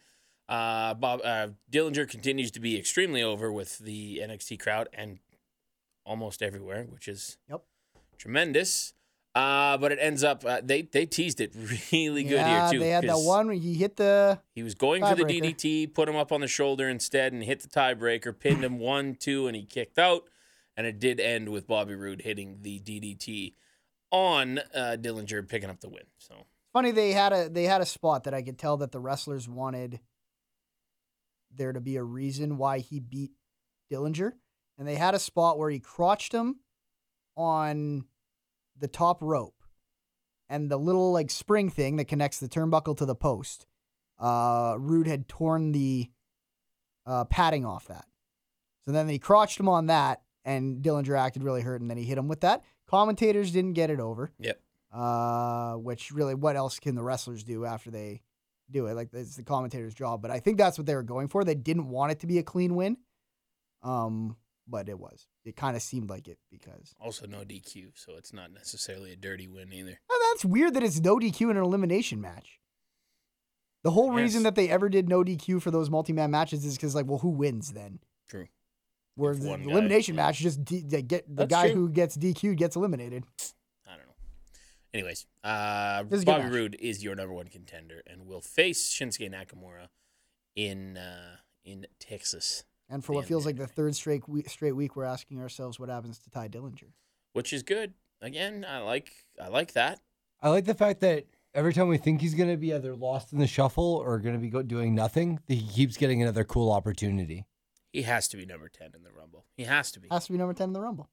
uh, Bob uh, Dillinger continues to be extremely over with the NXT crowd and almost everywhere, which is Yep. tremendous. Uh, but it ends up uh, they they teased it really good yeah, here too. they had that 'cause one where he hit the He was going for the Tiebreaker. DDT, put him up on the shoulder instead, and hit the tiebreaker, pinned him one, two, and he kicked out. and it did end with Bobby Roode hitting the DDT on uh, Dillinger picking up the win. So Funny they had a they had a spot that I could tell that the wrestlers wanted there to be a reason why he beat Dillinger, and they had a spot where he crotched him on the top rope and the little like spring thing that connects the turnbuckle to the post. Uh, Rude had torn the uh, padding off that. So then they crotched him on that, and Dillinger acted really hurt, and then he hit him with that. Commentators didn't get it over. Yep. Uh, which really, what else can the wrestlers do after they do it? Like it's the commentator's job. But I think that's what they were going for. They didn't want it to be a clean win. Um, but it was. It kind of seemed like it because also no DQ, so it's not necessarily a dirty win either. Oh, that's weird that it's no DQ in an elimination match. The whole reason Yes. that they ever did no DQ for those multi-man matches is because, like, well, who wins then? True. Where If the one the guy- elimination match just de- they get the That's guy true. who gets DQ gets eliminated. I don't know. Anyways, uh, This is a good Bobby match. Roode is your number one contender and will face Shinsuke Nakamura in uh, in Texas, And for what Damn feels man. like the third straight week, straight week, we're asking ourselves what happens to Ty Dillinger. which is good. Again, I like I like that. I like the fact that every time we think he's going to be either lost in the shuffle or going to be go- doing nothing, that he keeps getting another cool opportunity. He has to be number ten in the Rumble. He has to be. Has to be number ten in the Rumble.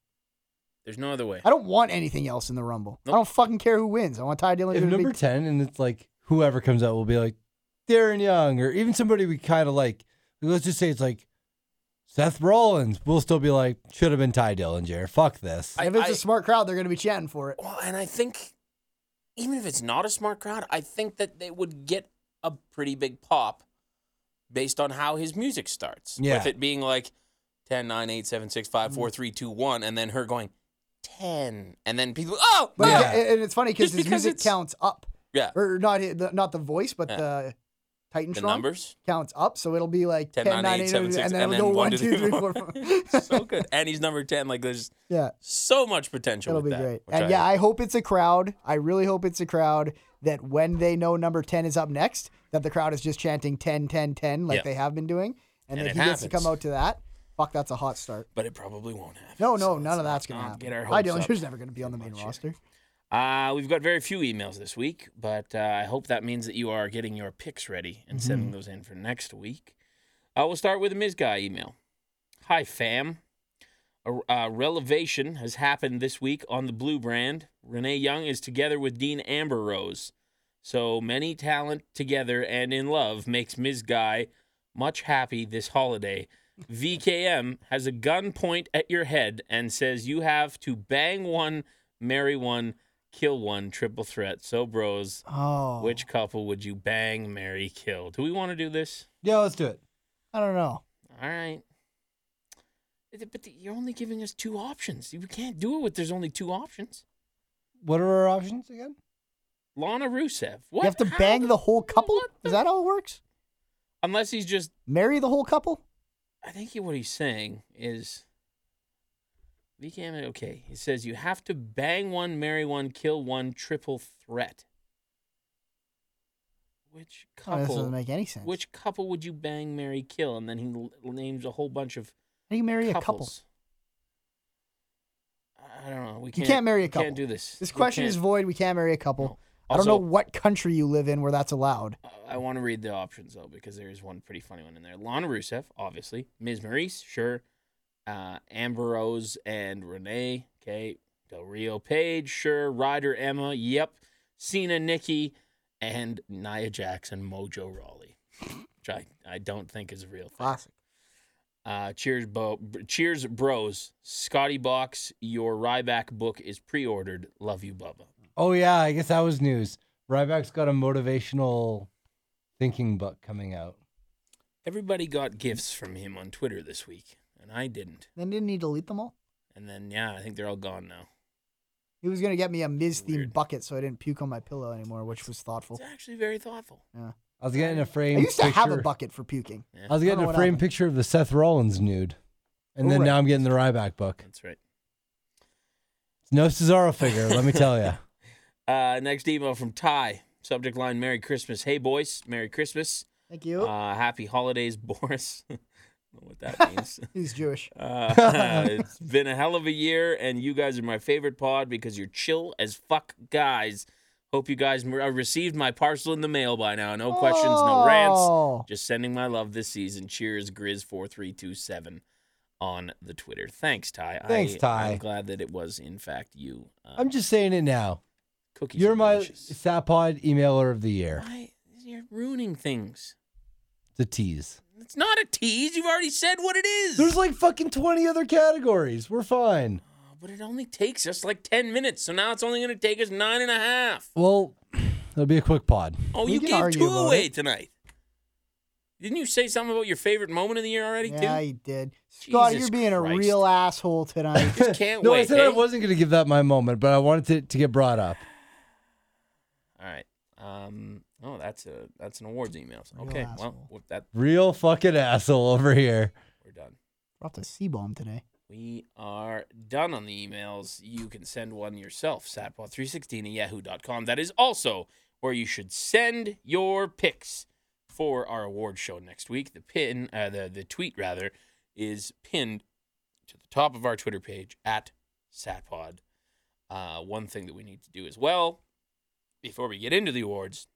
There's no other way. I don't want anything else in the Rumble. I don't fucking care who wins. I want Ty Dillinger If to number be 10, and it's like whoever comes out will be like Darren Young or even somebody we kind of like, let's just say it's like Seth Rollins, we'll still be like, should have been Ty Dillinger. Fuck this. I- And if it's I- a smart crowd, they're going to be chanting for it. Well, and I think even if it's not a smart crowd, I think that they would get a pretty big pop based on how his music starts. Yeah. With it being like 10, 9, 8, 7, 6, 5, 4, 3, 2, 1, and then her going 10. And then people, oh, But Yeah. and- and it's funny because Just his because music it's- counts up. Yeah. Or not hi- the, not the voice, but Yeah. the Titan the numbers. counts up. So it'll be like 10, 9, 8, 7, 6, and then it'll go 1, 2, 3, 4, 5. so good. And he's number 10. Like, there's Yeah. so much potential It'll with be that, great. which And I- yeah, I hope it's a crowd. I really hope it's a crowd that when they know number 10 is up next, that the crowd is just chanting 10, 10, 10 like Yeah. they have been doing. And, And that it he gets to happens. come out to that. Fuck, that's a hot start. But it probably won't happen. No, no, so let's none of not- that's going to not happen. Get our Ty hopes up. Dillinger's never going to be on the main roster. Uh, we've got very few emails this week, but uh, I hope that means that you are getting your picks ready and sending those in for next week. Uh, we'll start with a Ms. Guy email. Hi, fam. A uh, relevation has happened this week on the Blue brand. Renee Young is together with Dean Ambrose. So many talent together and in love makes Ms. Guy much happy this holiday. VKM has a gun point at your head and says you have to bang one, marry one, kill one, triple threat. So, bros, Oh. which couple would you bang, marry, kill? Do we want to do this? yeah, let's do it. I don't know. All right. But but you're only giving us two options. We can't do it with there's only two options. What are our options again? Lana Rusev. What? You have to How bang the whole couple? what the- Is that how it works? Unless he's just. Marry the whole couple? Oh, I think what he's saying is. VKM, okay. He says you have to bang one, marry one, kill one, triple threat. Which Oh, this doesn't couple? make any sense. Which couple would you bang, marry, kill? And then he l- names a whole bunch of How do you marry a couple? couples. I- I don't know. We You can't, can't marry a we couple. Can't do this. This We question can't. is void. We can't marry a couple. No. I don't know Also- what country you live in where that's allowed. I want to read the options though because there is one pretty funny one in there. Lana Rusev, obviously. Ms. Maurice, sure. Uh, Ambrose and Renee, okay. Del Rio Page, sure. Ryder Emma, yep. Cena Nikki, and Nia Jackson, Mojo Rawley, which I, I don't think is a real thing. Classic. Uh, cheers, Bo. Cheers, bros. Scotty Box, your Ryback book is pre-ordered. Love you, Bubba. Oh, yeah, I guess that was news. Ryback's got a motivational thinking book coming out. Everybody got gifts from him on Twitter this week, and I didn't. Then didn't he delete them all? And then yeah, I think they're all gone now. He was gonna get me a Miz Weird. themed bucket so I didn't puke on my pillow anymore, which was thoughtful. It's actually very thoughtful. I was getting a I frame. used to have a picture- bucket for puking. I was I don't getting know a what frame happened. picture of the Seth Rollins nude, and then Correct. now I'm getting the Ryback book. That's right. It's no Cesaro figure, let me tell you. Uh, next email from Ty. Subject line: Merry Christmas. Hey boys, Merry Christmas. Thank you. Uh, happy holidays, Boris. know what that means. He's Jewish. Uh, it's been a hell of a year, and you guys are my favorite pod because you're chill as fuck guys. Hope you guys m- uh, received my parcel in the mail by now. No questions, no rants. Oh. Just sending my love this season. Cheers, Grizz4327 on the Twitter. Thanks, Ty. Thanks, I, Ty. I'm glad that it was, in fact, you. Uh, I'm just saying it now. cookies. You're are my delicious. Sapod emailer of the year. Why- You're ruining things. The tease. It's not a tease. You've already said what it is. There's like fucking 20 other categories. We're fine. Oh, but it only takes us like 10 minutes. So now it's only going to take us nine and a half. Well, it'll be a quick pod. Oh, We you can gave argue two about away tonight. Didn't you say something about your favorite moment of the year already, Yeah, too? he did. Scott, Jesus you're being a Christ. real asshole tonight. Just can't no, wait. I said eh? I wasn't going to give that my moment, but I wanted it to, get brought up. All right. Um, oh, that's a that's an awards email. So- Okay, well, asshole. with that Real fucking asshole over here. we're done. Dropped a C bomb today. We are done on the emails. You can send one yourself, satpod316 at yahoo.com. That is also where you should send your picks for our award show next week. The pin, uh, the, the tweet rather, is pinned to the top of our Twitter page at satpod. Uh, one thing that we need to do as well before we get into the awards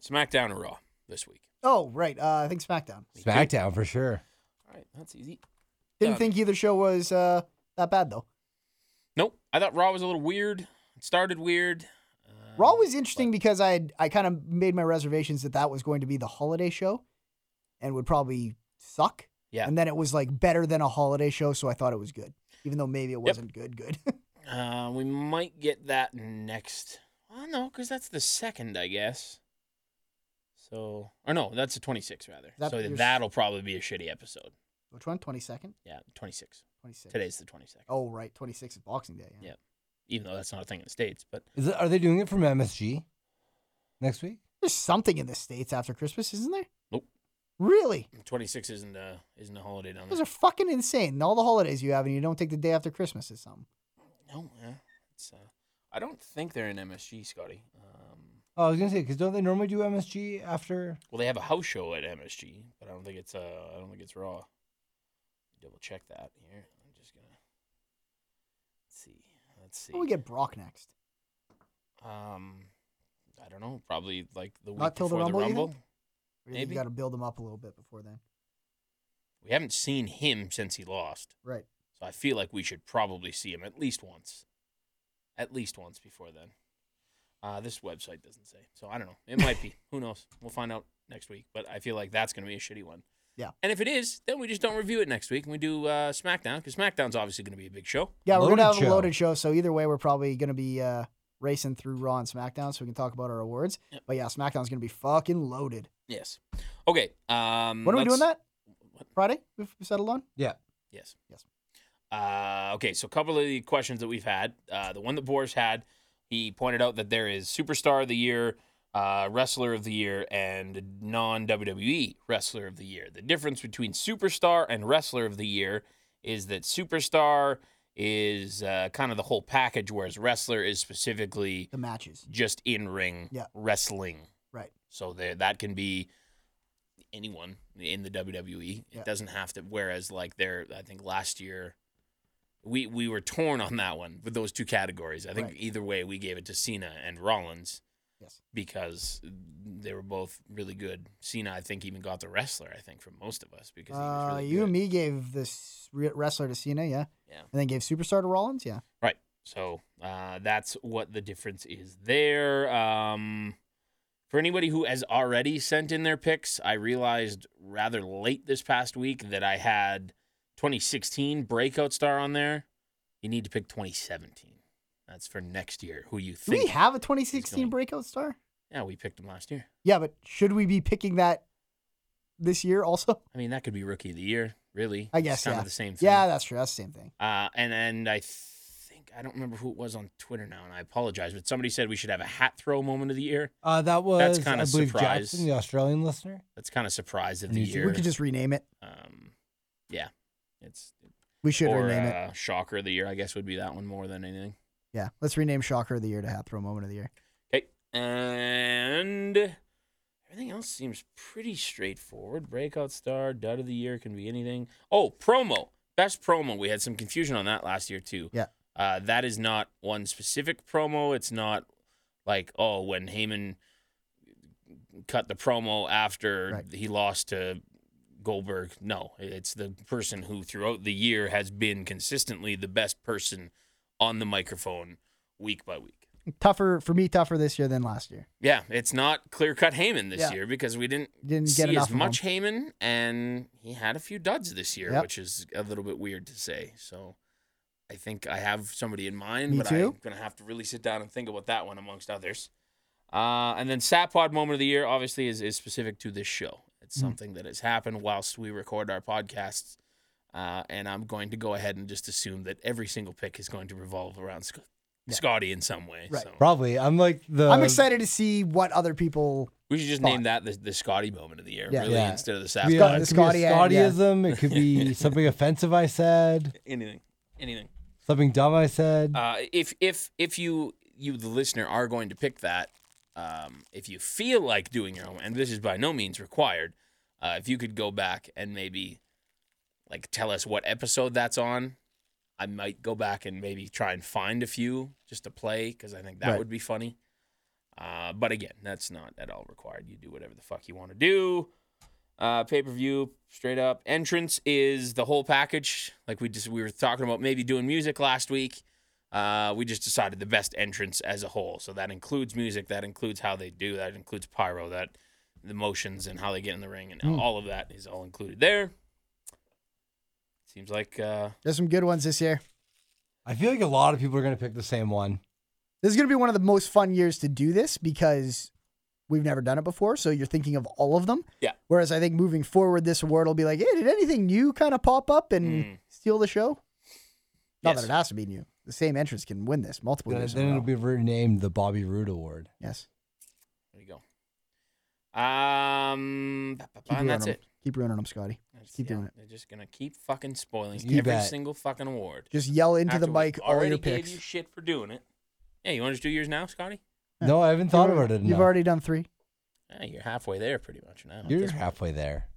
SmackDown or Raw this week. Oh, right. Uh, I think SmackDown. SmackDown for sure. All right, that's easy. Didn't Done. think either show was uh, that bad though. Nope. I thought Raw was a little weird. It started weird. Uh, Raw was interesting because I had, I kind of made my reservations that that was going to be the holiday show, and would probably suck. Yeah. And then it was like better than a holiday show, so I thought it was good, even though maybe it wasn't good. Good. Uh, we might get that next. Well, no, because that's the second, I guess. So, or no, that's the 26th rather. That- so you're s- that'll probably be a shitty episode. Which one? Twenty second. Yeah, 26. Twenty six. Today's the 22nd. Oh right, twenty six is Boxing Day. Yeah. Even though that's not a thing in the states, but Is it, are they doing it from MSG next week? There's something in the states after Christmas, isn't there? Nope. Really? 26 isn't a isn't a holiday down Those there. are fucking insane. All the holidays you have, and you don't take the day after Christmas is something. No, yeah. It's, uh, I don't think they're in MSG, Scotty. Um, Oh, I was going to say, because don't they normally do MSG after? well, they have a house show at MSG, but I don't think it's uh, I don't think it's Raw. Double check that here. I'm just gonna let's see. Let's see. Well, we get Brock next. Um, I don't know. Probably like the week Not till the before the Rumble. Rumble, you think? Or You Maybe. got to build him up a little bit before then. We haven't seen him since he lost, Right. so I feel like we should probably see him at least once, at least once before then. Uh, this website doesn't say, so I don't know. It might be. Who knows? We'll find out next week. But I feel like that's going to be a shitty one. Yeah. And if it is, then we just don't review it next week and we do uh, SmackDown because SmackDown's obviously going to be a big show. Yeah, we're Loaded gonna have show. a loaded show. So either way, we're probably gonna be uh, racing through Raw and SmackDown, so we can talk about our awards. Yep. But yeah, SmackDown's gonna be fucking loaded. Yes. Okay. Um, When are we doing let's- that? What? Friday? We've settled on. Yeah. Yes. Yes. Uh, okay, so a couple of the questions that we've had. Uh, the one that Boris had, he pointed out that there is Superstar of the Year, uh, Wrestler of the Year, and non WWE Wrestler of the Year. The difference between Superstar and Wrestler of the Year is that Superstar is uh, kind of the whole package, whereas Wrestler is specifically The matches. just in ring Yeah. wrestling. Right. So there, that can be anyone in the WWE. Yeah. It doesn't have to. Whereas, like there, I think last year, we we were torn on that one with those two categories. I think Right. either way, we gave it to Cena and Rollins Yes. because they were both really good. Cena, I think, even got the wrestler. I think from most of us because he was Uh, really you good. and me gave this re- wrestler to Cena, yeah. Yeah. And then gave Superstar to Rollins, yeah. Right. So uh, that's what the difference is there. Um, for anybody who has already sent in their picks, I realized rather late this past week that I had 2016 breakout star on there. You need to pick 2017. That's for next year. Who you Do we think? have a 2016 going- breakout star? yeah, we picked him last year. Yeah, but should we be picking that this year also? I mean, that could be rookie of the year, really. I It's guess. kind yeah. of the same thing. Yeah, that's true. That's the same thing. Uh, and and I think I don't remember who it was on Twitter now, and I apologize, but somebody said we should have a hat throw moment of the year. Uh, that was, kinda I believe, surprise. Jackson, the Australian listener. That's kind of surprise of And the you- we year. We could just rename it. um, yeah, it's We should or rename it. uh, shocker of the year. I guess would be that one more than anything. Yeah, let's rename Shocker of the Year to Hat Throw Moment of the Year. Okay, and everything Everything else seems pretty straightforward. Breakout star, dud of the year can be anything. Oh, promo. Best promo. We had some confusion on that last year too. Yeah. Uh, that is not one specific promo. It's not like, oh, when Heyman cut the promo after Right. he lost to Goldberg. No, it's the person who throughout the year has been consistently the best person on the microphone week by week. Tougher for me, tougher this year than last year. Yeah, it's not clear cut Heyman this Yeah. year because we didn't, Didn't see get enough as of him. much Heyman, and he had a few duds this year, Yep. which is a little bit weird to say. So I think I have somebody in mind, Me but too. I'm going to have to really sit down and think about that one amongst others. Uh, and then Sapod moment of the year obviously is, is specific to this show. Hmm. It's something that has happened whilst we record our podcasts. Uh, and I'm going to go ahead and just assume that every single pick is going to revolve around Sc- Scotty in some way. Right. So. Probably. I'm like the. I'm excited to see what other people. We should just Thought. name that the, the Scotty moment of the year, Yeah. really, Yeah. instead of the Yeah, Sapod. Scott- it the could be Scotty a ad, yeah. Scottyism. It could be something offensive I said, Anything, anything. something dumb I said. Uh, if if if you you the listener are going to pick that, um, if you feel like doing your own, and this is by no means required, uh, if you could go back and maybe like tell us what episode that's on, I might go back and maybe try and find a few just to play because I think that Right. would be funny. Uh, but again, that's not at all required. You do whatever the fuck you want to do. Uh, pay per view, straight up. Entrance is the whole package. Like we just we were talking about maybe doing music last week. Uh, we just decided the best entrance as a whole. So that includes music. That includes how they do. That includes pyro. That the motions and how they get in the ring and Hmm. all of that is all included there. Seems like uh, There's some good ones this year. I feel like a lot of people are going to pick the same one. This is going to be one of the most fun years to do this because we've never done it before. So you're thinking of all of them. Yeah. Whereas I think moving forward, this award will be like, hey, did anything new kind of pop up and Mm. steal the show? Not Yes. that it has to be new. The same entrance can win this multiple Then, years. in then a it'll row. be renamed the Bobby Roode Award. yes. there you go. Um, Keep and ruining that's them. it. Keep ruining them, Scotty. That's- Keep doing it. They're just gonna keep fucking spoiling You every bet. single fucking award. Just yell into After the we mic all already your gave picks. you shit for doing it. Yeah, you want to just do yours now, Scotty? Yeah. No, I haven't thought about it You've enough. already done three. Yeah, you're halfway there, pretty much now. at You're this point. halfway there.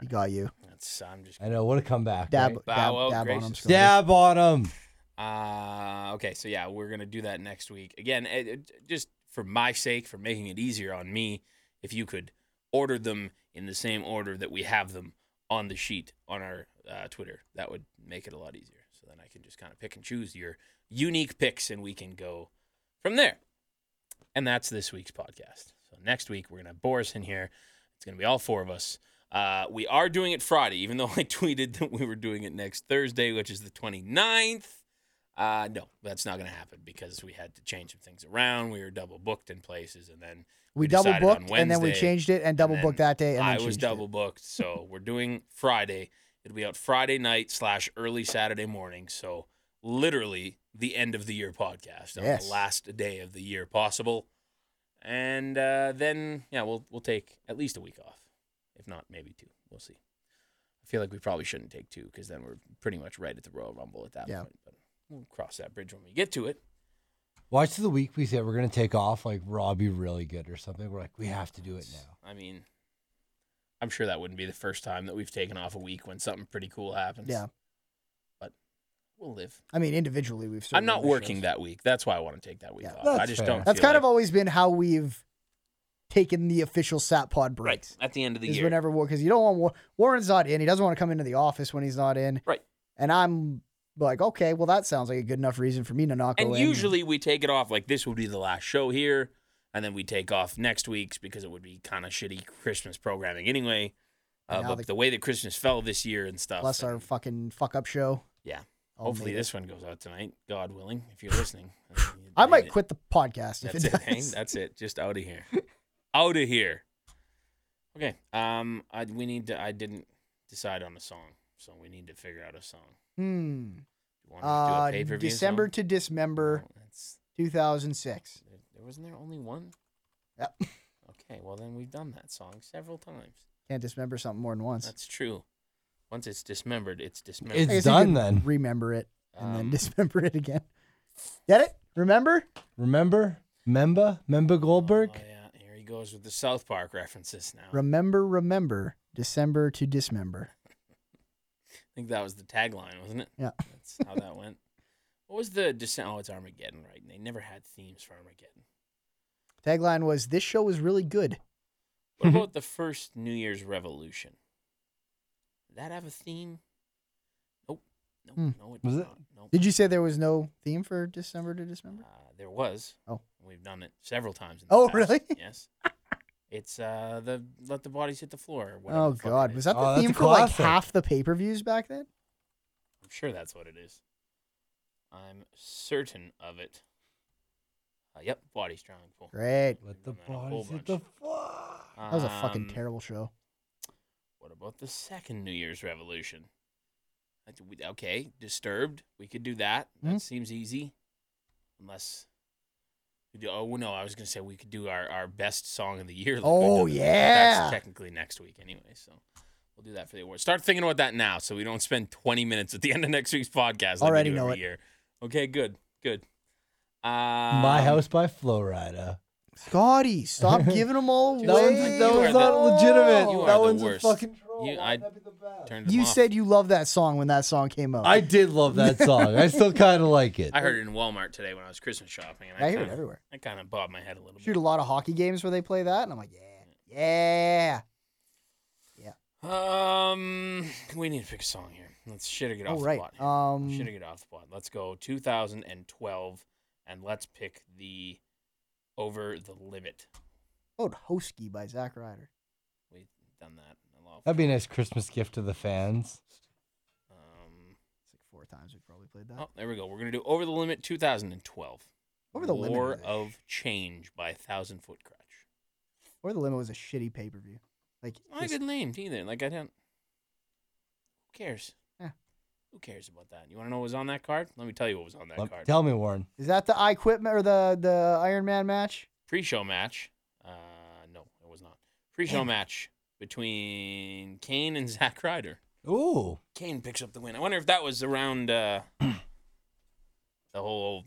He got you. That's, I'm just I know. What a comeback. Dab, right? Bow dab, out, dab on gracious. him, Scotty. Dab on him. Uh, okay, so yeah, we're gonna do that next week again. It, it- just for my sake, for making it easier on me, if you could order them in the same order that we have them on the sheet on our uh, Twitter, that would make it a lot easier. So then I can just kind of pick and choose your unique picks, and we can go from there. And that's this week's podcast. So next week we're gonna have Boris in here. It's gonna be all four of us. Uh, we are doing it Friday, even though I tweeted that we were doing it next Thursday, which is the 29th. Uh, no, that's not going to happen because we had to change some things around. We were double booked in places, and then We double decided on booked and then we Wednesday, changed it and double booked then that day. And I then was changed it. double booked, so we're doing Friday. It'll be out Friday night slash early Saturday morning. So literally the end of the year podcast on Yes. the last day of the year possible, and uh, then yeah, we'll we'll take at least a week off, if not maybe two. We'll see. I feel like we probably shouldn't take two because then we're pretty much right at the Royal Rumble at that Yeah. point. But we'll cross that bridge when we get to it. Watch the week we say we're going to take off. Like, Rob, be really good or something. We're like, we have to do it now. I mean, I'm sure that wouldn't be the first time that we've taken off a week when something pretty cool happens. Yeah. We'll live. I mean, individually, we've. I'm not certainly working shows. that week. That's why I want to take that week Yeah. off. I That's just fair. don't. That's feel kind of like- always been how we've taken the official sat pod breaks. right at the end of the is year. whenever War because you don't want War- Warren's not in. He doesn't want to come into the office when he's not in. Right. And I'm like, okay, well, that sounds like a good enough reason for me to not go and in. usually we take it off like this would be the last show here, and then we take off next week's because it would be kind of shitty Christmas programming anyway. Uh, And now but the- the, way that Christmas fell this year and stuff. plus our and fucking fuck up show. Yeah. Oh, hopefully man. this one goes out tonight, God willing. If you're listening, I Damn might it. quit the podcast if That's it it. does. Hank. That's it. Just out of here. out of here. Okay. Um. I we need to. I didn't decide on a song, so we need to figure out a song. Hmm. You want to Uh, do a Oh. pay per view? December to Dismember, 2006. There, there wasn't there only one. Yep. Okay. Well, then we've done that song several times. Can't dismember something more than once. That's true. Once it's dismembered, it's I dismembered. It's guess you done could then. Remember it and then Um, dismember it again. Get it? Remember? Remember? Memba? Memba Goldberg? Oh, yeah. Here you goes with the South Park references now. Remember, remember, December to dismember. I think that was the tagline, wasn't it? Yeah. That's how that went. What was the descent? Oh, it's Armageddon, right? And they never had themes for Armageddon. Tagline was This show is really good. What Mm-hmm. about the first New Year's Revolution? Did that have a theme? Nope. Nope. Hmm. No, it Was did it- not. Nope. Did you say there was no theme for December to dismember? Uh, there was. Oh. We've done it several times. In the Oh, past. really? Yes. It's uh the let the bodies hit the floor. Or whatever Oh the fuck it God, is. was that the Oh, that's a theme for like classic. half the pay per views back then? I'm sure that's what it is. I'm certain of it. Uh, yep, body strong pull. Great. Let the We've done that a whole bodies hit the bunch. floor. That was a fucking Um, terrible show. What about the second New Year's Revolution? I th- we- Okay, Disturbed. We could do that. That Mhm. seems easy. Unless. we do- Oh, no, I was going to say we could do our, our best song of the year. like we've Oh, done before, but That's yeah. technically next week anyway. So we'll do that for the awards. Start thinking about that now so we don't spend 20 minutes at the end of next week's podcast. Like Already we do know every it. Year. Okay, good. Good. My Um, House by Flo Rida. Scotty, stop giving them all Dude, That away. one's, that you one's are not the- legitimate. you are that the one's worst. a fucking troll. You- Why I- would that be the best? turned them you off. said you loved that song when that song came out. I did love that song. I still kind of like it. I heard it in Walmart today when I was Christmas shopping. And I, I hear it kinda- everywhere. I kind of bobbed my head a little bit. Shoot a lot of hockey games where they play that, and I'm like, yeah, yeah. Um, we need to pick a song here. Let's shit or get off All the Oh, right. plot. Here. shit or Um, get off the plot. Let's go 2012, and let's pick the over the limit. oh, Hosky by Zach Ryder. We've done that a lot. That'd be a nice Christmas gift to the fans. Um, It's like four times we've probably played that. oh, there we go. We're gonna do over the limit 2012. Over the Limit War was a of Change by Thousand Foot Crutch. Or the limit was a shitty pay per view. Like Not a just- good name either. Like I don't. Who cares? Yeah. Who cares about that? You want to know what was on that card? Let me tell you what was on that Let- card. Tell me, Warren. is that the I Quit ma- or the the Iron Man match? pre-show match. Uh, no, it was not. Pre-show match between Kane and Zack Ryder. Ooh, Kane picks up the win. I wonder if that was around uh, the whole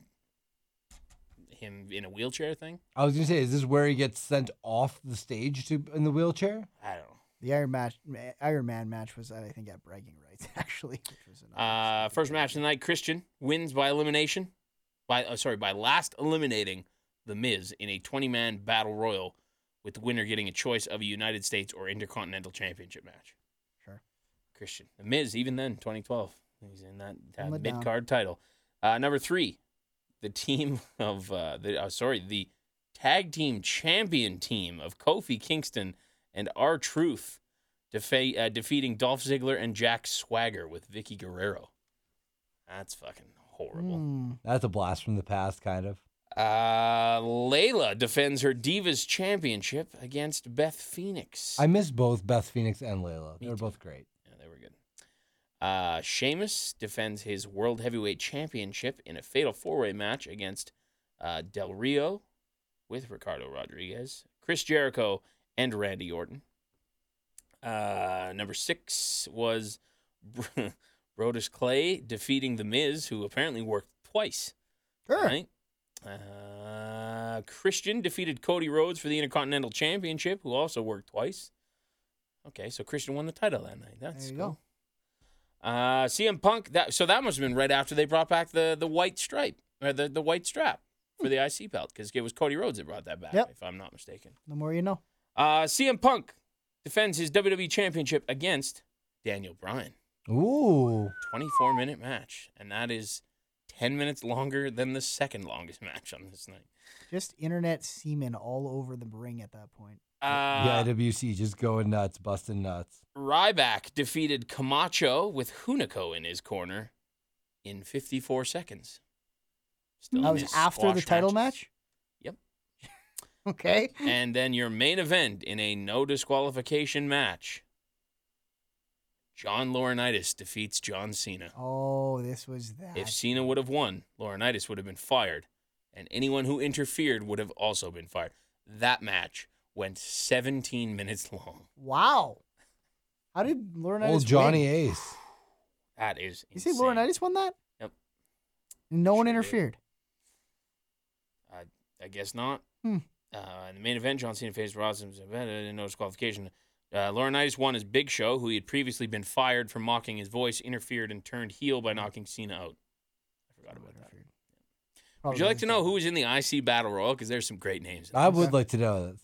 him in a wheelchair thing. I was gonna say, is this where he gets sent off the stage to in the wheelchair? I don't know. The Iron match, ma- Iron Man match was I think at bragging rights actually. Which was Uh, another stupid first pay-per-view. match of the night. Christian wins by elimination. By uh, sorry, by last eliminating the Miz in a 20-man battle royal, with the winner getting a choice of a United States or Intercontinental Championship match. Sure. Christian. The Miz, even then, 2012. He's in that, Him with mid card title. Uh, number three, the team of, uh, the, uh, sorry, the tag team champion team of Kofi Kingston and R Truth defa- uh, defeating Dolph Ziggler and Jack Swagger with Vicky Guerrero. That's fucking horrible. Hmm. That's a blast from the past, kind of. Uh, Layla defends her Divas Championship against Beth Phoenix. I miss both Beth Phoenix and Layla. Me They were too. both great. Yeah, they were good. Uh, Sheamus defends his World Heavyweight Championship in a fatal four way match against uh, Del Rio with Ricardo Rodriguez, Chris Jericho, and Randy Orton. Uh, number six was Br- Brodus Clay defeating The Miz, who apparently worked twice. Sure. Right? Uh, Christian defeated Cody Rhodes for the Intercontinental Championship, who also worked twice. Okay, so Christian won the title that night. That's There you cool. Uh, CM Punk. That so that must have been right after they brought back the the white stripe or the, the white strap for the IC belt because it was Cody Rhodes that brought that back, Yep. if I'm not mistaken. The more you know. Uh, CM Punk defends his WWE Championship against Daniel Bryan. Uh, Ooh, 24 minute match, and that is 10 minutes longer than the second longest match on this night. Just internet semen all over the ring at that point. Uh, yeah, IWC just going nuts, busting nuts. Ryback defeated Camacho with Hunico in his corner in 54 seconds. Still That was miss after the squash title matches. match. Yep. okay. And then your main event in a no disqualification match. John Laurinaitis defeats John Cena. Oh, this was that. If Cena would have won, Laurinaitis would have been fired, and anyone who interfered would have also been fired. That match went 17 minutes long. wow. How did Laurinaitis? Old Johnny Win? Ace. That is You say insane. Laurinaitis won that? Yep. No one Sure did. interfered. I, I guess not. Hmm. Uh, in the main event, John Cena faced Ross in no disqualification. Uh, Laurinaitis won as Big Show, who he had previously been fired for mocking his voice, interfered and turned heel by knocking Cena out. I forgot about that. Would you like to know who was in the IC Battle Royal? Because there's some great names. in I would like to know that.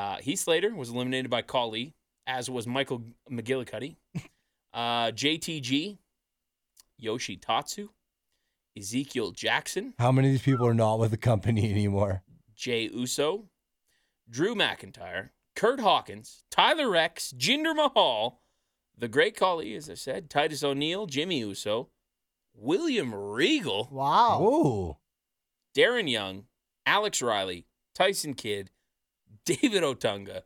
uh, Heath Slater was eliminated by Kali, as was Michael McGillicuddy, uh, JTG, Yoshi Tatsu, Ezekiel Jackson, How many of these people are not with the company anymore? Jay Uso, Drew McIntyre, Kurt Hawkins, Tyler Rex, Jinder Mahal, the Great Kali, as I said, Titus O'Neil, Jimmy Uso, William Regal, Wow. Oh, Darren Young, Alex Riley, Tyson Kidd, David Otunga,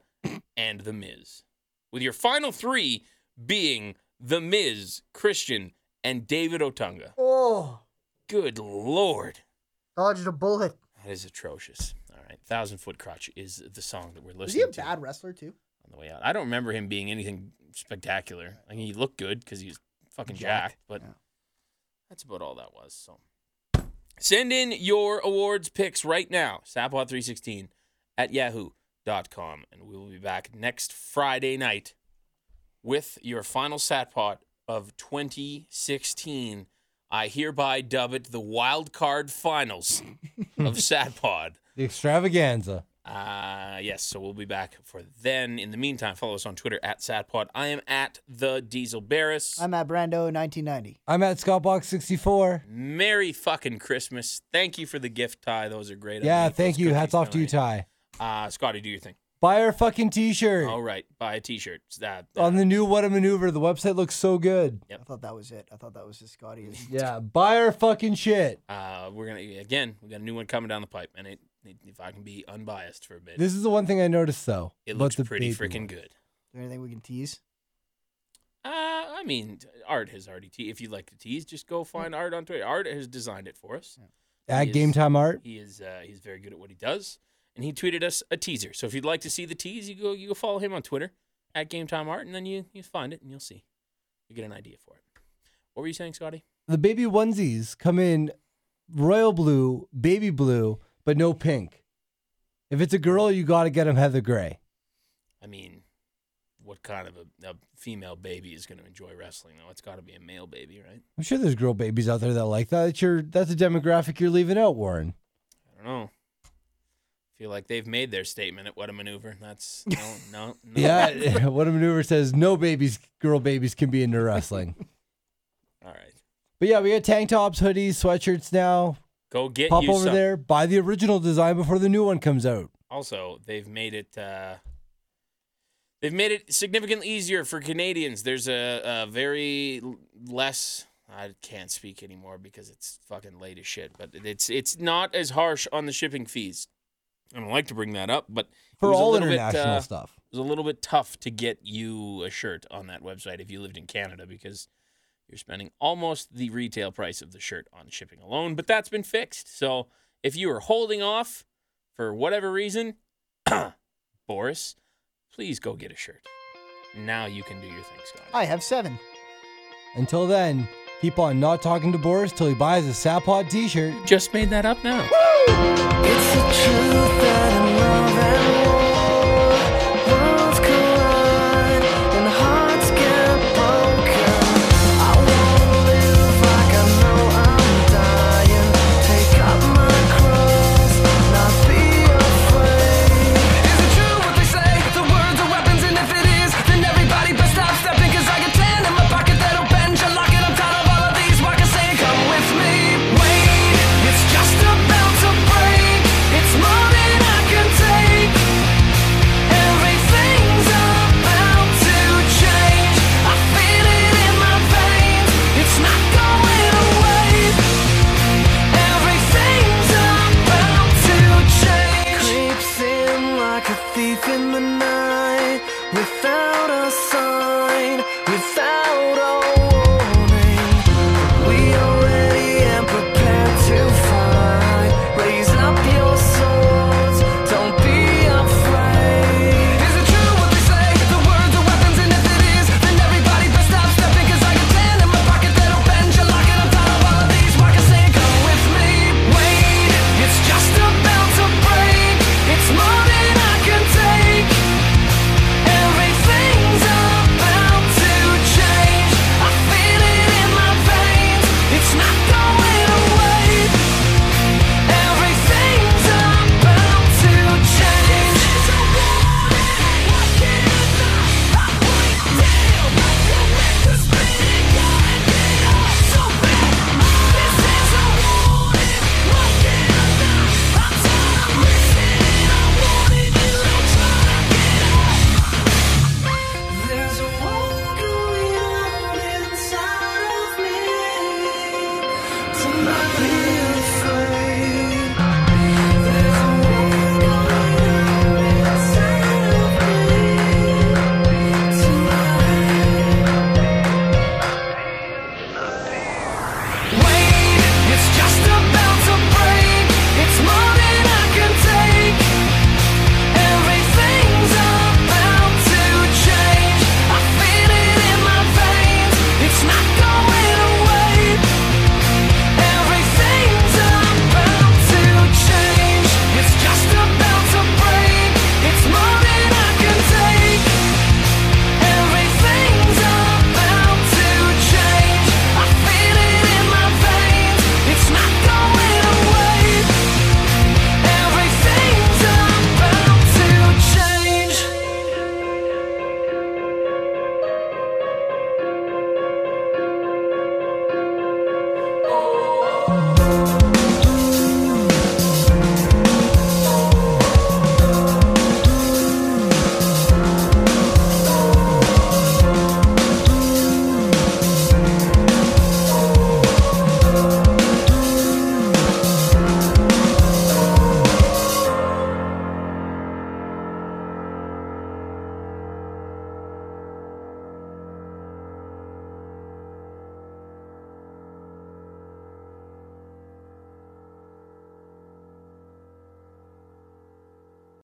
and The Miz. With your final three being The Miz, Christian, and David Otunga. Oh, Good Lord. dodged a bullet. That is atrocious. All right. Thousand Foot Crotch is the song that we're Is he a listening to bad wrestler too? on the way out. I don't remember him being anything spectacular. I mean, he looked good because he was fucking jacked, but Yeah. that's about all that was. So send in your awards picks right now, sapod316 at yahoo.com. And we will be back next Friday night with your final satpot of 2016. I hereby dub it the wild card finals of satpod. the extravaganza. Uh, yes, so we'll be back for then. In the meantime, follow us on Twitter at SadPod. I am at the Diesel Barris. I'm at Brando 1990. I'm at Scottbox64. Merry fucking Christmas. Thank you for the gift, Ty. Those are great. I Yeah, need thank those you. Hats cookies off to you, tonight. Ty. Uh, Scotty, do your thing. Buy our fucking t-shirt All right, buy a t shirt. Uh, on the new What a Maneuver. The website looks so good. I thought that was it. I thought that was his Scotty's. Yeah, buy our fucking shit. uh, we're going to, again, we got a new one coming down the pipe, and it, it- if I can be unbiased for a bit, This is the one thing I noticed though. it about looks the pretty baby freaking one. good. Is there anything we can tease? Uh, I mean, Art has already teased. If you'd like to tease, just go find Art on Twitter. Art has designed it for us. At Yes. game time art. He is uh, he's very good at what he does, and he tweeted us a teaser. So if you'd like to see the tease, you go you go follow him on Twitter at Game Time Art, and then you you find it and you'll see. You get an idea for it. What were you saying, Scotty? The baby onesies come in royal blue, baby blue, but no pink. If it's a girl, you got to get them Heather Gray. I mean, what kind of a, a female baby is going to enjoy wrestling? Though it's got to be a male baby, right? I'm sure there's girl babies out there that like that. That's your that's a demographic you're leaving out, Warren. I don't know. Feel like they've made their statement at what a maneuver. That's no, no, no. Yeah, what a maneuver says no babies, girl babies can be into wrestling. All right. But yeah, we got tank tops, hoodies, sweatshirts now. Go get Pop you over some. there, buy the original design before the new one comes out. also they've made it uh, they've made it significantly easier for Canadians. There's a, a very l- less I can't speak anymore because it's fucking late as shit. But it's it's not as harsh on the shipping fees. I don't like to bring that up, but it For was a all little bit, international uh, stuff. it was a little bit tough to get you a shirt on that website if you lived in Canada because you're spending almost the retail price of the shirt on shipping alone, but that's been fixed. So if you are holding off for whatever reason, Boris, please go get a shirt. Now you can do your thing, Scott. I have seven. Until then, keep on not talking to Boris till he buys a Sapod t shirt. Just made that up now. It's the truth that I'm loving.